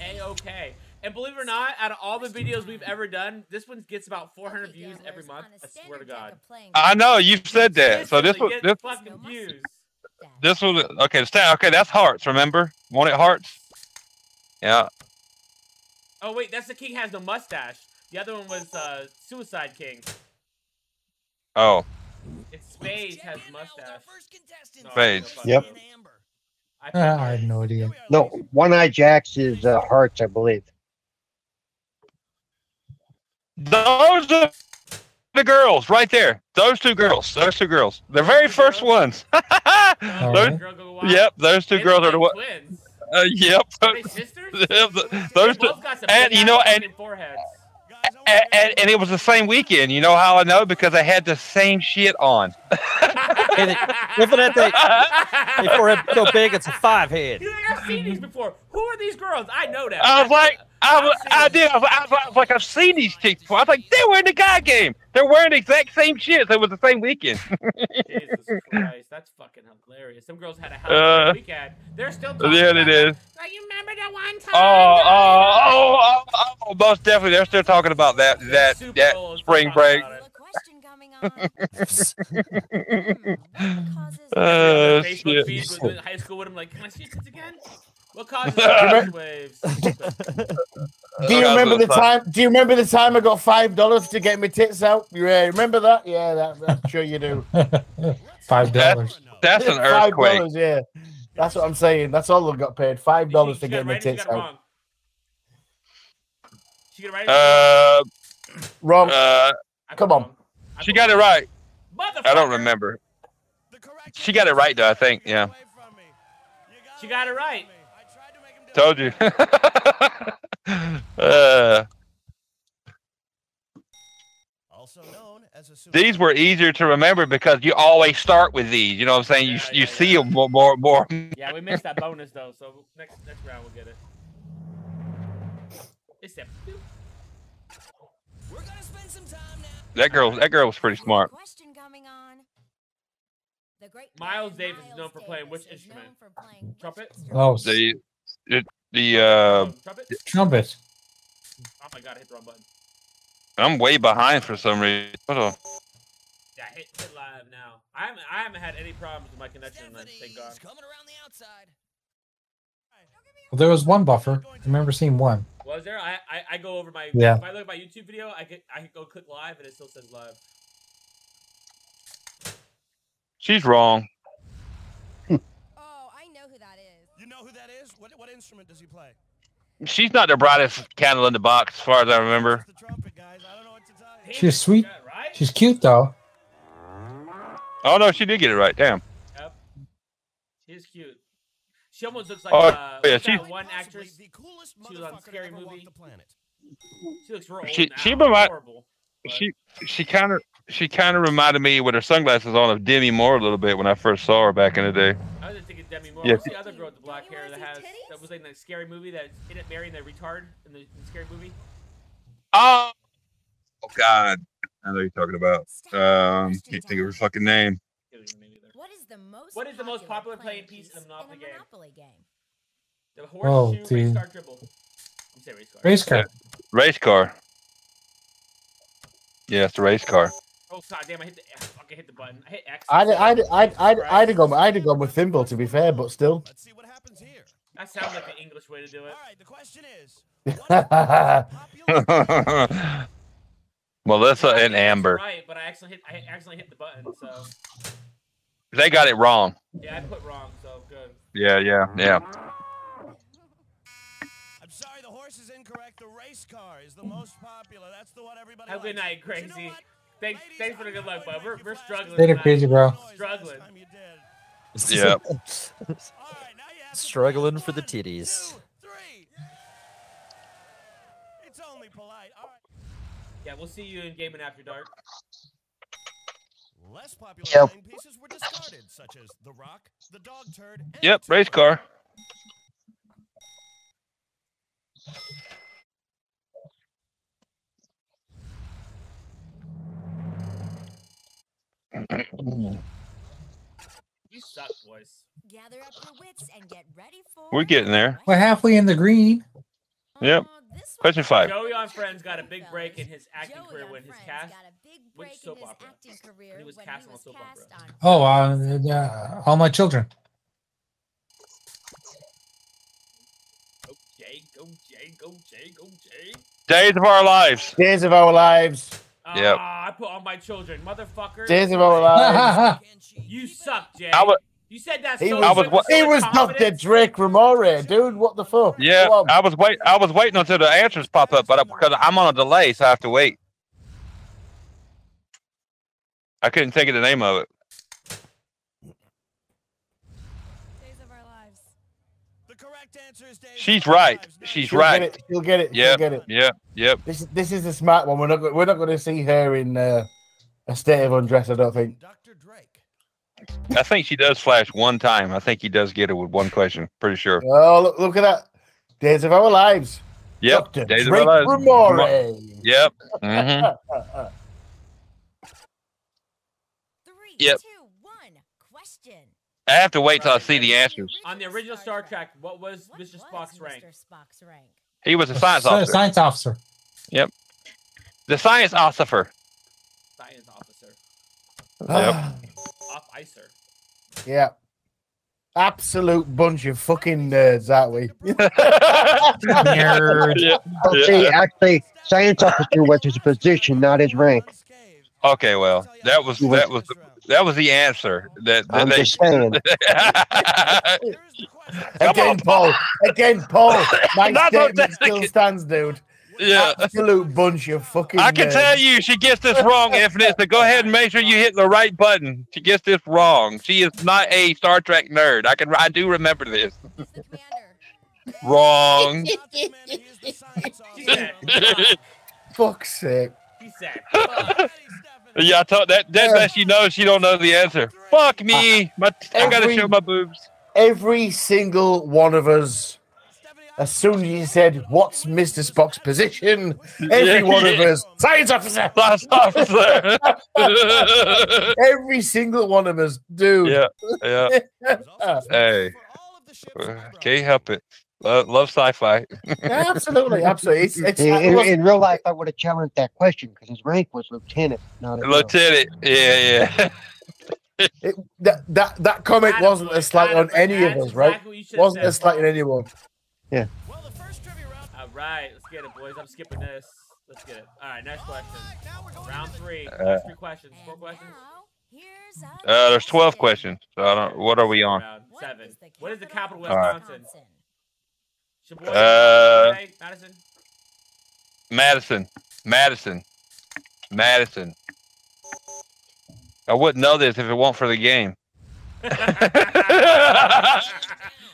A okay. And believe it or not, out of all the videos we've ever done, this one gets about 400 views every month. I swear to God. I know you've said that. So this was Consistently this get fucking views. this was okay. Stand, okay, that's hearts. Remember, want it hearts? Yeah. Oh wait, that's the king has no mustache. The other one was uh, Suicide King. Oh, It's Spades has mustache. First contestant. No, Spades. no fucking- Yep. Uh, I have no idea. No, One Eye Jacks is uh, Hearts, I believe. Those are the girls right there. Those two girls. Those two girls. The very first ones. Those- Yep, those two girls are the what? Uh, yep. Yep, th- Those two. And you know, and and, and and it was the same weekend. You know how I know because I had the same shit on. Looking at they, they forehead so big it's a five head. You're like, I've seen these before. Who are these girls? I know that. I was like, I, was, I did. I was, I, was, I was like, I've seen these chicks before. I was like, they're wearing the guy game. They're wearing the exact same shit. It was the same weekend. Jesus Christ, that's fucking hilarious. Some girls had a house Uh, weekend. They're still talking. yeah, about it is. Like, you remember that one time? Oh, oh, oh, oh, oh, most definitely. They're still talking about that that that spring break. Their Hmm, Uh, Facebook feeds shit. with- with high school with them. Like, can I see your tits again? What causes Remember- waves? Do you remember the time? Do you remember the time I got five dollars to get my tits out? You uh, remember that? Yeah, that, I'm sure you do. Five dollars. That's an Five earthquake. dollars, yeah. That's what I'm saying. That's all I got paid. Five dollars to get my Randy's tits got it out. wrong. She got it right. Uh, wrong. Uh, Come on. She got it right. I Motherfucker. don't remember. She got it right though. I think. Yeah. She got it right. Told you. uh, these were easier to remember because you always start with these. You know what I'm saying? You you see them more more more. Yeah, we missed that bonus though. So next next round we'll get it. It's that. That girl that girl was pretty smart. Miles Davis is known for playing which instrument? Trumpet. Oh, The it, the uh, trumpet. Oh my god, I hit the wrong button. I'm way behind for some reason. Hold on. Yeah, hit, hit live now. I haven't I haven't had any problems with my connection tonight. Thank God. Well, there was one buffer. I remember seeing one. Was there? I, I I go over my. Yeah. If I look at my YouTube video, I could I could go click live and it still says live. She's wrong. oh, You know who that is? What, what instrument does he play? She's not the brightest candle in the box, as far as I remember. She's sweet. She's cute though. Oh no, she did get it right. Damn. Yep. She's cute. She almost looks like Oh, uh, yeah, what's she- that one actress. She was on Scary Movie. She looks real old She now. she remind, Horrible. she she kind of she kind of reminded me with her sunglasses on of Demi Moore a little bit when I first saw her back in the day. I was just thinking Demi Moore. Yeah. What's the other girl with the black hair that has that was in that scary movie that didn't marry that retard in the, in the scary movie? Oh, oh God, I know who you're talking about. Um, can't think of her fucking name. What is the most What is the most popular playing piece in the in a Monopoly game? Monopoly game? The Oh, horseshoe race dude. car dribble. I'm saying race car. Race car. Race car. Yeah, it's a race car. Oh god damn! I hit the I fucking hit the button. I hit X. I'd, I'd, I'd, I'd, I'd have gone. I'd have gone with thimble to be fair, but still. That sounds like the English way to do it. All right, the question is. Melissa and Amber, Right, but I actually hit I accidentally hit the button, so they got it wrong. yeah, I put wrong. So good. Yeah, yeah, yeah. I'm sorry, the horse is incorrect. The race car is the most popular. That's the one everybody. Have a good night, uh, crazy. Thanks, thanks for the good luck, bud. We're, we're struggling. Later, tonight. crazy bro. Struggling. Yeah. Struggling for the titties. Yeah, we'll see you in gaming after dark. Less popular Yep. playing pieces were discarded, such as the rock, the dog turd, and Yep, race car. You suck, boys. Gather up your wits and get ready for We're getting there. We're halfway in the green. Yep. Oh, Question five. Joey on Friends got a big break in his acting career when his cast which soap opera. When he was cast on a soap opera. Oh, uh, yeah, all my children. Jay, go Jay, go Jay, go Jay. Days of our lives. Days of our lives. Yep. Ah, I put on my children, motherfucker. Uh, Days of our lives. you suck, Jay. I was You said that. He so was, he was Dr. Drake Ramore, dude. What the fuck? Yeah, I was wait. I was waiting until the answers pop up, but I, because I'm on a delay, so I have to wait. I couldn't think of the name of it. She's right. She's She'll right. Get it. You'll get it. Yeah. You'll get it. Yeah. Yep. This this is a smart one. We're not go- we're not going to see her in uh, a state of undress. I don't think. I think she does flash one time. I think he does get it with one question. Pretty sure. Oh, look, look at that. Days of our lives. Yep. Days of Our Drake Lives. Ramore. Yep. hmm Yep. Question. I have to wait till I see the answers. On the original Star Trek, what was Mr. Spock's rank? Spock's rank. He was a science So, officer. science officer. Yep. The science officer. Science officer. Yep. Off icer. Yeah. Absolute bunch of fucking nerds, aren't we? Well, see, actually, science officer was his position, not his rank. Okay, well, that was that was that was the answer. That, that I'm they- just saying. Again, Paul. Again, Paul. My Not about statement still stands, dude. Yeah. Absolute bunch of fucking. uh, I can nerds. tell you, she gets this wrong, Infinite. So go ahead and make sure you hit the right button. She gets this wrong. She is not a Star Trek nerd. I can, I do remember this. wrong. Fuck's sake. He said. Yeah, I told that. That that she knows she don't know the answer. Fuck me. My, I gotta Every- show my boobs. Every single one of us. As soon as you said, "What's Mister Spock's position?" Every Yeah. one of us, science officer, Science officer. Every single one of us, dude. Yeah, yeah. Hey, Uh, can't help it. Love, love sci-fi. absolutely, absolutely. It's, it's, in, it in, wasn't- in real life, I would have challenged that question because his rank was lieutenant, not a Lieutenant. Yeah, yeah. it- that that that comment wasn't a slight on any of us, right? Wasn't a slight on anyone. All right, let's get it, boys. I'm skipping this. Let's get it. All right, next question. Round three. Uh, Next three questions. Four questions. Uh, there's 12 questions. So I don't. Uh, What are we on? Round seven. What is the capital of All right. Wisconsin? Sheboygan, Uh, Monterey, Madison. Madison, Madison, Madison. I wouldn't know this if it weren't for the game.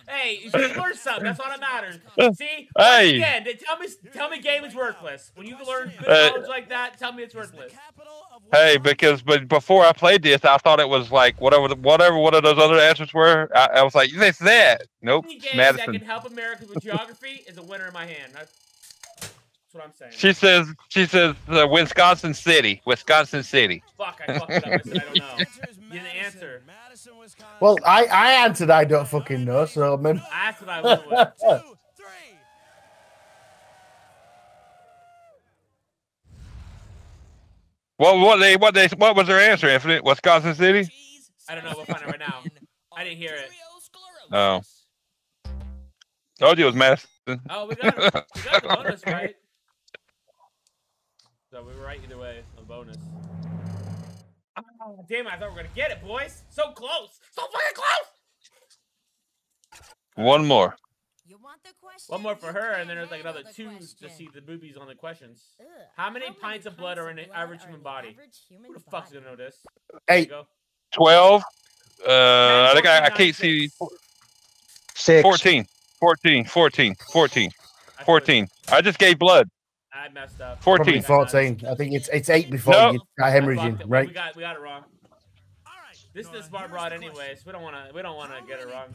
Hey, you should learn something. That's all that matters. See? Hey. Again, they tell me, tell me game is worthless. When you learn good Hey. knowledge like that, tell me it's worthless. Hey, because but before I played this, I thought it was like whatever, the- whatever one of those other answers were. I, I was like, "This, that." Nope, Any game that can Madison. help Americans with geography is a winner in my hand. That's that's what I'm saying. She says, she says, uh, Wisconsin City, Wisconsin City. Fuck, I fucked it up. I said I don't know. You didn't answer. Well, I I answered. I don't fucking know. So I mean, I asked if I would win. What, what they, what they, what was their answer? Infinite Wisconsin City. I don't know. We'll find out right now. I didn't hear it. Oh, told you it was Madison. Oh, we got, a- we got the bonus, right? So we were right either way on bonus. Ah, damn it, I thought we were going to get it, boys. So close. So fucking close. One more. One more for her, and then there's like another two to see the boobies on the questions. How many pints of blood are in an average human body? Who the fuck's going to know this? There you Eight. go. 12. Uh, I think I, I can't see. Six. 14. 14. 14. 14. 14. I just gave blood. I messed up. probably 14. fourteen. I think it's it's eight before No. you got hemorrhaging, We right? got we got it wrong. This is a smart broad, anyways. We don't wanna we don't wanna get it wrong.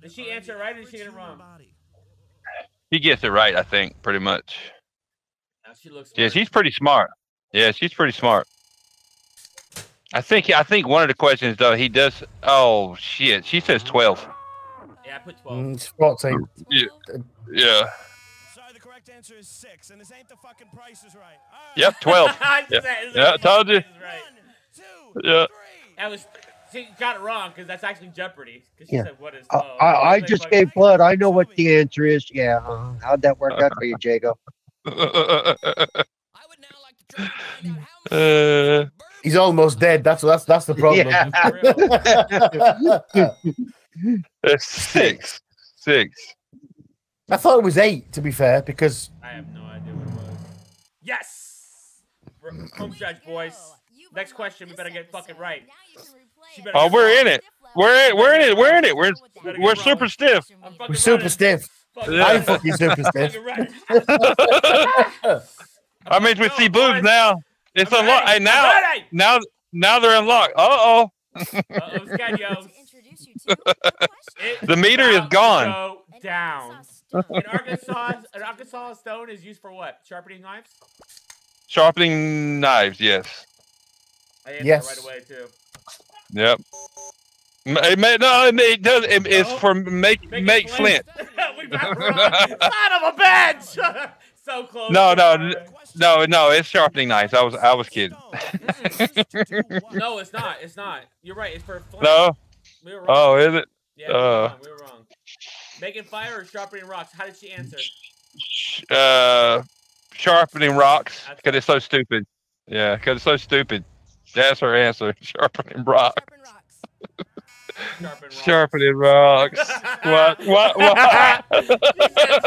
Did she answer it right or did she get it wrong? He gets it right, I think, pretty much. Now she looks. Yeah, smart. she's pretty smart. Yeah, she's pretty smart. I think I think one of the questions though he does oh shit she says twelve Yeah, I put twelve. Mm, It's fourteen. yeah yeah Sorry, the correct answer is six, and this ain't the fucking price is right. yep twelve I yeah, said it's yeah I told you right. yeah That was she got it wrong because that's actually Jeopardy. 'cause she Yeah. said what is oh, I, love? I, I Like, just like, gave blood. I know what the answer is. Yeah. uh, How'd that work out for you, Uh, Jago? Uh, He's almost dead. That's that's that's the problem. That's six. Six. I thought it was eight, to be fair, because I have no idea what it was. Yes! We're home stretch, boys. Next question, we better get fucking right. She better Oh, get we're in it. We're in, we're in it. We're in it. We're Better get we're wrong. super stiff. I'm we're fucking super running. stiff. Fucking Yeah. I'm running. fucking super stiff. Fucking running. I mean, we see boobs now. It's I'm unlocked. ready. Hey, now I'm ready. now now they're unlocked. Uh oh. Uh-oh, Scadios. Introduce you to the question. The meter is Now gone. go down. An Arkansas, an Arkansas stone is used for what? Sharpening knives? Sharpening knives. Yes. I answered Yes. right away, too. Yep. M- It may, no, it, may- it does. It, it's No. for make Make it make, flint. we got wrong. Son of a bitch! so close. No, no, n- No, no, it's sharpening knives. I was I was kidding. No, it's not. It's not. You're right. It's for flint. No. We were wrong. Oh, is it yeah, we were, uh. wrong. we were wrong. Making fire or sharpening rocks? How did she answer? Sh- uh sharpening rocks? Because it's so stupid. Yeah, because it's so stupid. That's her answer. Sharpening rocks. Sharpen rocks. Sharpen rocks. Sharpening rocks. What? What? What? She said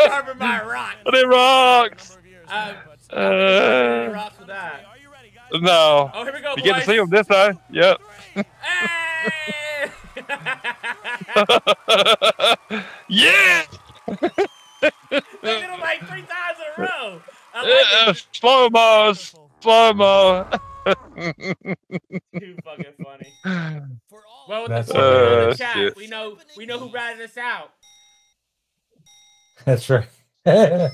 sharpen my rock. Sharpening rocks. Um, Uh, rocks with that. no. Oh, here we go, You boys. get to see them this time. Yep. Hey! yeah. we did it like three times in a row. I like Uh, slow mo. Slow mo. it. Too fucking funny. Well, Well, with That's the formula in Uh, the chat, shit. we know we know who ratted us out. That's right. We're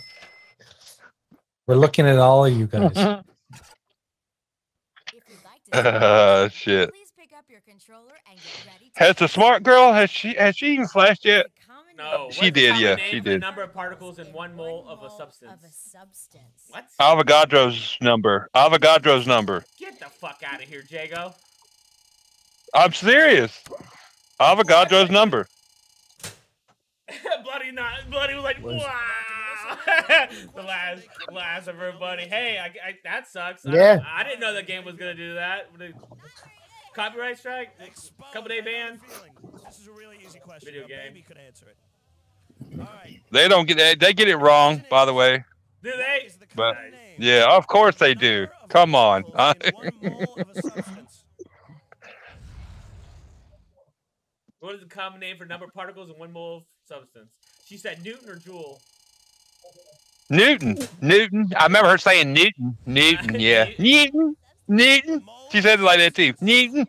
looking at all of you guys. If you'd like to Uh, shit. please pick up your controller and get ready to Has the smart girl has she has she even flashed yet? The common No, Uh, She what's the did, common yeah, name she for the did. Number of particles in one mole of a Of a substance. substance. What? Avogadro's number. Avogadro's number. Get the fuck out of here, Jago. I'm serious. Avogadro's number. bloody not, bloody was like, wow. the last, last of everybody. Hey, I, I, that sucks. I- Yeah. I, didn't know the game was gonna do that. Copyright strike. Couple day ban. This is a really easy question. Video Your game. baby could answer it. All right. They don't get they, they get it wrong, by the way. Do they? is the But- common name Yeah, of course they do. number of Come on. I, molecules in one mole of a substance? What is the common name for number of particles in one mole of substance? She said Newton or Joule. Newton. Newton. I remember her saying Newton. Newton, yeah. Newton. Newton. She said it like that too. Newton.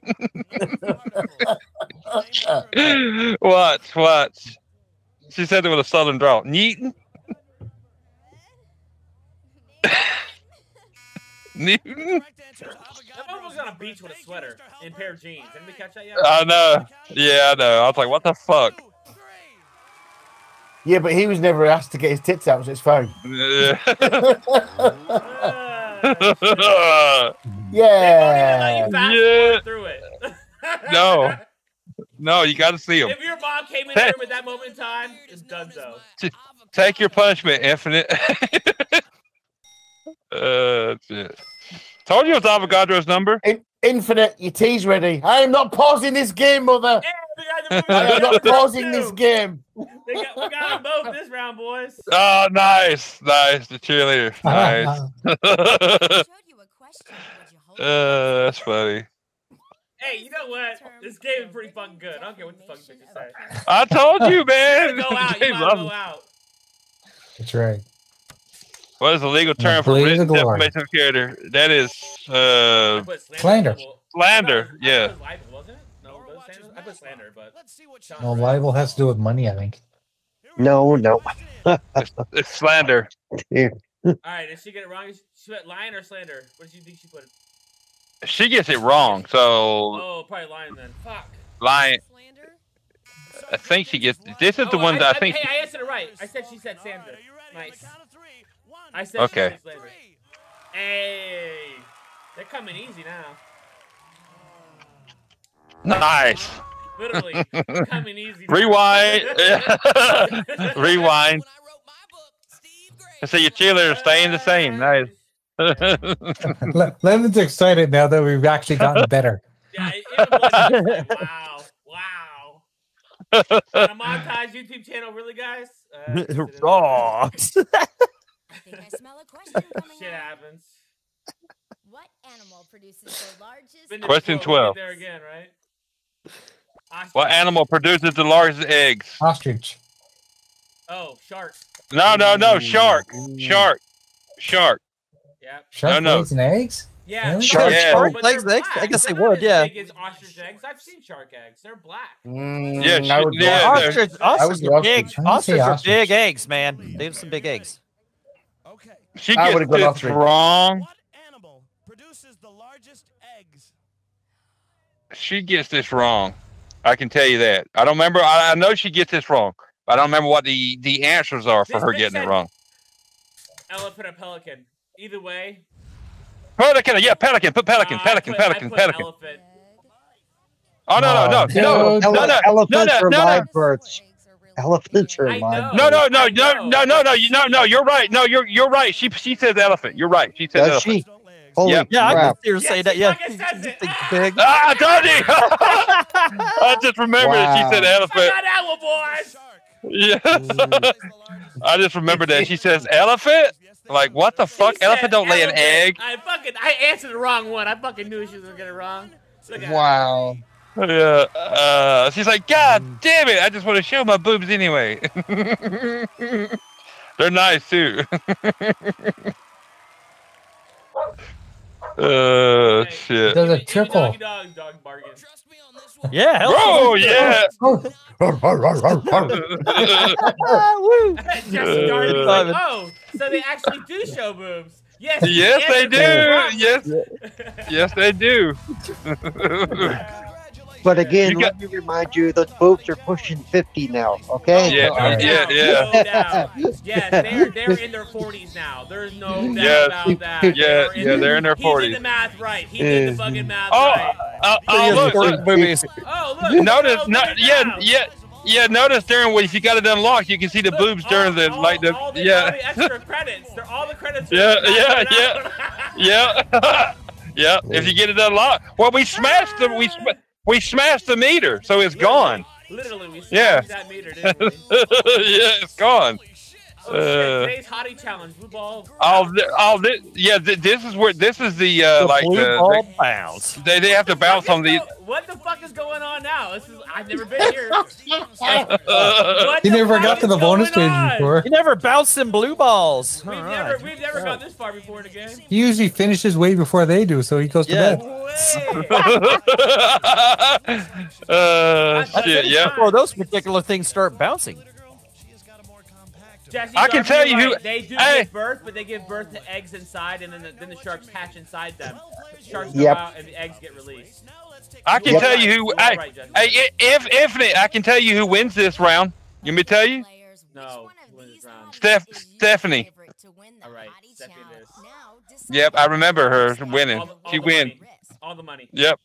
watch, watch. She said it with a southern drawl. Newton. Newton. That one was on a beach with a sweater and a pair of jeans. Didn't we catch that yet? I know. Yeah, I know. I was like, what the fuck? Yeah, but he was never asked to get his tits out, so it's fine. Ah, shit. no, They Yeah. won't even let you Yeah. fast forward through it. No. you got to see them. if your mom came in there at that moment in time, it's done so. Take your punishment, Infinite. uh, shit. Told you it was Avogadro's number. In- Infinite, your tea's ready. I am not pausing this game, mother. I am not pausing this game. They got, we got them both this round, boys. Oh, nice. Nice. The cheerleader. Nice. uh, Showed you a question. Would you hold Uh, that's funny. Hey, you know what? This game is pretty fucking good. I don't care what the fuck bitches say. I told you, You man. Go out. They You might love go it. out. That's right. What is the legal term for Blaze written of glory. defamation of character? That is I uh, put slander. Slander. Well, slander. no, I Yeah. put libel, wasn't it? No, was it slander? I put slander, but Well, libel has to do with money, I think. No, no. It's slander. all right. Did she get it wrong? She put lion or slander. What did you think she put? She gets it wrong, so Oh, probably lion then. Fuck. lying. Slander? I think she gets. This is the Oh, one that I think. Hey, I answered it right. I said she said slander. Nice. I said Okay. she said slander. Hey, they're coming easy now. Nice. Literally coming easy. now. Rewind. Rewind. When I wrote my book, Steve Gray I say your cheerleader is staying the same. Nice. Le- Leonard's excited now that we've actually gotten better. Yeah, it, it was- wow, wow. On a montage YouTube channel, really, guys? Uh, Raw. shit happens. What animal produces the largest? Been to Question Detroit, we'll 12. get There again, right? What animal produces the largest eggs? Ostrich. Oh, shark. No, no, Mm. no. Shark. Shark. Shark. Yep. Shark no, no. lays and eggs? Yeah, Really? Shark- Yeah. shark but lays they're eggs? I black. guess they They're not would, as yeah. big as ostrich eggs. I've seen shark eggs. They're black. Mm, Yeah, I shit, would go- yeah, they're- Ostrich, I ostrich would are go big. ostrich. I would say Ostrich are ostrich. big eggs, man. They have some big eggs. She I gets would've gone this ostrich. Hmm. wrong. What animal produces the largest eggs? She gets this wrong. I can tell you that. I don't remember. I, I know she gets this wrong. But I don't remember what the the answers are for This her bitch getting it said- wrong. Elephant or pelican. Either way. Pelican. Yeah, pelican. Put pelican. uh, I Pelican. put- I Pelican. put Pelican. elephant. Oh no, no, no, no. No, Ele- no, no, elephants no, are no, live no. births. Elephants are I live. know. No, no, no, I no, no, no, no, you- no, no. You're right. No, you're you're right. She she says elephant. You're right. She says Does elephant. she? Holy Yeah. Yeah, I can crap! see her Yes, say he that. Yeah, fucking says it. Think big. Ah, I told you. I just remembered that she said But elephant. not owl boys. Yeah. I just remembered that she says elephant. Uh, Like what the fuck? He said Elephant don't lay an elephant. egg. I fucking I answered the wrong one. I fucking knew she was gonna get it wrong. Look at her. Wow. Oh, Yeah. Uh, she's like, God damn it! I just want to show my boobs anyway. They're nice too. uh, shit. There's a Any trickle. Doggy dog, dog bargain. Trust me on this one. Yeah, hell Bro, yeah. Oh, Ah, woo. Jesse Darby was like, Uh. oh, so they actually do show boobs. Yes, Yes, they do. it's Yes, yes, they do. Uh, But again, You let me remind you, those boobs are pushing 50 now, okay? uh, Yeah, a problem. yeah, No doubt, yeah. no doubt. yes, they're they're in their forties now. There's no doubt Yes. about that. Yeah, yeah, they're in their He did the 40s. math right. He did the Yeah. fucking math Oh, right. uh, oh, look, look. boobies. Oh, look. Notice, oh, no, look at yeah, that. yeah, yeah. Notice during when if you got it unlocked, you can see the Look, boobs all- during the all- like the all all yeah, the extra credits. They're all the credits. are Yeah, not yeah, going out. yeah, yeah. If you get it unlocked, well, we smashed the we sm- we smashed the meter, so it's gone. Literally, we smashed Yeah. that meter, yeah, didn't we? it's gone. Oh, shit, Uh, today's hottie challenge. Blue ball. All, thi- all this, yeah. thi- This is where this is the uh, like blue the, ball bounce. they they have to bounce on the. What the fuck is going on now? This is I've never been here. What Uh, he never fuck got to is the bonus going stage on? before. You never bounced in blue balls. We've All never right. we've never gone this far before in a game. He usually finishes way before they do, so he goes to Yeah. bed. Way. uh, I- I shit, think- yeah. Before those particular things start bouncing. Jesse I can Darby, tell you right, who- they do hey. give birth, but they give birth to eggs inside, and then the, then the sharks hatch inside them. Sharks Yep. go out, and the eggs get released. I can You are tell you right. who. You are I, right, Jesse. I, i- if infinite, I can tell you who wins this round. You want me to tell you? No, Steph- Stephanie. All right, Stephanie it is. Yep, I remember her winning. All the- all She the win. money. All the money. Yep,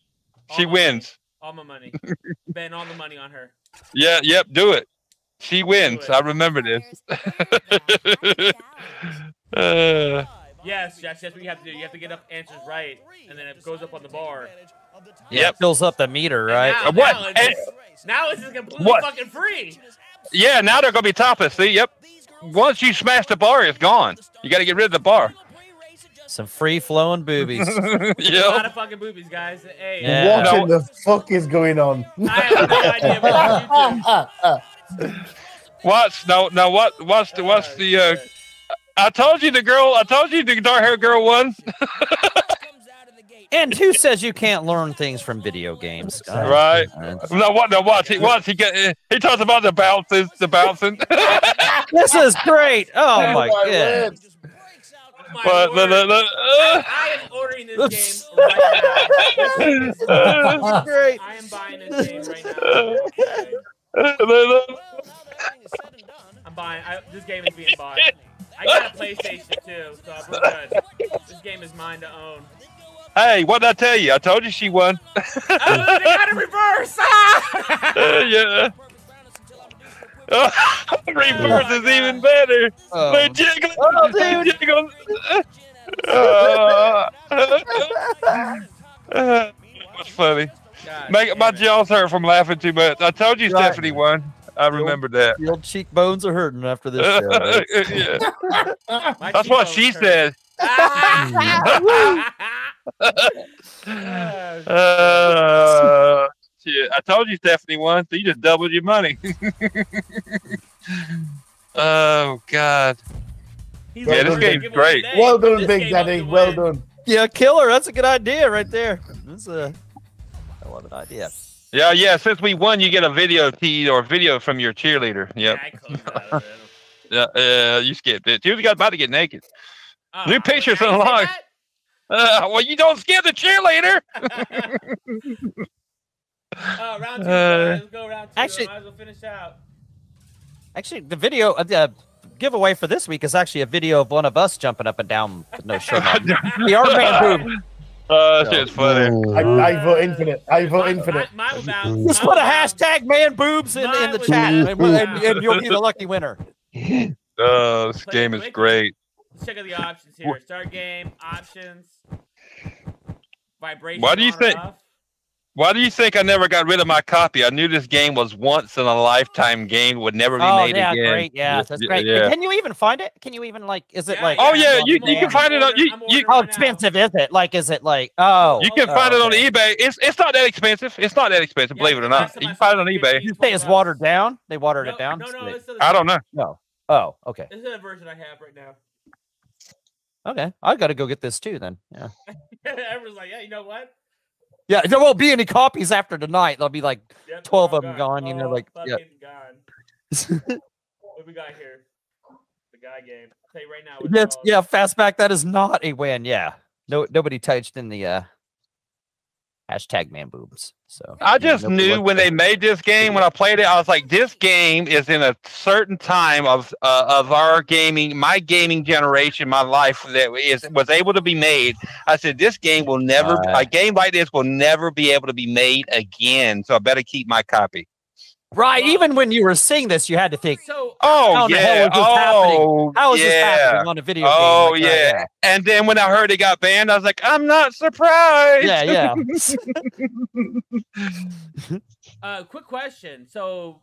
All she the money. wins. All my money. Ben, all the money on her. Yeah, yep, do it. She wins. it. I remember this. Uh, Yes, Jess, that's what you have to do. You have to get up answers right, and then it goes up on the bar. Yeah, it fills up the meter, right? Now, Uh, what? Now it's, now it's just completely What? fucking free. yeah, now they're gonna be topless. See, yep. Once you smash the bar, it's gone. You got to get rid of the bar. Some free flowing boobies. A lot yep. of fucking boobies, guys. Hey, uh, Yeah. What No. in the fuck is going on? I have no idea. But on YouTube. What's no, no, what, what's the, what's the? Uh, I told you the girl. I told you the dark hair girl won. and who says you can't learn things from video games? God. Right. man. No, what? No, what? He, what? He get, eh, He talks about the bounces, the bouncing. This is great. Oh my god. My but word. look, look, look, uh, I am ordering this game right uh, now. I am buying this game right now. Okay. look, look. I'm buying. I, this game is being bought. I got a PlayStation too, so we're good. This game is mine to own. Hey, what did I tell you? I told you she won. Oh, they got it reverse! Ah! Uh, yeah. reverse is even better. Oh. They jiggle. Oh, they dude. jiggle. That's funny. Make my jaws hurt from laughing too much. I told you Right. Stephanie won. I remembered that. Your uh, cheekbones are hurting after this show. eh? dude. Yeah. That's what she said. Uh, shit. I told you Stephanie won, so you just doubled your money. oh God. yeah, this game's great. Well done, Big Daddy. Well done. yeah, killer. That's a good idea right there. That's a, I love an idea. Yeah, yeah. Since we won, you get a video teed or video from your cheerleader. Yep. Yeah, uh, you skipped it. She was about to get naked. Uh, New pictures in line. Uh, well, you don't skip the cheerleader. Oh, round two. Uh, let's go round two. actually- might as well finish out. Actually, the video uh, the giveaway for this week is actually a video of one of us jumping up and down with no shirt on. the arm man boob. Uh, that shit's funny. I, I vote infinite. I vote infinite. Just put a hashtag man boobs in, in the chat, and, and- and you'll be the lucky winner. Oh, this game is great. Let's check out the options here. Start game, options, vibration. Why do you on or think- off. Why do you think I never got rid of my copy? I knew this game was once in a lifetime game, would never be Oh made yeah, again. great. Yeah, that's Yeah, great. yeah. Can you even find it? Can you even like? Is it like? Oh, Oh yeah, you, you can Yeah. find it on you, you, How expensive is it? Like, is it like? Oh, you can find it on eBay. It's it's not that expensive. It's not that expensive, believe it or not. You can find it on eBay. You say it's watered down. They watered it down. No, no, it's I don't know. No. Oh, okay. This is the version I have right now. Okay. I got to go get this too then. Yeah. Everyone's like, yeah, you know what? Yeah. There won't be any copies after tonight. There'll be like Yep, they're 12 all of them gone. You know, All like, yeah. fucking gone. What we got here? The guy game. I'll tell you right now. what it's That's, called. yeah. Fastback. That is not a win. Yeah. No, nobody touched in the uh, hashtag man boobs. So I just knew when they made this game, when I played it, I was like, this game is in a certain time of uh, of our gaming, my gaming generation, my life that is was able to be made. I said, this game will never, Right. a game like this will never be able to be made again. So I better keep my copy. right. Even when you were seeing this, you had to think, So Oh How in the yeah! hell is this happening? oh how is yeah! this happening on a video game? oh Like, yeah. uh, And then when I heard it got banned, I was like, I'm not surprised. Yeah. Yeah. Uh, quick question. So,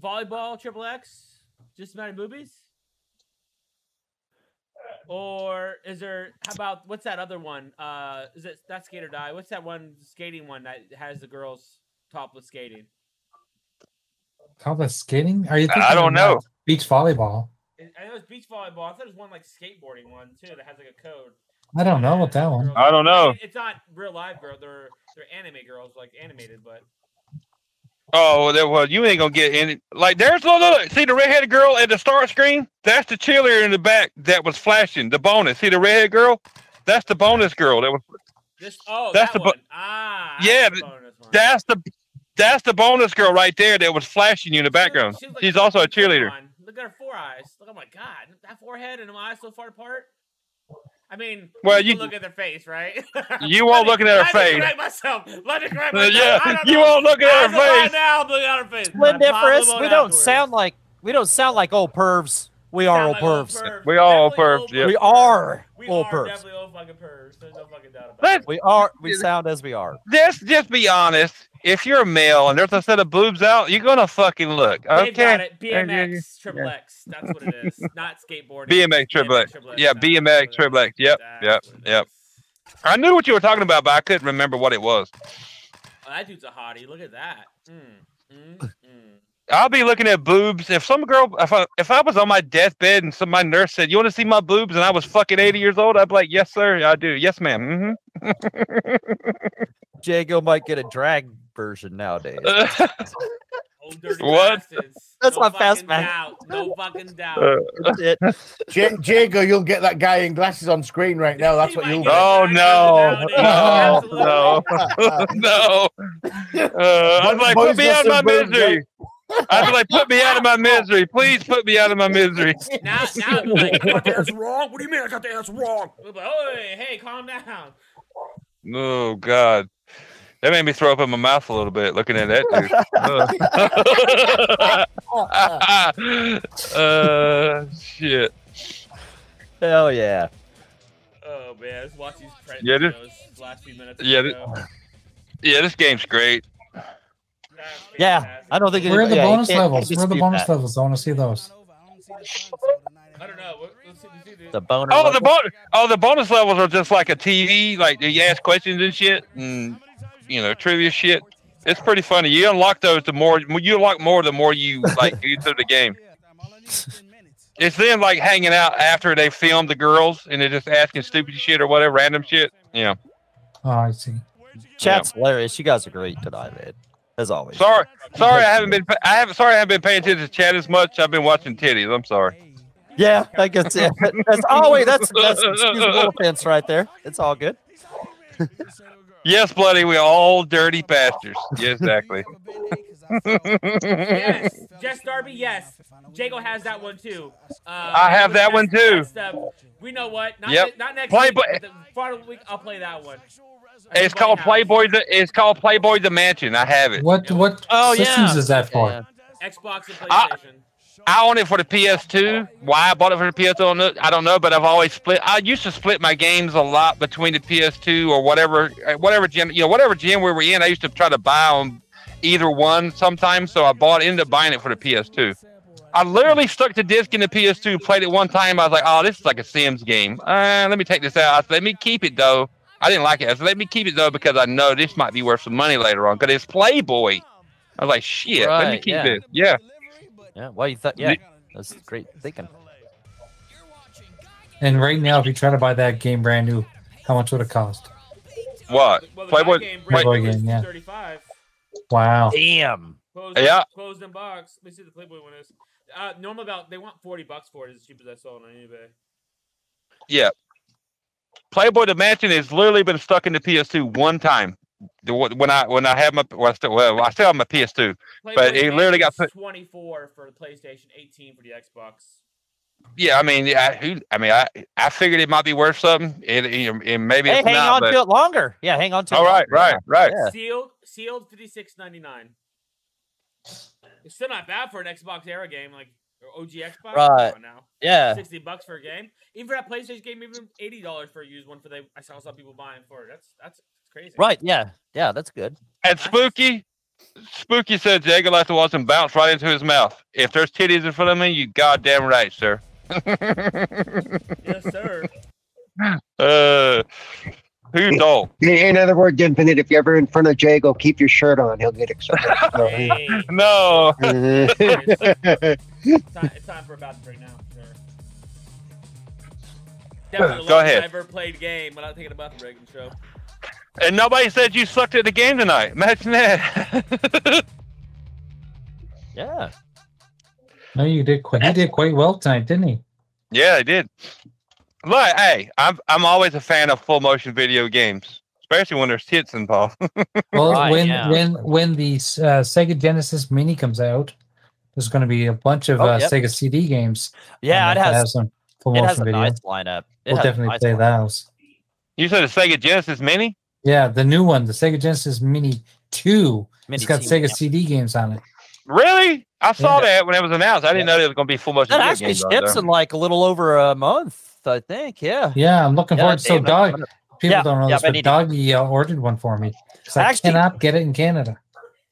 volleyball, triple X, just mounted movies, or is there? How about what's that other one? Uh, is it not skate or die? What's that one skating one that has the girls topless skating? Call this skating? Are you? I Thinking don't of know. Beach volleyball. I I know it's beach volleyball. I thought it was one like skateboarding one too that has like a code. I don't know what that one. I don't know. It's not real live girl. They're they're anime girls, like animated, but Oh well, there- well, you ain't gonna get any. Like, there's no look. See the redheaded girl at the start screen? That's the cheerleader in the back that was flashing the bonus. See the redhead girl? That's the bonus girl. That was. this. Oh, That's that the bu- one. ah, I Yeah, see the bonus one. That's the. That's the bonus girl right there that was flashing you in the background. She was like She's also a fucking cheerleader. Pokemon. Look at her four eyes. Look, oh my god, that forehead and my eyes so far apart. I mean, Well, you you- can look at their face, right? You won't Let me- looking at her Let me face. correct myself. Let me correct Uh, myself. yeah, I don't you know. won't look at As her of right face. now, I'm looking at her face. Lynn My father Differus, won't we don't afterwards. sound like we don't sound like old pervs. We are Sound old like old pervs. pervs. We all Definitely pervs, old yeah. We are We old are pervs. definitely old fucking pervs. There's no fucking doubt about Let- it. We are. We sound as we are. Let's just be honest. If you're a male and there's a set of boobs out, you're gonna fucking They've look. got Okay. it. Yeah, yeah, yeah. BMX triple X. That's what it is. Not skateboarding. BMX triple X. triple X. Yeah, That's what it BMX is. triple X. Yep, That's yep, what it yep. is. I knew what you were talking about, but I couldn't remember what it was. Oh, that dude's a hottie. Look at that. Mm, mm, mm. I'll be looking at boobs. If some girl, if I, if I was on my deathbed and some my nurse said, "You want to see my boobs?" and I was fucking eighty years old, I'd be like, "Yes, sir, I do. Yes, madam Jago might get a drag version nowadays. Mm-hmm. Old dirty What? bastards. That's no my fast fucking man. doubt. No fucking doubt. Uh, That's it. J- Jago, you'll get that guy in glasses on screen right now. That's what You you'll might get. oh no, no, Absolutely. no, no! Uh, I'm like, put Boys me got out of my some boobs, misery. I'd be like, put me out of my misery. Please put me out of my misery. Now, now I'm like, I got the answer wrong. What do you mean I got the answer wrong? I'm Like, oh, hey, calm down. Oh God, that made me throw up in my mouth a little bit looking at that dude. uh, shit. Hell yeah. Oh know, man. Let's watch these press Yeah, this- videos last few minutes. Yeah, ago. this, yeah, this game's great. Yeah, I don't think Where are the yeah, you bonus can't levels? Where are the dispute bonus that. levels? I want to see those. I don't know. What- Let's see, let's see this. The boner. Oh, level? the bon- oh, the bonus levels are just like a TV. Like you ask questions and shit, Mm. and you know trivia shit. It's pretty funny. You unlock those the more you unlock more the more you like get through the game. It's them like hanging out after they filmed the girls and they're just asking stupid shit or whatever, random shit. Yeah. Oh, I see. Chat's hilarious. You guys are great tonight, man. As always. Sorry, sorry, I haven't been. pa- I haven't. Sorry, I haven't been paying attention to chat as much. I've been watching titties. I'm sorry. Yeah, I guess it. That's always that's that's excusable offense right there. It's all good. Yes, bloody, we all dirty bastards. Yeah, exactly. yes, Jess Darby. Yes, Jago has that one too. Uh, I have that one, too. that's the- we know what. Not, Yep. ne- not next Play- week. play- but The following week, I'll play that one. It's called Playboy. The, it's called Playboy the Mansion. I have it. What what Oh, yeah. systems is that for? Yeah. Xbox and Ah. PlayStation. I own it for the PS2. Why I bought it for the PS2, I don't know. But I've always split. I used to split my games a lot between the PS2 or whatever, uh, whatever gen, you know, whatever gen we were in. I used to try to buy on either one sometimes. So I bought, ended up buying it for the PS2. I literally stuck the disc in the PS2, played it one time. I was like, oh, this is like a Sims game. Uh, let me take this out. I said, let me keep it though. I didn't like it. I said, let me keep it though because I know this might be worth some money later on because it's Playboy. I was like, shit, let me Right, keep yeah. this. Yeah. Yeah. Well, you thought. Yeah. Ye- That's great thinking. And right now, if you try to buy that game brand new, how much would it cost? What? Well, the Playboy. Playboy game. Play- Playboy Playboy game, game. yeah. Yeah. Thirty-five. Wow. Damn. Closed, Yeah. Closed in box. Let me see what the Playboy one is. Uh, normal about they want forty bucks for it. As cheap as I saw it on eBay. Yeah. Playboy the Mansion has literally been stuck in the PS2 one time. The one- When I when I had my when I still, well, I still have my PS2. But it literally got put- twenty-four for the PlayStation, eighteen for the Xbox. Yeah, I mean, I, who, I mean, I I figured it might be worth something, and, and maybe Hey, it's hang not. on but- to it longer. Yeah, hang on to it. all right, longer. right, right. Yeah. Sealed, sealed, fifty-six ninety-nine. It's still not bad for an Xbox era game, like or OG Xbox. Come Right. on Now Yeah. sixty bucks for a game, even for that PlayStation game, even eighty dollars for a used one. For they, I saw some people buying for it. That's that's crazy. Right. Yeah. Yeah. That's good. And Spooky, Spooky said Jago likes to watch him bounce right into his mouth. If there's titties in front of me, you goddamn right, sir. Yes, sir. uh, who don't? In, in other words, Infinite, if you're ever in front of Jago, keep your shirt on. He'll get excited. hey, No. Mhm. it's, time, it's time for a bathroom break now. for Sure. Definitely the Go longest ahead. I ever played game without taking a bathroom break and show. And nobody said you sucked at the game tonight. Imagine that. Yeah. No, you did quite. He did quite well tonight, didn't he? yeah, I did. Look, hey, I'm I'm always a fan of full motion video games, especially when there's tits involved. Well, Right, when yeah. when when the uh, Sega Genesis Mini comes out, there's going to be a bunch of Oh, uh, yep. Sega CD games. Yeah. um, It that has. have some full It motion has a video. nice lineup. It we'll has a definitely nice play lineup. those. you said a Sega Genesis Mini? Yeah, the new one, the Sega Genesis Mini Two. Mini it's got team, Sega yeah. CD games on it. Really? I saw Yeah. that when it was announced. I didn't know there was going to be full motion That video actually games. out ships there. in like a little over a month, I think. Yeah. Yeah, I'm looking Yeah, forward. to So, Dave, dog. People Yeah, don't know yeah, this, but I but need to- Doggy uh, ordered one for me. 'cause I Actually- cannot get it in Canada.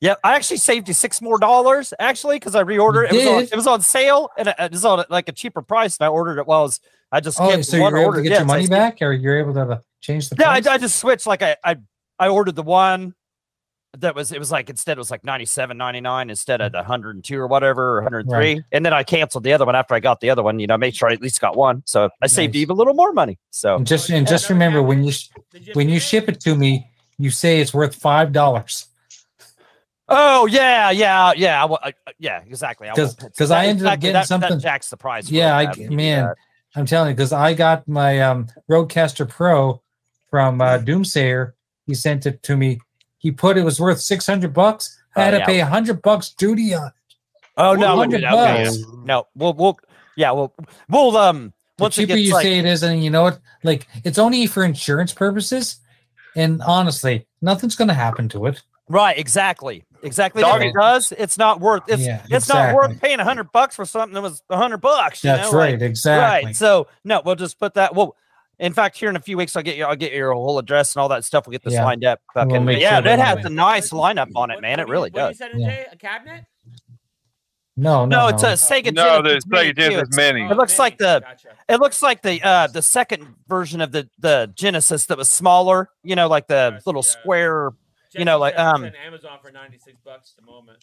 Yeah, I actually saved you six more dollars actually because I reordered. It You was, on, did? it was on sale and it it was on like a cheaper price, and I ordered it while I was. I just Oh, skipped so one you're able order. to get Yeah, your so I money skipped- back, or you're able to uh, change the Yeah, I, price? I just switched. Like I, I, I ordered the one that was. It was like instead it was like ninety seven ninety nine instead of the hundred and two or whatever, or hundred and three, and then I canceled the other one after I got the other one. You know, I made sure I at least got one, so I saved Nice. even a little more money. So and just and Yeah. just remember when you sh- Did you when you forget? ship it to me, you say it's worth five dollars oh yeah, yeah, yeah, I, wa- I, I- yeah, exactly. I because won't- because that- I ended up exactly, getting that, something. that jacks the price. real yeah, bad I when you do man, that. I'm telling you because I got my um, Roadcaster Pro from uh, Mm. Doomsayer. He sent it to me. He put it was worth six hundred bucks. I Oh, had to yeah. pay hundred bucks duty on. Oh no, we'll 100 do that. Okay. bucks. No, we'll we'll yeah, we'll we'll um The once it cheaper gets you like, say it is, and you know what? Like it's only for insurance purposes. And honestly, nothing's going to happen to it. right, exactly. Exactly. Dog if is- it does, it's not worth it's Yeah, it's not worth exactly. paying a hundred bucks for something that was a hundred bucks. you That's know, like- right, exactly. Right. So no, we'll just put that well In fact, here in a few weeks, I'll get you. I'll get your whole address and all that stuff. We'll get this Yeah. lined up. We'll Fucking, make yeah, sure that that has we- a nice lineup on it, man. It really What you does. said, Jay? A cabinet? No, no, No, it's a Sega. No, Genesis there's Sega Mini, too. Genesis Mini. It looks like the Oh, Gotcha. It looks like the uh the second version of the the Genesis that was smaller, you know, like the Yes, little yeah. square. You know, like, Jesse Jackson, um, Amazon for ninety six bucks at the moment.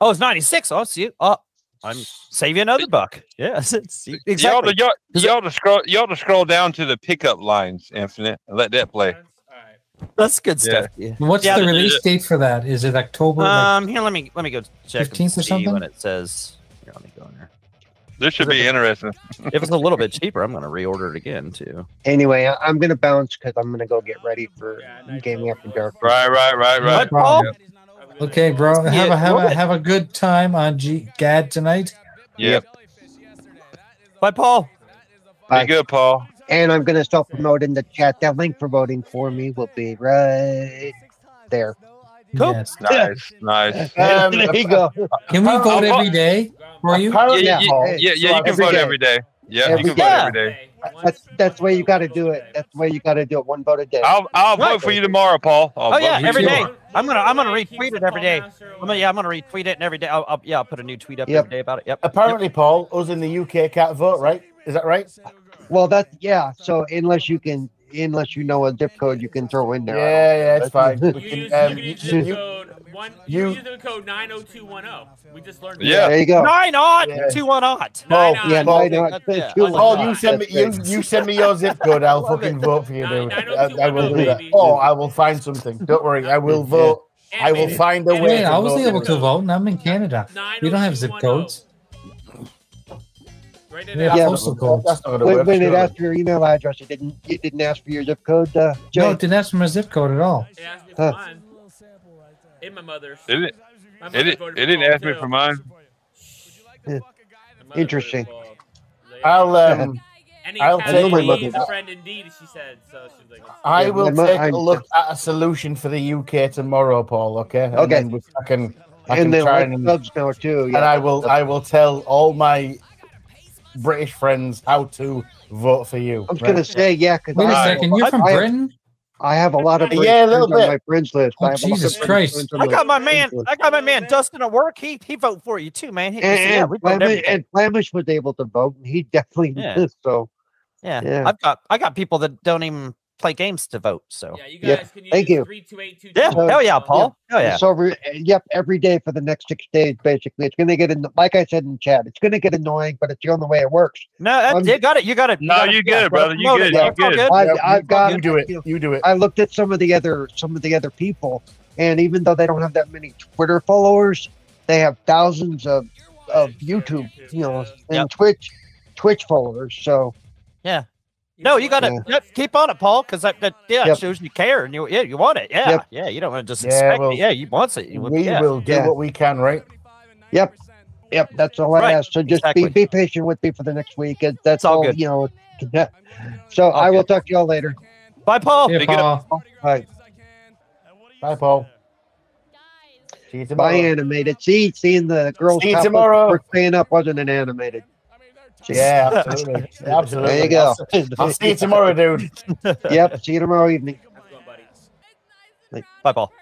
Oh, it's ninety six. Oh, see, oh, I'm save you another buck. Yeah, see, Y'all, exactly. to- y'all, Is y'all to scroll, y'all to scroll down to the pickup lines, Infinite, and let that play. That's good Yeah. stuff. Yeah. What's Yeah, the the- release date for that? Is it October? like- Um, here, let me let me go check 15th or and see when something? it says. Here, let me go in there. This should be interesting. If it's a little bit cheaper, I'm going to reorder it again too. Anyway, I, I'm gonna bounce because I'm gonna go get ready for Yeah, nice gaming after dark. Right, right, right, right. What, Paul? Yep. Um, okay, bro. Have Yeah, a have what? a have a good time on G- GAD tonight. Yep. Bye, Paul. Be good, Paul. And I'm gonna self promote in the chat. That link for voting for me will be right there. Cool. Yes. Nice, nice. Um, there you go. Can we I'll- vote I'll- every day for you? Yeah, Apparently, yeah, Paul, yeah, yeah, you can every vote day. every day. Yeah, Every you can day. vote every day. That's that's the way you got to do it. That's the way you got to do it. One vote a day. I'll, I'll vote for you tomorrow, Paul. I'll Oh, vote yeah, for you every too. day. I'm gonna I'm gonna Keeps retweet the it every day. Paulmaster I'm gonna, yeah, I'm gonna retweet it and every day. I'll, I'll yeah, I'll put a new tweet up Yep. every day about it. Yep. Apparently, Paul, us in the UK can't vote, right? Is that right? Well, that's yeah. So unless you can, unless you know a zip code, you can throw in Yeah, there. I yeah, it's fine. don't- That's- You We use, can, um, you you- can use the you- code one. You, you- use the code nine zero two one zero. We just learned. Yeah. There you go. Nine odd, Yeah. two one odd. Paul, Nine, Yeah, nine. oh Paul, no, no, That's- it's Oh, yeah, too I like long. Paul, you send me you, That's you send me your zip code. I'll fucking vote for you, Nine- dude. nine oh I, two I one will oh, do that. baby. Oh, I will find something. Don't worry, I will vote. I will find a Wait, way. I to was vote. able to vote, and I'm in Canada. We don't have zip oh codes. Right We have Yeah, but- postal codes. That's not gonna When, work, when it surely. asked for your email address, it didn't. It didn't ask for your zip code. Uh, No, Jay. it didn't ask for my zip code at all. It asked me for Huh. mine. In my mother's. It didn't, My it mother didn't, voted it didn't Paul, ask me too. for mine. My mother voted Interesting. Paul. I'll um, And he I'll counted take me my as mother- a friend indeed, she said. So she's like, I Yeah, will my- take I'm- a look at a solution for the UK tomorrow, Paul. Okay. And Okay. Then we, I can. I and can then try like and, subs now too. and Yeah. I will. I will tell all my British friends how to vote for you. I'm just gonna say yeah, because Wait a I, second, you're from I- Britain? I have a lot of Yeah, British a little friends on bit. my friends list. Oh, I have a lot of Jesus British Christ. friends on I got my friends man. list. I got my man Dustin at work. He he voted for you too, man. He, he said, yeah, And, we voted and, Flemish, everything." and Flemish was able to vote, and he definitely Yeah. did. So yeah. yeah. I've got I got people that don't even play games to vote. So yeah, you guys Yeah, can use thank you. 3282 yeah, So- hell yeah, Paul. Hell Oh, yeah. So re- yep, every day for the next six days, basically, it's gonna get in. Like I said in the chat, it's gonna get annoying, but it's the only way it works. No, that, I'm- you got it. You got it. No, got you get it, brother. You promote get it. yeah, You it's all get it. good. I've, Yeah, I've got. You do it. You do it. I looked at some of the other some of the other people, and even though they don't have that many Twitter followers, they have thousands of of YouTube, you know, and Yep. Twitch Twitch followers. So No, you got to Yeah. yep, keep on it, Paul, because that, that yeah Yep. shows you care and you yeah you want it. Yeah, Yep. yeah. You don't want to just Yeah, expect well, it. Yeah, you want it. You want, we yeah. will do Yeah. what we can, right? Yep. yep, that's all Right, I ask. So just exactly. be be patient with me for the next week. and It's That's all all, good. you know. so I will talk to y'all later. Bye, Paul. Yeah, Paul. Bye, Bye, Paul. See you bye, tomorrow. animated. See, seeing the girls See you top up tomorrow. for cleaning up wasn't an animated. Yeah, absolutely. absolutely. There you go. I'll see you tomorrow, dude. Yep, see you tomorrow evening. Bye, Paul.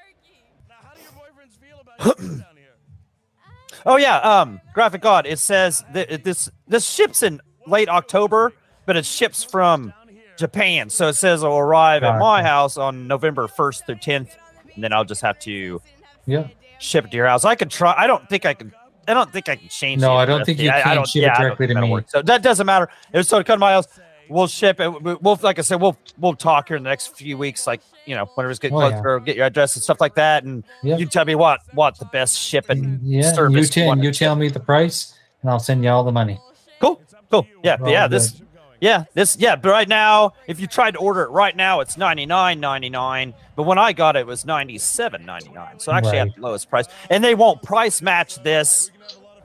Oh yeah, um, graphic god. It says that it- this this ships in late October, but it ships from Japan, so it says it'll arrive at my house on November first through tenth, and then I'll just have to Yeah. ship it to your house. I could try. I don't think I can. I don't think I can change. No, the I don't address. think you I- I can don't- ship it I don't directly think to that'll me. work. So that doesn't matter. It's so come to my house. We'll ship it. We- We'll, like I said, we'll we'll talk here in the next few weeks. Like you know, whenever it's getting Oh, yeah. closer, get your address and stuff like that, and Yeah. you tell me what what the best shipping Yeah, and you, service. tell want you to- tell me the price, and I'll send you all the money. Cool, cool. Yeah, Well, yeah. This, yeah, this, yeah. But right now, if you tried to order it right now, it's ninety nine ninety nine. But when I got it, it was ninety seven ninety nine. So I Right. actually, have the lowest price, and they won't price match this.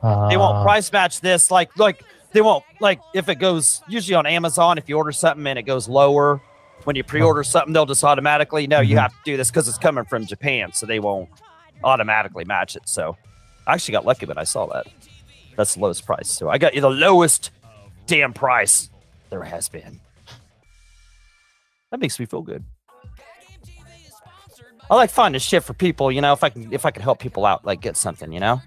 They won't Uh, price match this. Like, like they won't like if it goes usually on Amazon. If you order something and it goes lower when you pre-order something, they'll just automatically no. You Mhm. have to do this because it's coming from Japan, so they won't automatically match it. So I actually got lucky when I saw that. That's the lowest price. So I got you the lowest damn price there has been. That makes me feel good. I like finding shit for people, you know, if I can if I can help people out, like get something, you know?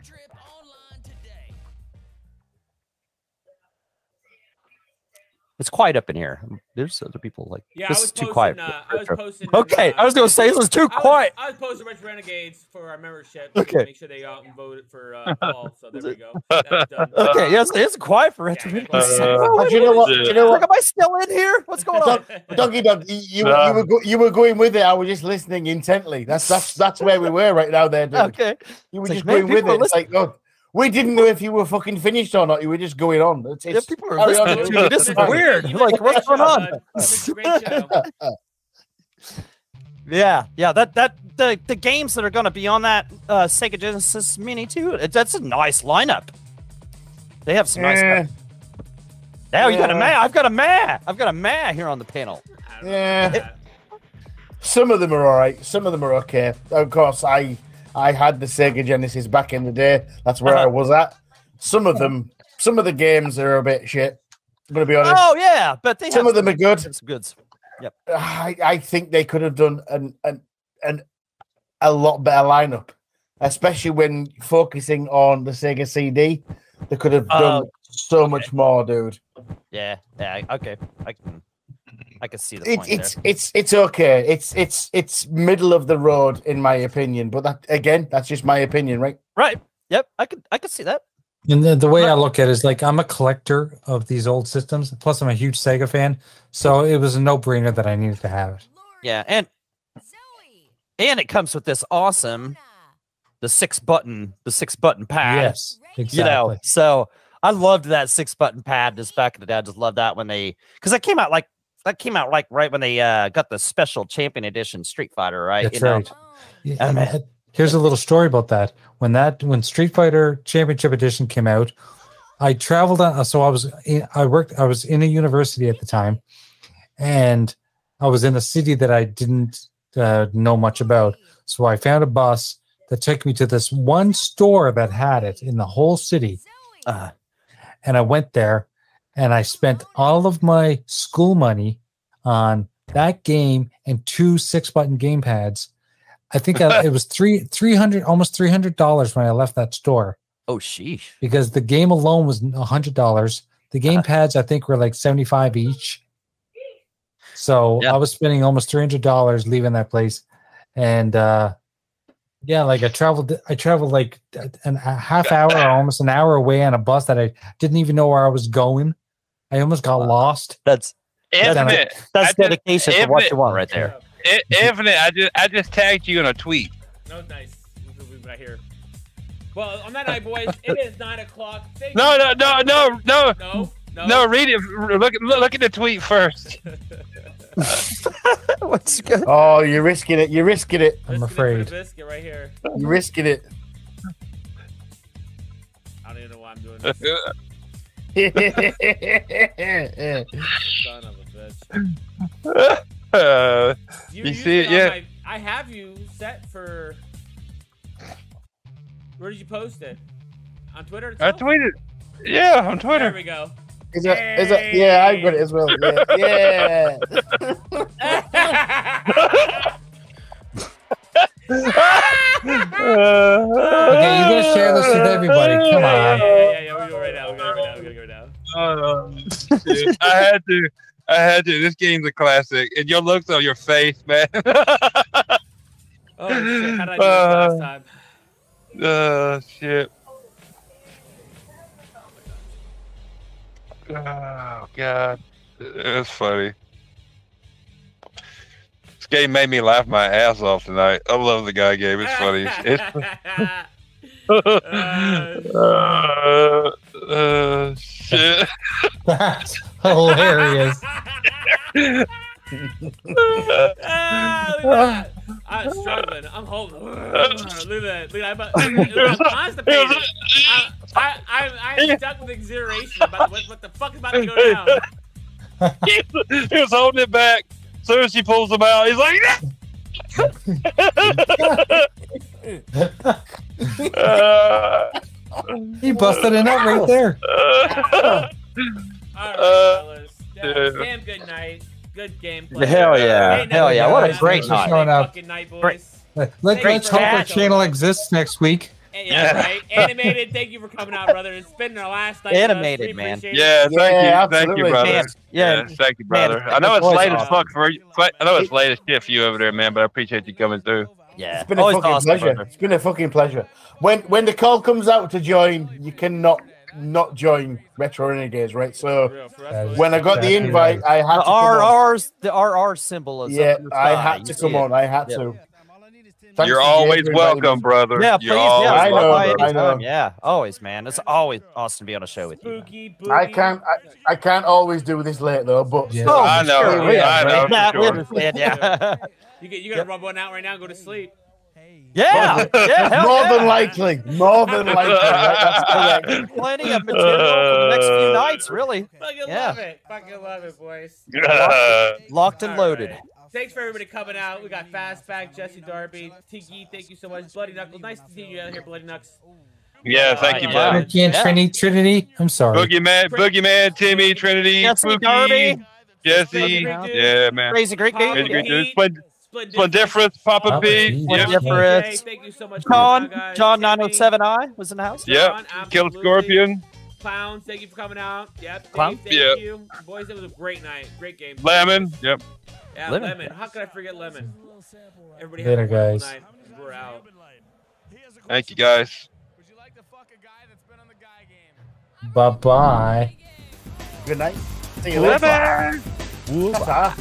It's quiet up in here. There's other people like Yeah, this I is was too posting, quiet. Uh, I was posting. okay, uh, I was gonna say this is too I was- quiet. I was posting Rich Renegades for our membership. Okay. Okay. Make sure they out and voted for uh, Paul. So there we go. That's done. okay, yes, it's quiet for Richard. Uh, Oh, do you know what? Do you know Like, what? am I still in here? What's going on? Doggy dog, you, you, you were go, you were going with it. I was just listening intently. That's that's that's where we were right now. There, dude. Okay. you were It's like, just man, going with people it. are It's like, oh, we didn't know if you were fucking finished or not. You were just going on. It's, Yeah, it's, people are carry on, listening dude. to me. This is Sorry. weird. You Like, did a what's great going on? job, bud. You did a great show. Yeah, yeah. That that the the games that are going to be on that uh, Sega Genesis Mini too. it- That's a nice lineup. They have some nice. Yeah, Now you got a yeah. man. I've got a man. I've got a man here on the panel. I don't know. yeah. Some of them are all right. Some of them are okay. Of course, I I had the Sega Genesis back in the day. That's where I Uh-huh. was at. Some of them, some of the games are a bit shit. I'm gonna be honest. Oh yeah, but they some of have them are good. some, some goods. I, I think they could have done an, an an a lot better lineup, especially when focusing on the Sega CD. They could have done Oh, so much more, dude. Yeah, yeah. Okay, I can I can see the It, point it's there. it's it's okay. It's it's it's middle of the road in my opinion. But that again, that's just my opinion, right? Right. Yep. I could I could see that. And the, the way I look at it is like I'm a collector of these old systems. Plus, I'm a huge Sega fan, so it was a no brainer that I needed to have it. Yeah, and Zoe. and it comes with this awesome the six button the six button pad. Yes, exactly. Ah. you know so i loved that six button pad just back in the day i just loved that when they because that came out like that came out like right when they uh got the special champion edition street fighter right That's know? right. Yeah, I and mean- that- here's a little story about that. When that when Street Fighter Championship Edition came out, I traveled on. So I was in, I worked. I was in a university at the time, and I was in a city that I didn't uh, know much about. So I found a bus that took me to this one store that had it in the whole city, Uh, and I went there, and I spent all of my school money on that game and two six button game pads. I think I, it was three three hundred almost three hundred dollars when I left that store oh sheesh because the game alone was hundred dollars. The Uh-huh. game pads I think were like seventy five each. So Yeah. I was spending almost three hundred dollars leaving that place, and uh, yeah, like I traveled. I traveled like a- an, a half hour, or almost an hour away on a bus that I didn't even know where I was going. I almost got Wow. lost. that's Damn Infinite, that's I did- dedication to what Infinite- you want right there I- Infinite. I just I just tagged you in a tweet. No, nice. This is what I hear. Well, on that night, boys, it is nine o'clock. Thank No, you- no, no, no, no, no, no, no. Read it. Look, look, look at the tweet first. what's good Oh, you're risking it. You're risking it. I'm Biscuit for the afraid. Biscuit right here. You're risking it. I don't even know why I'm doing this. Son of a bitch. Uh, You used see it on yet? my- I have you set for. Where did you post it? On Twitter. I itself? tweeted. Yeah, on There Twitter. we go. is it, is it, yeah, I got it as well. Yeah. yeah. Okay, you're gonna share this with everybody. Come Yeah, yeah, on. yeah, yeah, We're going right now. We're going right now. We're going right now. Uh, dude, I had to. I had to. This game's a classic. And your looks on your face, man. Oh shit! How did I do this last time? uh, shit. Oh god, that's funny. This game made me laugh my ass off tonight. I love the guy game. It's funny. It's- uh, uh, shit. That's hilarious. Ah, look at that. I'm struggling. I'm holding. Look at that. Look at that. I'm, about- look at that. I'm constipated. I, I, I'm, I'm stuck with exhilaration. About what, what the fuck is about to go down? he was holding it back. As soon as she pulls him out, he's like, "Ah!" He busted it out right there. Uh, All right, Uh, fellas. dude. Damn good night. Good gameplay. Hell yeah. Ain't Hell nothing yeah. but What a good great gameplay. night. Showing up. Fucking night, boys. Let, let, Great us hope our chat. channel exists next week. Yeah, right. Animated, thank you for coming out, brother. It's been our last night. with us. Animated, We man. appreciate it. Yeah, thank Yeah, you, thank you, absolutely. brother. Man, yeah. thank you, brother. Man, I know it's it's late as awesome. fuck for you. I know it's late as shit for you over there, man. But I appreciate you coming through. Yeah. It's been a Always fucking awesome. pleasure. It's been a fucking pleasure. When when the call comes out to join, you cannot not join Retro Renegades, right? So Real, for us, when I got the Exactly invite, I The had to come on. RR's the RR symbol is up Yeah, in the I sky. had to You come see it. on. I had Yeah. to. Thanks You're to always Gabriel inviting me. welcome, brother. Yeah, please. You're Yeah, always I know, by I anytime. know. Yeah, always, man. It's always awesome to be on a show with you. man. spooky, I boogie. can't. I, I can't always do this late though. But Yeah. Oh, I for know, sure, we I know, understand. Yeah, for we sure. understand, yeah. You get, you're gonna rub one out right now and go to sleep. yeah, yeah, hell more yeah. than likely, more than likely. That's correct. Plenty of material for the next few Uh, nights, really. Fucking Yeah. love it. Fucking love it, boys. Uh, Locked and All loaded. right. Thanks for everybody coming out. We got Fastback, Jesse Darby, Tiki. Thank you so much, Bloody Knuckles. Nice to see you out here, Bloody Knucks. yeah, thank you, Yeah. brother. Ricky and Yeah. Trinity, Trinity, I'm sorry. Boogeyman, Boogeyman, Timmy, Trinity, Jesse Spooky, Darby. Jesse. Spooky Dude. Yeah, man. Crazy Greek Pop, Crazy dude. Greek dude. Pete, Splend- Split Splendiferous, Papa Oh, P. geez. Yep. Yeah. Difference. Thank you so much. for Con, oh coming out, guys. John Timmy, 907i was in the house. John, Yep. Kill absolutely. Scorpion. Clowns, thank you for coming out. Yep. Dave, Clown? Thank Yeah. you. Boys, it was a great night. Great game. Lemon. Yep. Yeah, Lemon. lemon. How could I forget lemon? Everybody Later, have a wonderful guys. night. We're out. Thank you, guys. Would you like to fuck a guy that's been on the guy game? Bye bye. Good night. See you later. Whoop-ah.